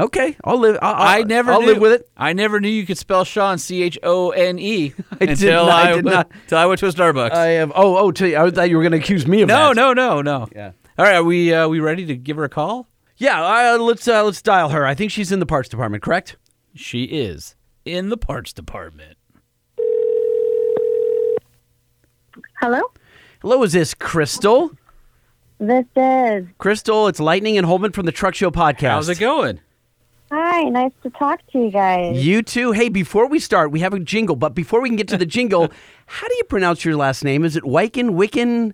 Speaker 1: Okay, I'll live. I'll,
Speaker 2: I
Speaker 1: I'll-
Speaker 2: never
Speaker 1: I'll
Speaker 2: knew,
Speaker 1: live with it.
Speaker 2: I never knew you could spell Sean C H O N E
Speaker 1: did
Speaker 2: until
Speaker 1: not- I
Speaker 2: I,
Speaker 1: did
Speaker 2: went-
Speaker 1: not.
Speaker 2: until I went to a Starbucks.
Speaker 1: I have. Oh, oh, to, I thought you were going to accuse me of
Speaker 2: no,
Speaker 1: that.
Speaker 2: no, no, no.
Speaker 1: Yeah.
Speaker 2: All right, are we uh, we ready to give her a call?
Speaker 1: Yeah, uh, let's uh, let's dial her. I think she's in the parts department, correct?
Speaker 2: She is in the parts department.
Speaker 17: Hello?
Speaker 1: Hello, is this Crystal?
Speaker 17: This is.
Speaker 1: Crystal, it's Lightning and Holman from the Truck Show podcast.
Speaker 2: How's it going?
Speaker 17: Hi, nice to talk to you guys.
Speaker 1: You too. Hey, before we start, we have a jingle, but before we can get to the jingle, how do you pronounce your last name? Is it Wyken, Wicken?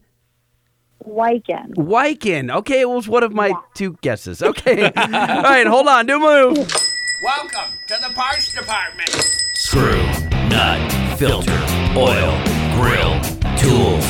Speaker 17: Wyken.
Speaker 1: Wyken. Okay, it was one of my two guesses. Okay. All right, hold on. Do move.
Speaker 3: Welcome to the parts department.
Speaker 18: Screw, nut, filter, oil, grill, tools,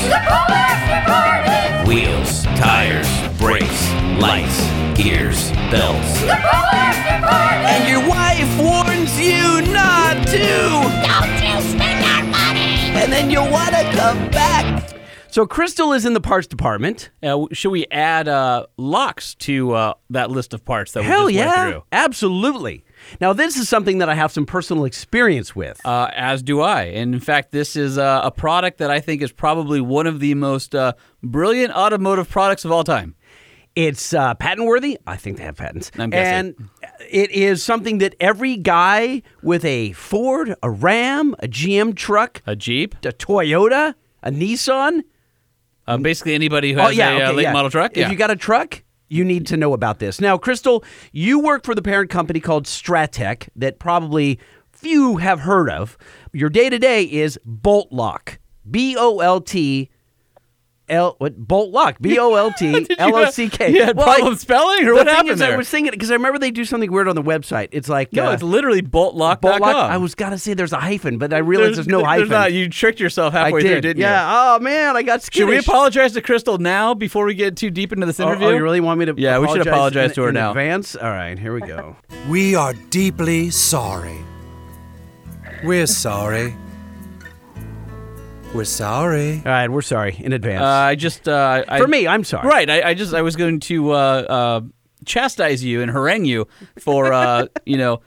Speaker 18: wheels, tires, brakes, lights, gears, belts.
Speaker 3: And
Speaker 1: your wife warns you not to.
Speaker 3: Don't you spend our money.
Speaker 1: And then you want to come back. So Crystal is in the parts department.
Speaker 2: Uh, w- should we add uh, locks to uh, that list of parts that
Speaker 1: Hell
Speaker 2: we just
Speaker 1: yeah.
Speaker 2: went through?
Speaker 1: Absolutely. Now, this is something that I have some personal experience with.
Speaker 2: Uh, as do I. And in fact, this is uh, a product that I think is probably one of the most uh, brilliant automotive products of all time.
Speaker 1: It's uh, patent worthy. I think they have patents.
Speaker 2: I'm guessing.
Speaker 1: And it is something that every guy with a Ford, a Ram, a GM truck,
Speaker 2: a Jeep,
Speaker 1: a Toyota, a Nissan.
Speaker 2: Uh, basically, anybody who has a uh,
Speaker 1: Oh, okay,
Speaker 2: late model truck.
Speaker 1: If
Speaker 2: Yeah.
Speaker 1: you got a truck, you need to know about this. Now, Crystal, you work for the parent company called Stratech that probably few have heard of. Your day to day is Bolt Lock. B O L T L what Bolt Lock. B O L T L O C K.
Speaker 2: You had problem spelling, or
Speaker 1: the
Speaker 2: what
Speaker 1: thing
Speaker 2: happened
Speaker 1: is I
Speaker 2: there?
Speaker 1: was thinking because I remember they do something weird on the website. It's like
Speaker 2: no,
Speaker 1: uh,
Speaker 2: it's literally boltlock.com.
Speaker 1: Bolt Lock. I was gonna say there's a hyphen, but I realized there's, no hyphen.
Speaker 2: not. You tricked yourself
Speaker 1: I
Speaker 2: halfway
Speaker 1: did.
Speaker 2: through, didn't you?
Speaker 1: yeah. Oh man, I got
Speaker 2: Should we
Speaker 1: skittish.
Speaker 2: apologize to Crystal now before we get too deep into this
Speaker 1: Oh,
Speaker 2: interview?
Speaker 1: Oh, you really want me to?
Speaker 2: Yeah, we should apologize
Speaker 1: in-
Speaker 2: to her
Speaker 1: in
Speaker 2: now.
Speaker 1: Advance. All right, here we go.
Speaker 19: We are deeply sorry. We're sorry. We're sorry.
Speaker 1: All right, we're sorry in advance.
Speaker 2: Uh, I just uh, I,
Speaker 1: For me, I'm sorry.
Speaker 2: Right, I, I just I was going to uh, uh, chastise you and harangue you for uh, you know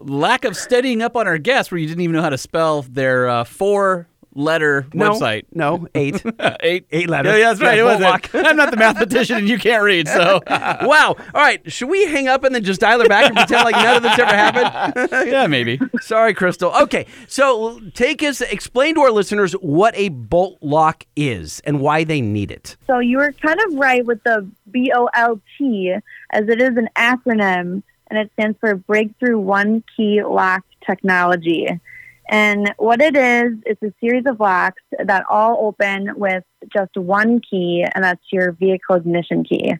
Speaker 2: lack of steadying up on our guests, where you didn't even know how to spell their uh, four letter
Speaker 1: No,
Speaker 2: website.
Speaker 1: No, eight.
Speaker 2: eight,
Speaker 1: eight letters.
Speaker 2: Yeah, yeah, that's right.
Speaker 1: Yeah,
Speaker 2: it was
Speaker 1: Bullock.
Speaker 2: it. I'm not the mathematician, and you can't read. So
Speaker 1: wow. All right, should we hang up and then just dial her back and pretend like none of this ever happened?
Speaker 2: yeah, maybe.
Speaker 1: Sorry, Crystal. Okay, so take us, explain to our listeners what a bolt lock is and why they need it.
Speaker 17: So you were kind of right with the B O L T, as it is an acronym and it stands for Breakthrough One Key Lock Technology. And what it is, it's a series of locks that all open with just one key, and that's your vehicle ignition key.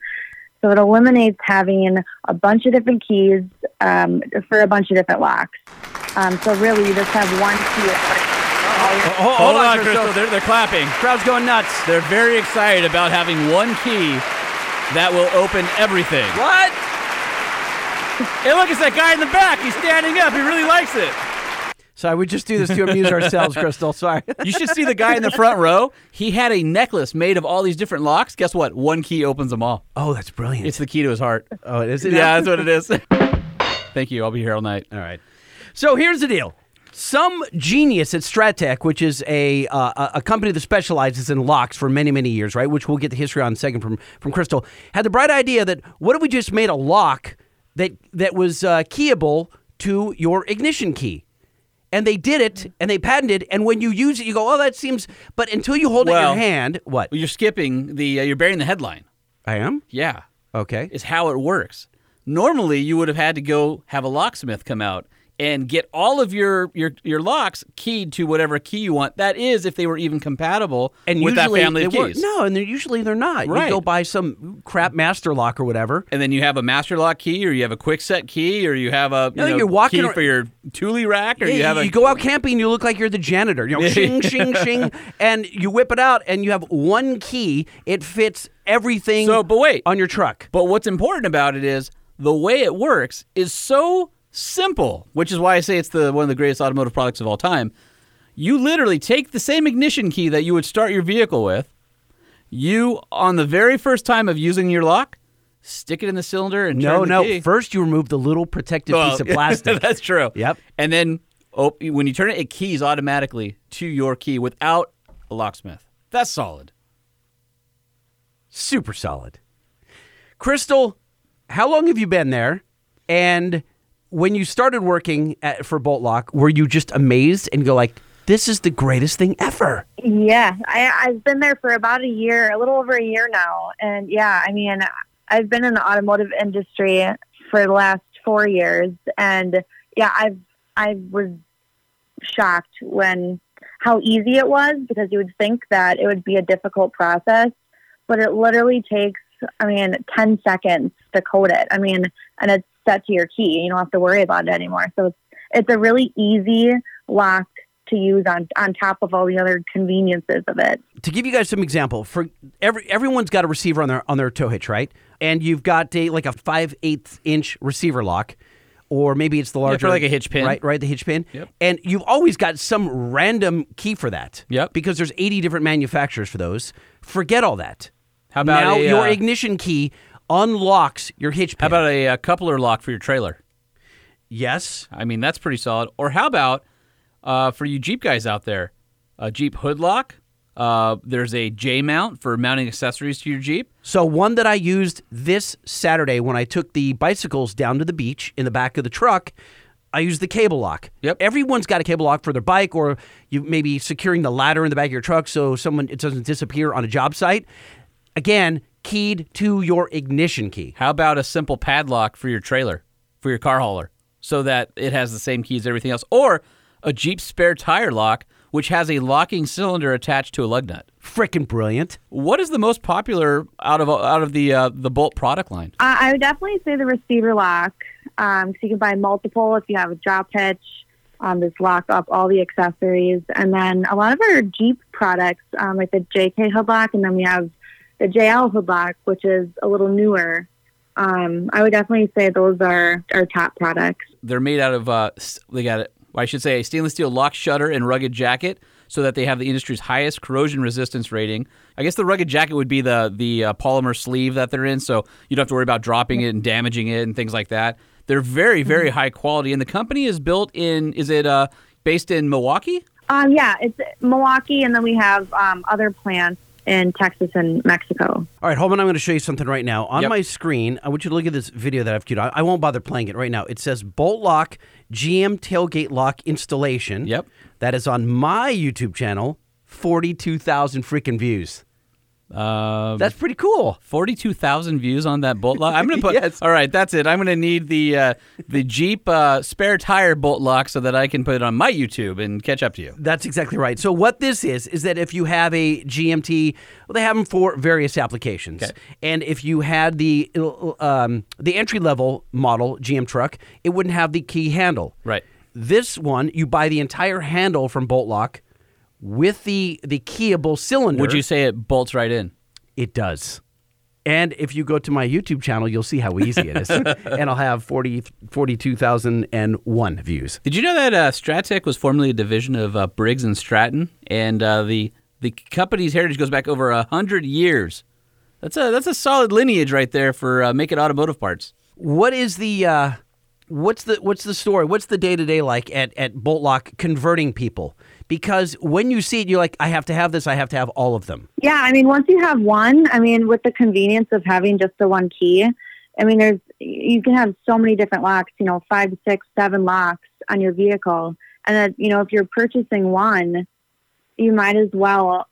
Speaker 17: So it eliminates having a bunch of different keys um, for a bunch of different locks. Um, so really, you just have one key.
Speaker 2: Hold, Oh, hold on, Crystal. They're, they're clapping. Crowd's going nuts. They're very excited about having one key that will open everything. What? Hey, look, it's that guy in the back. He's standing up. He really likes it.
Speaker 1: Sorry, we just do this to amuse ourselves, Crystal. Sorry.
Speaker 2: You should see the guy in the front row. He had a necklace made of all these different locks. Guess what? One key opens them all.
Speaker 1: Oh, that's brilliant.
Speaker 2: It's the key to his heart.
Speaker 1: Oh, it is.
Speaker 2: Yeah, that's what it is. Thank you. I'll be here all night.
Speaker 1: All right. So here's the deal. Some genius at Stratech, which is a uh, a- a company that specializes in locks for many many years, right? Which we'll get the history on in a second from from Crystal, had the bright idea that what if we just made a lock that that was uh, keyable to your ignition key, and they did it and they patented. And when you use it, you go, oh, that seems. But until you hold it in your hand, what?
Speaker 2: You're skipping the. Uh, you're burying the headline.
Speaker 1: I am.
Speaker 2: Yeah.
Speaker 1: Okay.
Speaker 2: Is how it works. Normally, you would have had to go have a locksmith come out and get all of your your your locks keyed to whatever key you want. That is, if they were even compatible
Speaker 1: And
Speaker 2: with that
Speaker 1: usually
Speaker 2: family of
Speaker 1: they weren't.
Speaker 2: keys.
Speaker 1: No, and they're, usually they're not.
Speaker 2: Right.
Speaker 1: You go buy some crap master lock or whatever.
Speaker 2: And then you have a master lock key, or you have a quick set key, or you have a you
Speaker 1: No,
Speaker 2: know,
Speaker 1: you're walking
Speaker 2: key
Speaker 1: ar-
Speaker 2: for your Thule rack, or
Speaker 1: Yeah,
Speaker 2: you have a
Speaker 1: go out camping, you look like you're the janitor. You know, shing, shing, shing, and you whip it out, and you have one key. It fits everything.
Speaker 2: So, but wait.
Speaker 1: on your truck.
Speaker 2: But what's important about it is the way it works is so simple, which is why I say it's the one of the greatest automotive products of all time. You literally take the same ignition key that you would start your vehicle with. You on the very first time of using your lock, stick it in the cylinder and turn
Speaker 1: No,
Speaker 2: the
Speaker 1: no.
Speaker 2: key.
Speaker 1: First, you remove the little protective
Speaker 2: Well,
Speaker 1: piece of plastic.
Speaker 2: that's true.
Speaker 1: Yep.
Speaker 2: And then oh, when you turn it, it keys automatically to your key without a locksmith. That's solid.
Speaker 1: Super solid. Crystal, how long have you been there? And when you started working at, for Bolt Lock, were you just amazed and go like, "This is the greatest thing ever"?
Speaker 17: Yeah, I, I've been there for about a year, a little over a year now. And yeah, I mean, I've been in the automotive industry for the last four years. And yeah, I've, I was shocked when how easy it was because you would think that it would be a difficult process, but it literally takes, I mean, 10 seconds to code it. I mean, and it's set to your key. You don't have to worry about it anymore. So it's, it's a really easy lock to use on on top of all the other conveniences of it.
Speaker 1: to give you guys some example, for every everyone's got a receiver on their on their tow hitch, right? And you've got a like a five eighth inch receiver lock, or maybe it's the larger
Speaker 2: like a hitch pin.
Speaker 1: right? Right, the hitch pin.
Speaker 2: Yep.
Speaker 1: And you've always got some random key for that.
Speaker 2: Yep.
Speaker 1: Because there's 80 different manufacturers for those. Forget all that.
Speaker 2: How about
Speaker 1: now
Speaker 2: a,
Speaker 1: your
Speaker 2: uh,
Speaker 1: ignition key unlocks your hitch pin?
Speaker 2: How about a, uh coupler lock for your trailer?
Speaker 1: yes?
Speaker 2: I mean, that's pretty solid. Or how about uh, for you Jeep guys out there, a Jeep hood lock? Uh, there's a J mount for mounting accessories to your Jeep.
Speaker 1: So one that I used this Saturday when I took the bicycles down to the beach in the back of the truck, I used the cable lock. Yep. Everyone's got a cable lock for their bike, or you maybe securing the ladder in the back of your truck so someone it doesn't disappear on a job site. Again, keyed to your ignition key.
Speaker 2: How about a simple padlock for your trailer, for your car hauler, so that it has the same keys as everything else? Or a Jeep spare tire lock, which has a locking cylinder attached to a lug nut.
Speaker 1: Frickin' brilliant.
Speaker 2: What is the most popular out of out of the uh, the Bolt product line?
Speaker 17: Uh, I would definitely say the receiver lock because you can buy multiple if you have a drop hitch. Um, just lock up all the accessories, and then a lot of our Jeep products, um, like the JK hood lock, and then we have the JL hood lock, which is a little newer. Um, I would definitely say those are our top products.
Speaker 2: They're made out of uh, s- they got it. I should say a stainless steel lock shutter and rugged jacket, so that they have the industry's highest corrosion resistance rating. I guess the rugged jacket would be the the uh, polymer sleeve that they're in, so you don't have to worry about dropping it and damaging it and things like that. They're very very high quality, and the company is built in. Is it uh, based in Milwaukee?
Speaker 17: Um, yeah, it's Milwaukee, and then we have um, other plants in Texas and Mexico.
Speaker 1: All right, Holman, I'm going to show you something right now. On
Speaker 2: Yep.
Speaker 1: my screen, I want you to look at this video that I've queued. I, I won't bother playing it right now. It says Bolt Lock GM Tailgate Lock Installation.
Speaker 2: Yep.
Speaker 1: That is on my YouTube channel, 42,000 freaking views.
Speaker 2: Um,
Speaker 1: That's pretty cool.
Speaker 2: Forty-two thousand views on that bolt lock. I'm gonna put. All right, that's it. I'm gonna need the uh, the Jeep uh, spare tire bolt lock so that I can put it on my YouTube and catch up to you.
Speaker 1: That's exactly right. So what this is is that if you have a GMT, well, they have them for various applications. And if you had the um, the entry level model GM truck, it wouldn't have the key handle.
Speaker 2: Right.
Speaker 1: This one, you buy the entire handle from Bolt Lock with the the keyable cylinder.
Speaker 2: Would you say it bolts right in?
Speaker 1: It does. And if you go to my YouTube channel, you'll see how easy it is. and I'll have 40, 42,001 views.
Speaker 2: Did you know that uh, Stratech was formerly a division of uh, Briggs and Stratton, and uh, the the company's heritage goes back over a hundred years. That's a that's a solid lineage right there for uh, making automotive parts.
Speaker 1: What is the uh, what's the what's the story? What's the day to day like at at Boltlock converting people? Because when you see it, you're like, I have to have this. I have to have all of them.
Speaker 17: Yeah, I mean, once you have one, I mean, with the convenience of having just the one key, I mean, there's you can have so many different locks, you know, five, six, seven locks on your vehicle, and that you know, if you're purchasing one, you might as well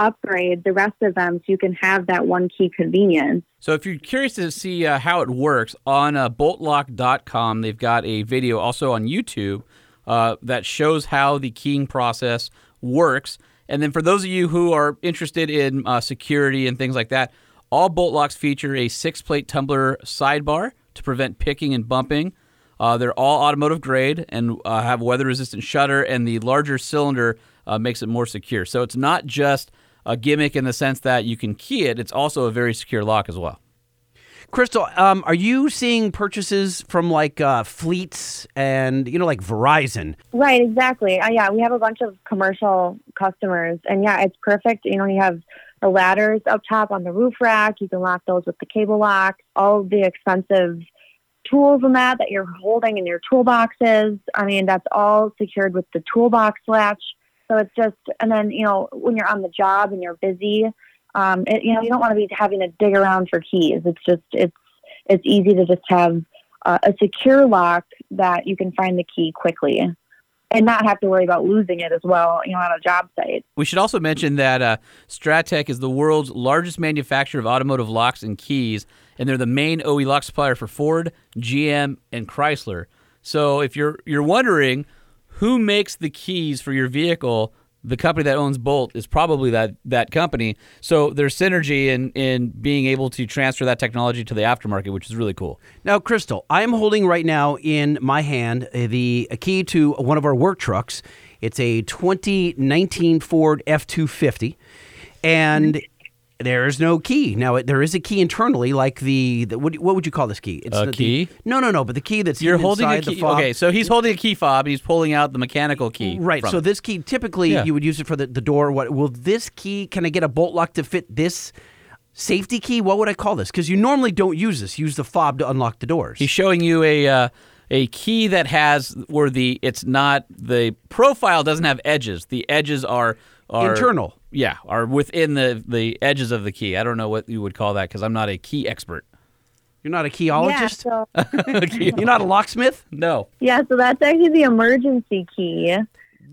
Speaker 17: upgrade the rest of them so you can have that one key convenience.
Speaker 2: So if you're curious to see uh, how it works, on uh, boltlock.com, they've got a video also on YouTube uh, that shows how the keying process works. And then for those of you who are interested in uh, security and things like that, all bolt locks feature a six plate tumbler sidebar to prevent picking and bumping. Uh, they're all automotive grade and uh, have weather resistant shutter, and the larger cylinder uh, makes it more secure. So it's not just a gimmick in the sense that you can key it, it's also a very secure lock as well.
Speaker 1: Crystal, um, are you seeing purchases from like uh, fleets and you know like Verizon?
Speaker 17: Right, exactly. Uh, yeah, we have a bunch of commercial customers, and yeah, it's perfect. You know, you have the ladders up top on the roof rack. You can lock those with the cable locks. All the expensive tools and that that you're holding in your toolboxes. I mean, that's all secured with the toolbox latch. So it's just, and then you know, when you're on the job and you're busy, um, it, you know, you don't want to be having to dig around for keys. It's just, it's it's easy to just have uh, a secure lock that you can find the key quickly and not have to worry about losing it as well, you know, on a job site.
Speaker 2: We should also mention that uh, Stratech is the world's largest manufacturer of automotive locks and keys, and they're the main OE lock supplier for Ford, GM, and Chrysler. So if you're you're wondering who makes the keys for your vehicle, the company that owns Bolt is probably that that company. So there's synergy in in being able to transfer that technology to the aftermarket, which is really cool.
Speaker 1: Now, Crystal, I am holding right now in my hand uh, the a key to one of our work trucks. It's a 2019 Ford F250, and there is no key. Now, it- there is a key internally, like the, the what, what would you call this key? It's
Speaker 2: A
Speaker 1: the- the-
Speaker 2: key?
Speaker 1: no, no, no. But the key that's
Speaker 2: You're
Speaker 1: hidden
Speaker 2: holding a
Speaker 1: inside the
Speaker 2: key.
Speaker 1: fob.
Speaker 2: Okay, so he's holding a key fob and he's pulling out the mechanical key.
Speaker 1: Right.
Speaker 2: from
Speaker 1: So
Speaker 2: it.
Speaker 1: this key, typically,
Speaker 2: Yeah.
Speaker 1: you would use it for the, the door. What will this key? Can I get a bolt lock to fit this safety key? What would I call this? Because you normally don't use this. You Use the fob to unlock the doors.
Speaker 2: He's showing you a uh, a key that has where the it's not the profile doesn't have edges. The edges are, are
Speaker 1: Internal.
Speaker 2: Yeah, are within the the edges of the key. I don't know what you would call that because I'm not a key expert.
Speaker 1: You're not a keyologist.
Speaker 17: Yeah, so-
Speaker 1: You're not a locksmith.
Speaker 2: No.
Speaker 17: Yeah, so that's actually the emergency key.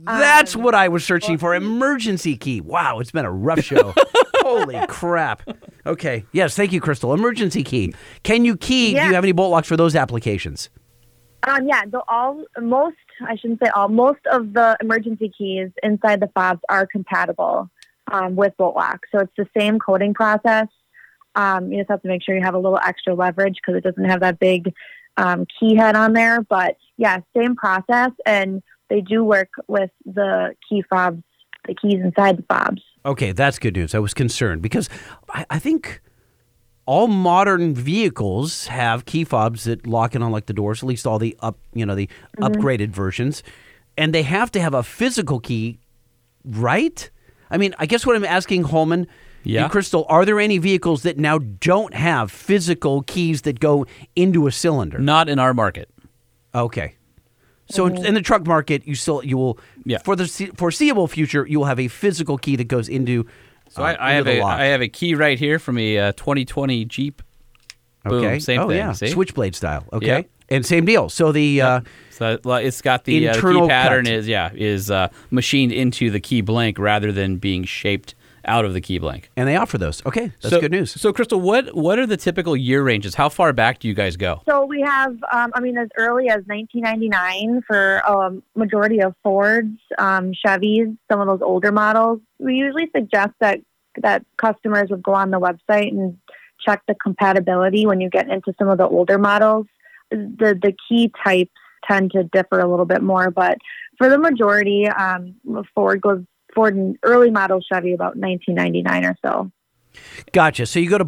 Speaker 1: That's what I was searching for. Emergency key. Wow, it's been a rough show. Holy crap. Okay. Yes. Thank you, Crystal. Emergency key. Can you key? Do
Speaker 17: Yeah.
Speaker 1: you have any bolt locks for those applications?
Speaker 17: Um, yeah, the, all most I shouldn't say all most of the emergency keys inside the fobs are compatible um, with bolt lock, so it's the same coding process. Um, you just have to make sure you have a little extra leverage because it doesn't have that big um, key head on there. But yeah, same process, and they do work with the key fobs, the keys inside the fobs.
Speaker 1: Okay, that's good news. I was concerned because I, I think all modern vehicles have key fobs that lock and unlock the doors. At least all the up, you know, the
Speaker 2: Mm-hmm.
Speaker 1: upgraded versions, and they have to have a physical key, right? I mean, I guess what I'm asking, Holman.
Speaker 2: Yeah.
Speaker 1: And Crystal, are there any vehicles that now don't have physical keys that go into a cylinder?
Speaker 2: Not in our market.
Speaker 1: Okay. So in, in the truck market, you still you will
Speaker 2: Yeah.
Speaker 1: for the se- foreseeable future, you will have a physical key that goes into.
Speaker 2: So
Speaker 1: uh,
Speaker 2: I, I
Speaker 1: into
Speaker 2: have
Speaker 1: the
Speaker 2: a
Speaker 1: lock.
Speaker 2: I have a key right here from a uh, 2020 Jeep. uh, Boom,
Speaker 1: Okay.
Speaker 2: same
Speaker 1: oh,
Speaker 2: thing.
Speaker 1: Yeah.
Speaker 2: see?
Speaker 1: Switchblade style. Okay.
Speaker 2: Yeah.
Speaker 1: And same deal. So the uh,
Speaker 2: So like, it's got the, uh, the
Speaker 1: Internal
Speaker 2: key pattern
Speaker 1: cut.
Speaker 2: is yeah is uh, machined into the key blank rather than being shaped out of the key blank.
Speaker 1: And they offer those. Okay, that's
Speaker 2: so,
Speaker 1: good news.
Speaker 2: So, Crystal, what what are the typical year ranges? How far back do you guys go?
Speaker 17: So we have, um, I mean, as early as 1999 for a um, majority of Fords, um, Chevys, some of those older models. We usually suggest that that customers would go on the website and check the compatibility when you get into some of the older models. The the key types tend to differ a little bit more, but for the majority, um, Ford goes Ford and early model Chevy about 1999 or so.
Speaker 1: Gotcha. So you go to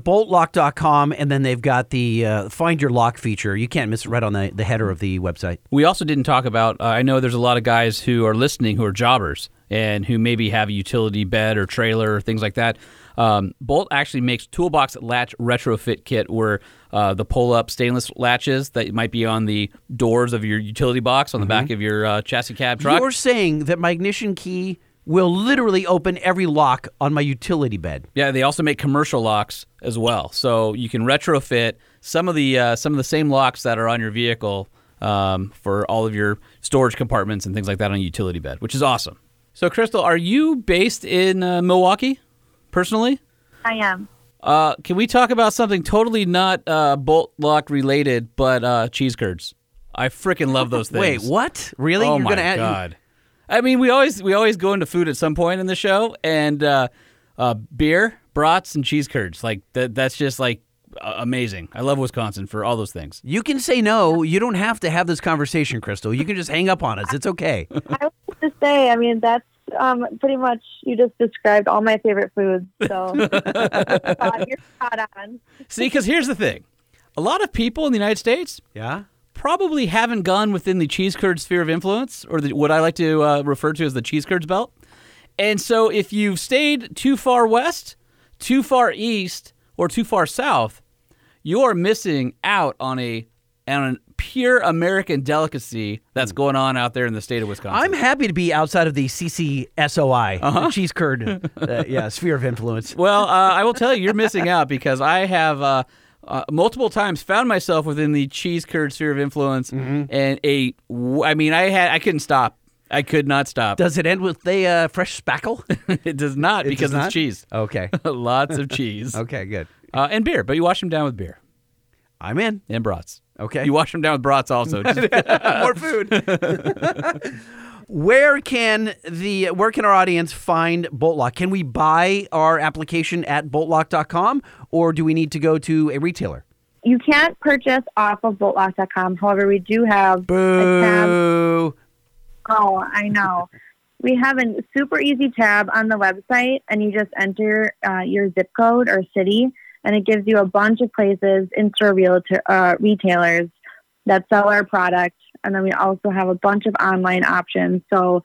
Speaker 1: boltlock.com and then they've got the uh, find your lock feature. You can't miss it right on the, the header of the website.
Speaker 2: We also didn't talk about. Uh, I know there's a lot of guys who are listening who are jobbers and who maybe have a utility bed or trailer or things like that. Um, Bolt actually makes toolbox latch retrofit kit where uh, the pull up stainless latches that might be on the doors of your utility box on
Speaker 1: Mm-hmm.
Speaker 2: the back of your uh, chassis cab truck.
Speaker 1: You're saying that my ignition key will literally open every lock on my utility bed.
Speaker 2: Yeah, they also make commercial locks as well, so you can retrofit some of the uh, some of the same locks that are on your vehicle um, for all of your storage compartments and things like that on a utility bed, which is awesome. So, Crystal, are you based in uh, Milwaukee personally?
Speaker 17: I am.
Speaker 2: Uh, can we talk about something totally not uh, bolt lock related, but uh, cheese curds? I freaking love those
Speaker 1: Wait,
Speaker 2: things.
Speaker 1: what? Really?
Speaker 2: Oh
Speaker 1: You're
Speaker 2: my
Speaker 1: gonna add-
Speaker 2: god! I mean, we always we always go into food at some point in the show, and uh, uh, beer, brats, and cheese curds. Like that. That's just like uh, amazing. I love Wisconsin for all those things.
Speaker 1: You can say no. You don't have to have this conversation, Crystal. You can just hang up on us. It's okay.
Speaker 17: I was to say, I mean, that's um, pretty much you just described all my favorite foods. So Todd, you're spot on.
Speaker 2: See, because here's the thing: a lot of people in the United States,
Speaker 1: yeah,
Speaker 2: probably haven't gone within the cheese curd sphere of influence, or the, what I like to uh, refer to as the cheese curds belt. And so, if you've stayed too far west, too far east, or too far south, you are missing out on a on a pure American delicacy that's going on out there in the state of Wisconsin.
Speaker 1: Hmm. I'm happy to be outside of the CCSOI, the
Speaker 2: Uh-huh.
Speaker 1: cheese curd, uh, yeah, sphere of influence.
Speaker 2: Well, uh, I will tell you, you're missing out because I have uh, uh, multiple times found myself within the cheese curd sphere of influence,
Speaker 1: Mm-hmm.
Speaker 2: and a. w- I mean, I had I couldn't stop. I could not stop.
Speaker 1: Does it end with the uh, fresh spackle?
Speaker 2: it does not
Speaker 1: It
Speaker 2: because
Speaker 1: does not?
Speaker 2: it's cheese.
Speaker 1: Okay.
Speaker 2: Lots of cheese.
Speaker 1: Okay, good.
Speaker 2: Uh, and beer, but you wash them down with beer.
Speaker 1: I'm in.
Speaker 2: And brats.
Speaker 1: Okay.
Speaker 2: You wash them down with brats also.
Speaker 1: More food. where can the where can our audience find Boltlock? Can we buy our application at boltlock.com or do we need to go to a retailer?
Speaker 17: You can't purchase off of boltlock.com. However, we do have a tab.
Speaker 1: Boo.
Speaker 17: Oh, I know. We have a super easy tab on the website, and you just enter uh, your zip code or city, and it gives you a bunch of places, in-store realtor, uh, retailers that sell our product. And then we also have a bunch of online options. So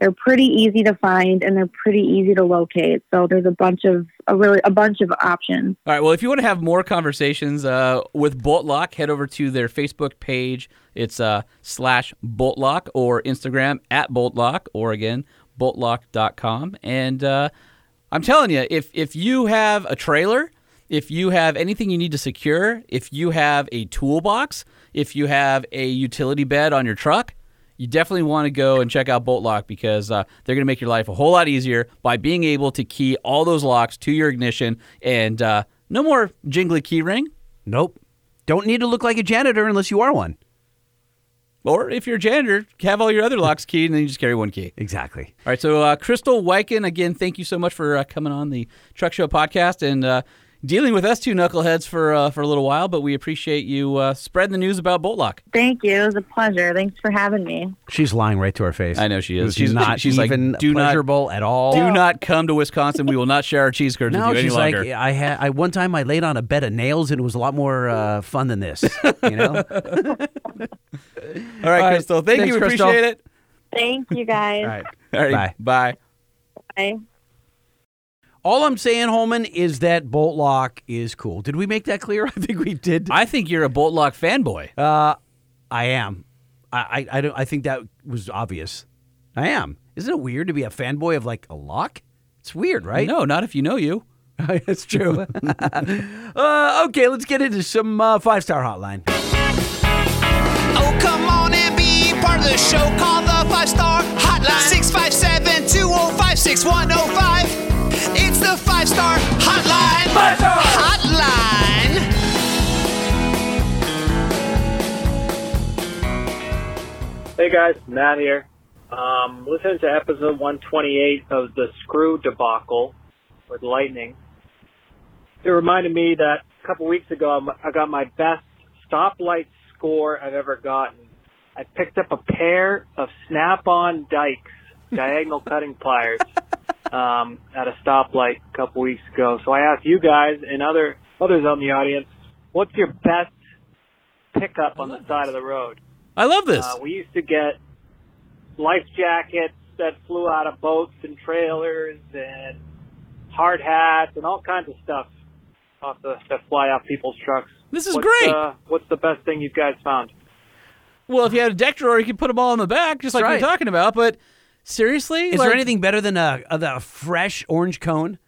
Speaker 17: they're pretty easy to find, and they're pretty easy to locate. So there's a bunch of a really a bunch of options.
Speaker 2: All right. Well, if you want to have more conversations uh, with Boltlock, head over to their Facebook page. It's uh, slash Boltlock or Instagram at Boltlock or again, boltlock.com. And uh, I'm telling you, if, if you have a trailer, if you have anything you need to secure, if you have a toolbox, if you have a utility bed on your truck, you definitely want to go and check out Bolt Lock because uh, they're going to make your life a whole lot easier by being able to key all those locks to your ignition and uh, no more jingly key ring.
Speaker 1: Nope. Don't need to look like a janitor unless you are one.
Speaker 2: Or if you're a janitor, have all your other locks keyed and then you just carry one key.
Speaker 1: Exactly.
Speaker 2: All right. So, uh, Crystal Wyken, again, thank you so much for uh, coming on the Truck Show podcast and uh, dealing with us two knuckleheads for uh, for a little while. But we appreciate you uh, spreading the news about Bolt Lock.
Speaker 17: Thank you. It was a pleasure. Thanks for having me.
Speaker 1: She's lying right to our face.
Speaker 2: I know she
Speaker 1: It
Speaker 2: is.
Speaker 1: was
Speaker 2: She's
Speaker 1: not
Speaker 2: She's
Speaker 1: even
Speaker 2: like, do
Speaker 1: pleasurable
Speaker 2: not,
Speaker 1: at all.
Speaker 2: Do not come to Wisconsin. We will not share our cheese curds
Speaker 1: No,
Speaker 2: with you
Speaker 1: she's
Speaker 2: any
Speaker 1: like
Speaker 2: longer.
Speaker 1: I had. I one time I laid on a bed of nails and it was a lot more uh, fun than this. You know.
Speaker 2: All right, Crystal. Thank
Speaker 1: Thanks,
Speaker 2: you.
Speaker 1: Crystal.
Speaker 2: Appreciate it.
Speaker 17: Thank you guys.
Speaker 1: All right.
Speaker 2: All right. Bye. Bye.
Speaker 17: Bye.
Speaker 1: All I'm saying, Holman, is that bolt lock is cool. Did we make that clear? I think we did.
Speaker 2: I think you're a bolt lock fanboy.
Speaker 1: Uh, I am. I, I I don't. I think that was obvious. I am. Isn't it weird to be a fanboy of like a lock? It's weird, right?
Speaker 2: No, not if you know you.
Speaker 1: That's true. uh, okay, let's get into some uh, five star hotline.
Speaker 3: Oh, come on and be part of the show. Call oh the five star hotline 657 205 6105. It's the
Speaker 14: Hotline.
Speaker 8: Hey guys, Matt here. Um, listening to episode 128 of the screw debacle with lightning. It reminded me that a couple weeks ago I'm- I got my best stoplight score I've ever gotten. I picked up a pair of snap-on dikes, diagonal cutting pliers, um, at a stoplight a couple weeks ago. So I asked you guys and other others on the audience, what's your best pickup on the side of the road?
Speaker 2: I love this.
Speaker 8: Uh, we used to get life jackets that flew out of boats and trailers and hard hats and all kinds of stuff off the, that fly off people's trucks.
Speaker 2: This is
Speaker 8: what's,
Speaker 2: great.
Speaker 8: Uh, what's the best thing you guys found?
Speaker 2: Well, if you had a deck drawer, you could put them all in the back, just
Speaker 1: That's
Speaker 2: like we
Speaker 1: right.
Speaker 2: we're talking about. But seriously,
Speaker 1: Is
Speaker 2: like-
Speaker 1: there anything better than a, a, a fresh orange cone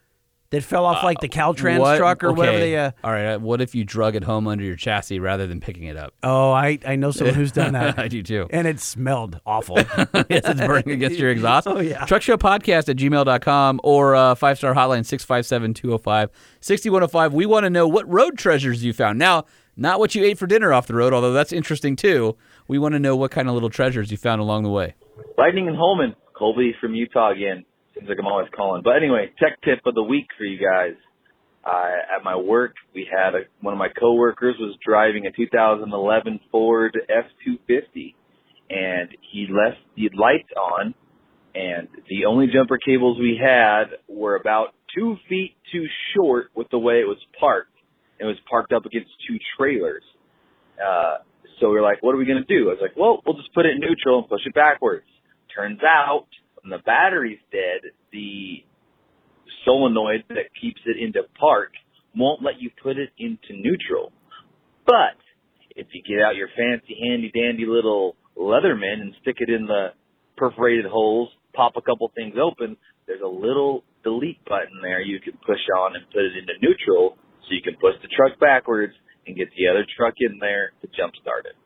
Speaker 1: that fell off like the Caltrans
Speaker 2: Uh, What-
Speaker 1: truck or whatever
Speaker 2: okay.
Speaker 1: they? Uh,
Speaker 2: All right. uh, What if you drug it home under your chassis rather than picking it up?
Speaker 1: oh, I I know someone who's done that.
Speaker 2: I do too.
Speaker 1: And it smelled awful.
Speaker 2: yes, it's burning against your exhaust.
Speaker 1: Oh, yeah.
Speaker 2: Truck Show Podcast at gmail.com or uh, five oh star hotline 657 205 6105. We want to know what road treasures you found. Now, not what you ate for dinner off the road, although that's interesting too. We want to know what kind of little treasures you found along the way.
Speaker 20: Lightning and Holman. Colby from Utah again. Seems like I'm always calling. But anyway, tech tip of the week for you guys. Uh, at my work, we had a, one of my coworkers was driving a 2011 Ford F250, and he left the lights on, and the only jumper cables we had were about two feet too short with the way it was parked. It was parked up against two trailers. Uh, so we were like, what are we going to do? I was like, well, we'll just put it in neutral and push it backwards. Turns out when the battery's dead, the solenoid that keeps it into park won't let you put it into neutral. But if you get out your fancy, handy dandy little Leatherman and stick it in the perforated holes, pop a couple things open, there's a little delete button there you can push on and put it into neutral so you can push the truck backwards and get the other truck in there to jump start it.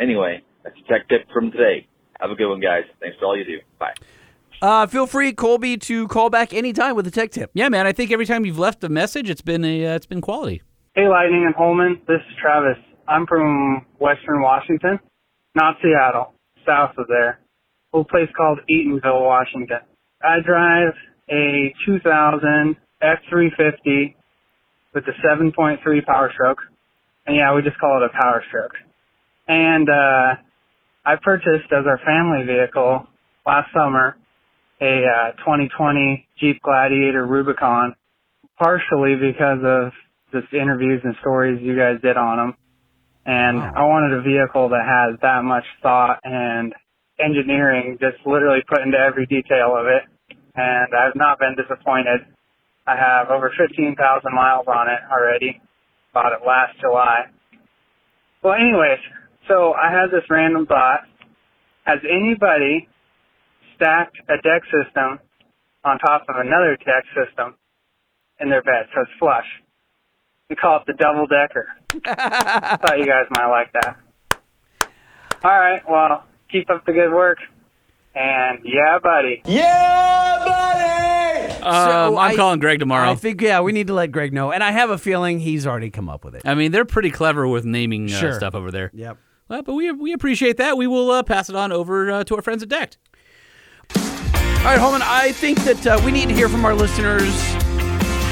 Speaker 20: Anyway, that's a tech tip from today. Have a good one, guys. Thanks for all you do. Bye.
Speaker 1: Uh, feel free, Colby, to call back anytime with a tech tip.
Speaker 2: Yeah, man. I think every time you've left a message, it's been a uh, it's been quality.
Speaker 8: Hey, Lightning and Holman. This is Travis. I'm from Western Washington, not Seattle, south of there. A little place called Eatonville, Washington. I drive a 2000 F350 with a 7.3 power stroke. And yeah, we just call it a power stroke. And uh, I purchased as our family vehicle last summer a uh, 2020 Jeep Gladiator Rubicon, partially because of just interviews and stories you guys did on them. And I wanted a vehicle that has that much thought and engineering just literally put into every detail of it. And I've not been disappointed. I have over 15,000 miles on it already. Bought it last July. Well, anyways, so I had this random thought. Has anybody stacked a deck system on top of another deck system in their bed? So it's flush. We call it the double decker. Thought you guys might like that. All right, well, keep up the good work. And yeah, buddy. Yeah, buddy!
Speaker 2: Um, I'm calling Greg tomorrow.
Speaker 1: I think yeah, we need to let Greg know. And I have a feeling he's already come up with it.
Speaker 2: I mean, they're pretty clever with naming uh,
Speaker 1: Sure.
Speaker 2: stuff over there.
Speaker 1: Yep.
Speaker 2: Well, but we we appreciate that. We will uh, pass it on over uh, to our friends at Decked.
Speaker 1: All right, Holman, I think that uh, we need to hear from our listeners.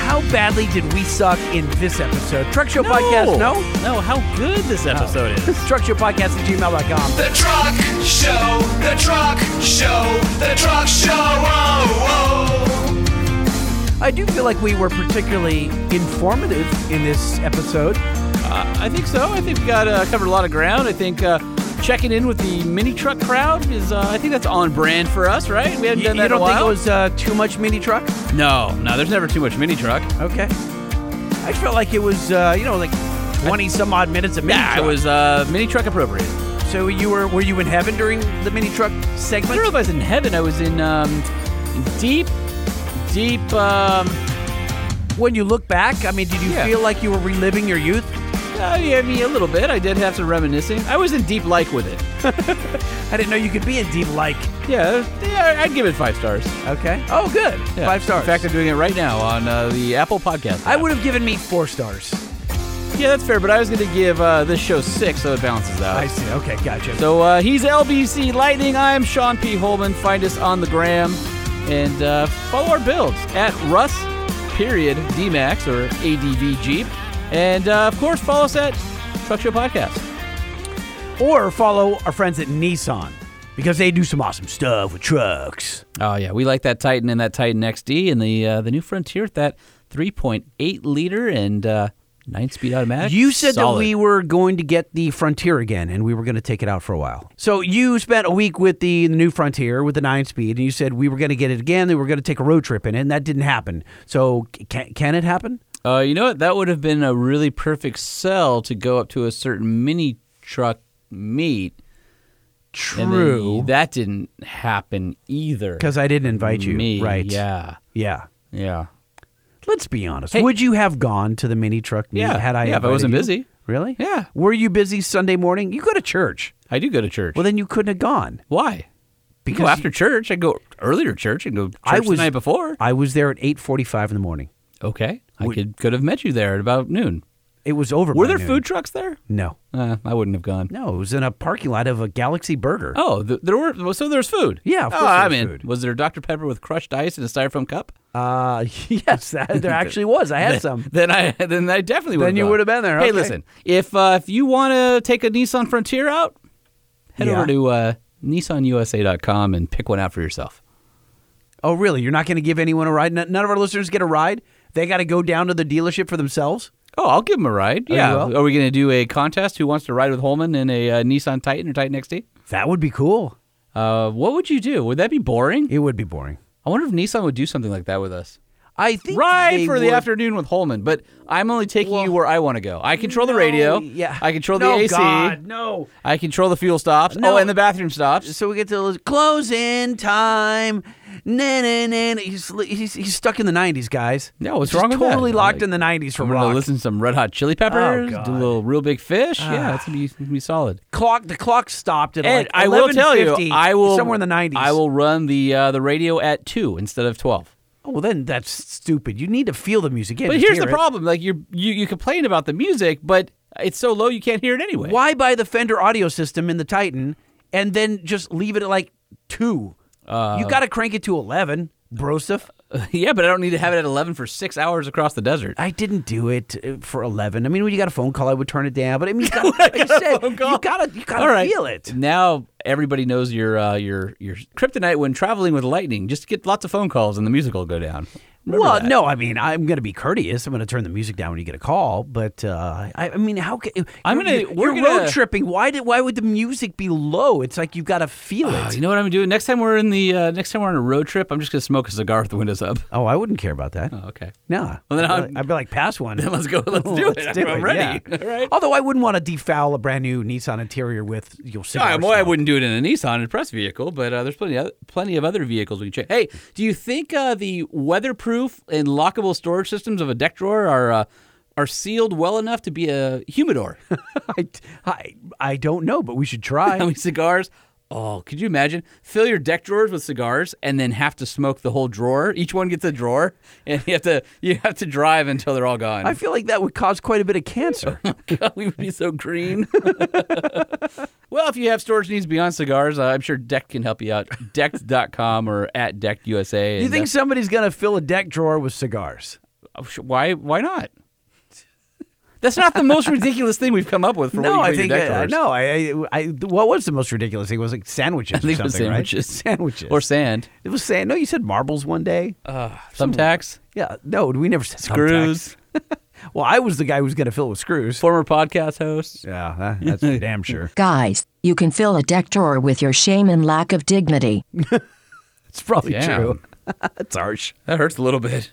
Speaker 1: How badly did we suck in this episode? Truck Show Podcast, no?
Speaker 2: No, how good this episode is.
Speaker 1: Truck Show Podcast at gmail.com.
Speaker 3: The truck show, the truck show, the truck show. Oh, oh.
Speaker 1: I do feel like we were particularly informative in this episode.
Speaker 2: Uh, I think so. I think we got uh, covered a lot of ground. I think uh, checking in with the mini truck crowd is. Uh, I think that's on brand for us, right? We haven't
Speaker 1: You,
Speaker 2: done that
Speaker 1: you
Speaker 2: in a
Speaker 1: don't think it
Speaker 2: while.
Speaker 1: was uh, too much mini truck?
Speaker 2: No, no. There's never too much mini truck.
Speaker 1: Okay. I felt like it was, uh, you know, like 20 some odd minutes of mini
Speaker 2: Yeah,
Speaker 1: truck.
Speaker 2: it was uh, mini truck appropriate.
Speaker 1: So you were were you in heaven during the mini truck segment?
Speaker 2: I don't know if I was in heaven. I was in um, deep, deep. Um,
Speaker 1: when you look back, I mean, did you
Speaker 2: Yeah.
Speaker 1: feel like you were reliving your youth?
Speaker 2: Uh, yeah, I mean, a little bit. I did have some reminiscing. I was in deep like with it.
Speaker 1: I didn't know you could be in deep like.
Speaker 2: Yeah, yeah, I'd give it five stars.
Speaker 1: Okay. Oh, good.
Speaker 2: Yeah.
Speaker 1: Five stars.
Speaker 2: In fact, I'm doing it right now on uh, the Apple Podcast.
Speaker 1: I would have given me four stars.
Speaker 2: Yeah, that's fair, but I was going to give uh, this show six, so it balances out.
Speaker 1: I see. Okay, gotcha.
Speaker 2: So uh, he's LBC Lightning. I'm Sean P. Holman. Find us on the gram and uh, follow our builds at Russ period DMAX or ADV Jeep. And uh, of course, follow us at Truck Show Podcast.
Speaker 1: Or follow our friends at Nissan because they do some awesome stuff with trucks.
Speaker 2: Oh yeah, we like that Titan and that Titan XD and the uh, the new Frontier with that 3.8 liter and uh, nine speed automatic.
Speaker 1: You said
Speaker 2: Solid.
Speaker 1: that we were going to get the Frontier again and we were going to take it out for a while. So you spent a week with the, the new Frontier with the nine speed and you said we were going to get it again. They were going to take a road trip in it and that didn't happen. So c- can, can it happen?
Speaker 2: Uh, you know what? That would have been a really perfect sell to go up to a certain mini truck meet. And then
Speaker 1: True.
Speaker 2: that didn't happen either.
Speaker 1: Because I didn't invite you.
Speaker 2: Me,
Speaker 1: Right.
Speaker 2: Yeah.
Speaker 1: Yeah.
Speaker 2: Yeah.
Speaker 1: Let's be honest.
Speaker 2: Hey.
Speaker 1: Would you have gone to the mini truck meet
Speaker 2: Yeah.
Speaker 1: had I
Speaker 2: Yeah, if I
Speaker 1: invited
Speaker 2: wasn't
Speaker 1: you?
Speaker 2: busy.
Speaker 1: Really?
Speaker 2: Yeah.
Speaker 1: Were you busy Sunday morning? You go to church.
Speaker 2: I do go to church.
Speaker 1: Well, then you couldn't have gone.
Speaker 2: Why? Because
Speaker 1: Because
Speaker 2: after church, I go earlier to church and go church
Speaker 1: I was
Speaker 2: the night before.
Speaker 1: I was there at eight forty-five in the morning.
Speaker 2: Okay, I could could have met you there at about noon.
Speaker 1: It was over.
Speaker 2: Were
Speaker 1: by
Speaker 2: there
Speaker 1: noon.
Speaker 2: food trucks there?
Speaker 1: No,
Speaker 2: Uh, I wouldn't have gone.
Speaker 1: no. It was in a parking lot of a Galaxy Burger.
Speaker 2: Oh, th- there were. well, So there's food.
Speaker 1: Yeah, of
Speaker 2: oh,
Speaker 1: course there
Speaker 2: I'm
Speaker 1: was
Speaker 2: in.
Speaker 1: food.
Speaker 2: Was there Dr Pepper with crushed ice in a styrofoam cup?
Speaker 1: Uh, yes, that, there actually was. I had some.
Speaker 2: Then I then I definitely would.
Speaker 1: Then you would have been there,
Speaker 2: Hey,
Speaker 1: okay.
Speaker 2: listen, if uh, if you want to take a Nissan Frontier out, head
Speaker 1: Yeah.
Speaker 2: over to uh, nissanusa.com and pick one out for yourself.
Speaker 1: Oh, really? You're not going to give anyone a ride? N- None of our listeners get a ride? They got to go down to the dealership for themselves?
Speaker 2: Oh, I'll give him a ride.
Speaker 1: Oh, you
Speaker 2: yeah.
Speaker 1: will?
Speaker 2: Are we going to do a contest? Who wants to ride with Holman in a uh, Nissan Titan or Titan XT?
Speaker 1: That would be cool.
Speaker 2: Uh, what would you do? Would that be boring?
Speaker 1: It would be boring.
Speaker 2: I wonder if Nissan would do something like that with us.
Speaker 1: I think
Speaker 2: Ride
Speaker 1: they
Speaker 2: for the
Speaker 1: would-
Speaker 2: afternoon with Holman, but I'm only taking you where I want to go. I control the radio.
Speaker 1: yeah.
Speaker 2: I control
Speaker 1: No,
Speaker 2: the AC.
Speaker 1: God, no.
Speaker 2: I control the fuel stops.
Speaker 1: No.
Speaker 2: Oh, and the bathroom stops.
Speaker 1: So we get to close in time. Na na na. na. He's, he's he's stuck in the '90s, guys.
Speaker 2: Yeah, Oh, what's
Speaker 1: Just
Speaker 2: wrong with that?
Speaker 1: Totally locked
Speaker 2: Like,
Speaker 1: in the '90s for
Speaker 2: I'm gonna
Speaker 1: rock. Oh,
Speaker 2: listen to some Red Hot Chili Peppers.
Speaker 1: God. Ah.
Speaker 2: do a little Real Big Fish. yeah, it's gonna be, it's gonna be solid.
Speaker 1: Clock. The clock stopped at
Speaker 2: And
Speaker 1: like
Speaker 2: I will tell you,
Speaker 1: 11:50,
Speaker 2: I will
Speaker 1: somewhere in the '90s.
Speaker 2: I will run the uh, the radio at two instead of twelve.
Speaker 1: Oh, well, then that's stupid. You need to feel the music. You
Speaker 2: But
Speaker 1: can't
Speaker 2: here's the
Speaker 1: just hear it.
Speaker 2: problem: like you're, you you complain about the music, but it's so low you can't hear it anyway.
Speaker 1: Why buy the Fender audio system in the Titan and then just leave it at like two? you got to crank it to eleven, Brosif.
Speaker 2: Uh, yeah, but I don't need to have it at eleven for six hours across the desert.
Speaker 1: I didn't do it uh, for eleven. I mean, when you got a phone call, I would turn it down. But I mean, you gotta, like you said, you gotta, you gotta
Speaker 2: All right.
Speaker 1: feel it.
Speaker 2: Now everybody knows your uh, your your kryptonite when traveling with lightning. Just get lots of phone calls and the music will go down. Remember
Speaker 1: well,
Speaker 2: that.
Speaker 1: no, I mean, I'm going to be courteous. I'm going to turn the music down when you get a call. But uh, I, I mean, how can
Speaker 2: I'm
Speaker 1: you're-
Speaker 2: gonna- we're
Speaker 1: you're
Speaker 2: gonna-
Speaker 1: road tripping? Why did why would the music be low? It's like you've got to feel
Speaker 2: Oh,
Speaker 1: it.
Speaker 2: you know what I'm doing next time we're in the uh, next time we're on a road trip. I'm just gonna smoke a cigar with the windows up.
Speaker 1: Oh, I wouldn't care about that.
Speaker 2: Oh, okay.
Speaker 1: No,
Speaker 2: Well, then
Speaker 1: I'd, be
Speaker 2: I'm-
Speaker 1: like, I'd be like, pass one.
Speaker 2: Then let's go. Let's do it. I'm ready.
Speaker 1: yeah.
Speaker 2: Right.
Speaker 1: Although I wouldn't want to defoul a brand new Nissan interior with you'll see.
Speaker 2: No, I, well, I wouldn't do it in a Nissan Impress vehicle, but uh, there's plenty of, plenty of other vehicles we can check. Hey, do you think uh, the weatherproof and lockable storage systems of a deck drawer are uh, are sealed well enough to be a humidor?
Speaker 1: I, I, I don't know, but we should try.
Speaker 2: I mean, cigars. Oh, could you imagine? Fill your deck drawers with cigars and then have to smoke the whole drawer. Each one gets a drawer, and you have to you have to drive until they're all gone.
Speaker 1: I feel like that would cause quite a bit of cancer.
Speaker 2: Oh God, we would be so green. well, if you have storage needs beyond cigars, uh, I'm sure Deck can help you out. Decked.com or at Decked USA.
Speaker 1: you
Speaker 2: and,
Speaker 1: think somebody's going to fill a deck drawer with cigars?
Speaker 2: uh, sh- why? Why not? That's not the most ridiculous thing we've come up with for
Speaker 1: No,
Speaker 2: what
Speaker 1: I
Speaker 2: you put in
Speaker 1: think
Speaker 2: your deck
Speaker 1: I,
Speaker 2: drawers.
Speaker 1: no. I, I, I, what was the most ridiculous thing? It was like sandwiches.
Speaker 2: I think
Speaker 1: or
Speaker 2: it was
Speaker 1: something, right?
Speaker 2: sandwiches.
Speaker 1: Sandwiches.
Speaker 2: Or sand,
Speaker 1: it was sand. No, you said marbles one day.
Speaker 2: uh, thumbtacks,
Speaker 1: yeah. No, we never said
Speaker 2: screws.
Speaker 1: thumbtacks. Well, I was the guy who was going to fill it with screws.
Speaker 2: Former podcast host.
Speaker 1: Yeah, that- that's for damn sure.
Speaker 6: Guys, you can fill a deck drawer with your shame and lack of dignity.
Speaker 1: It's probably
Speaker 2: Damn.
Speaker 1: true. it's harsh.
Speaker 2: That hurts a little bit.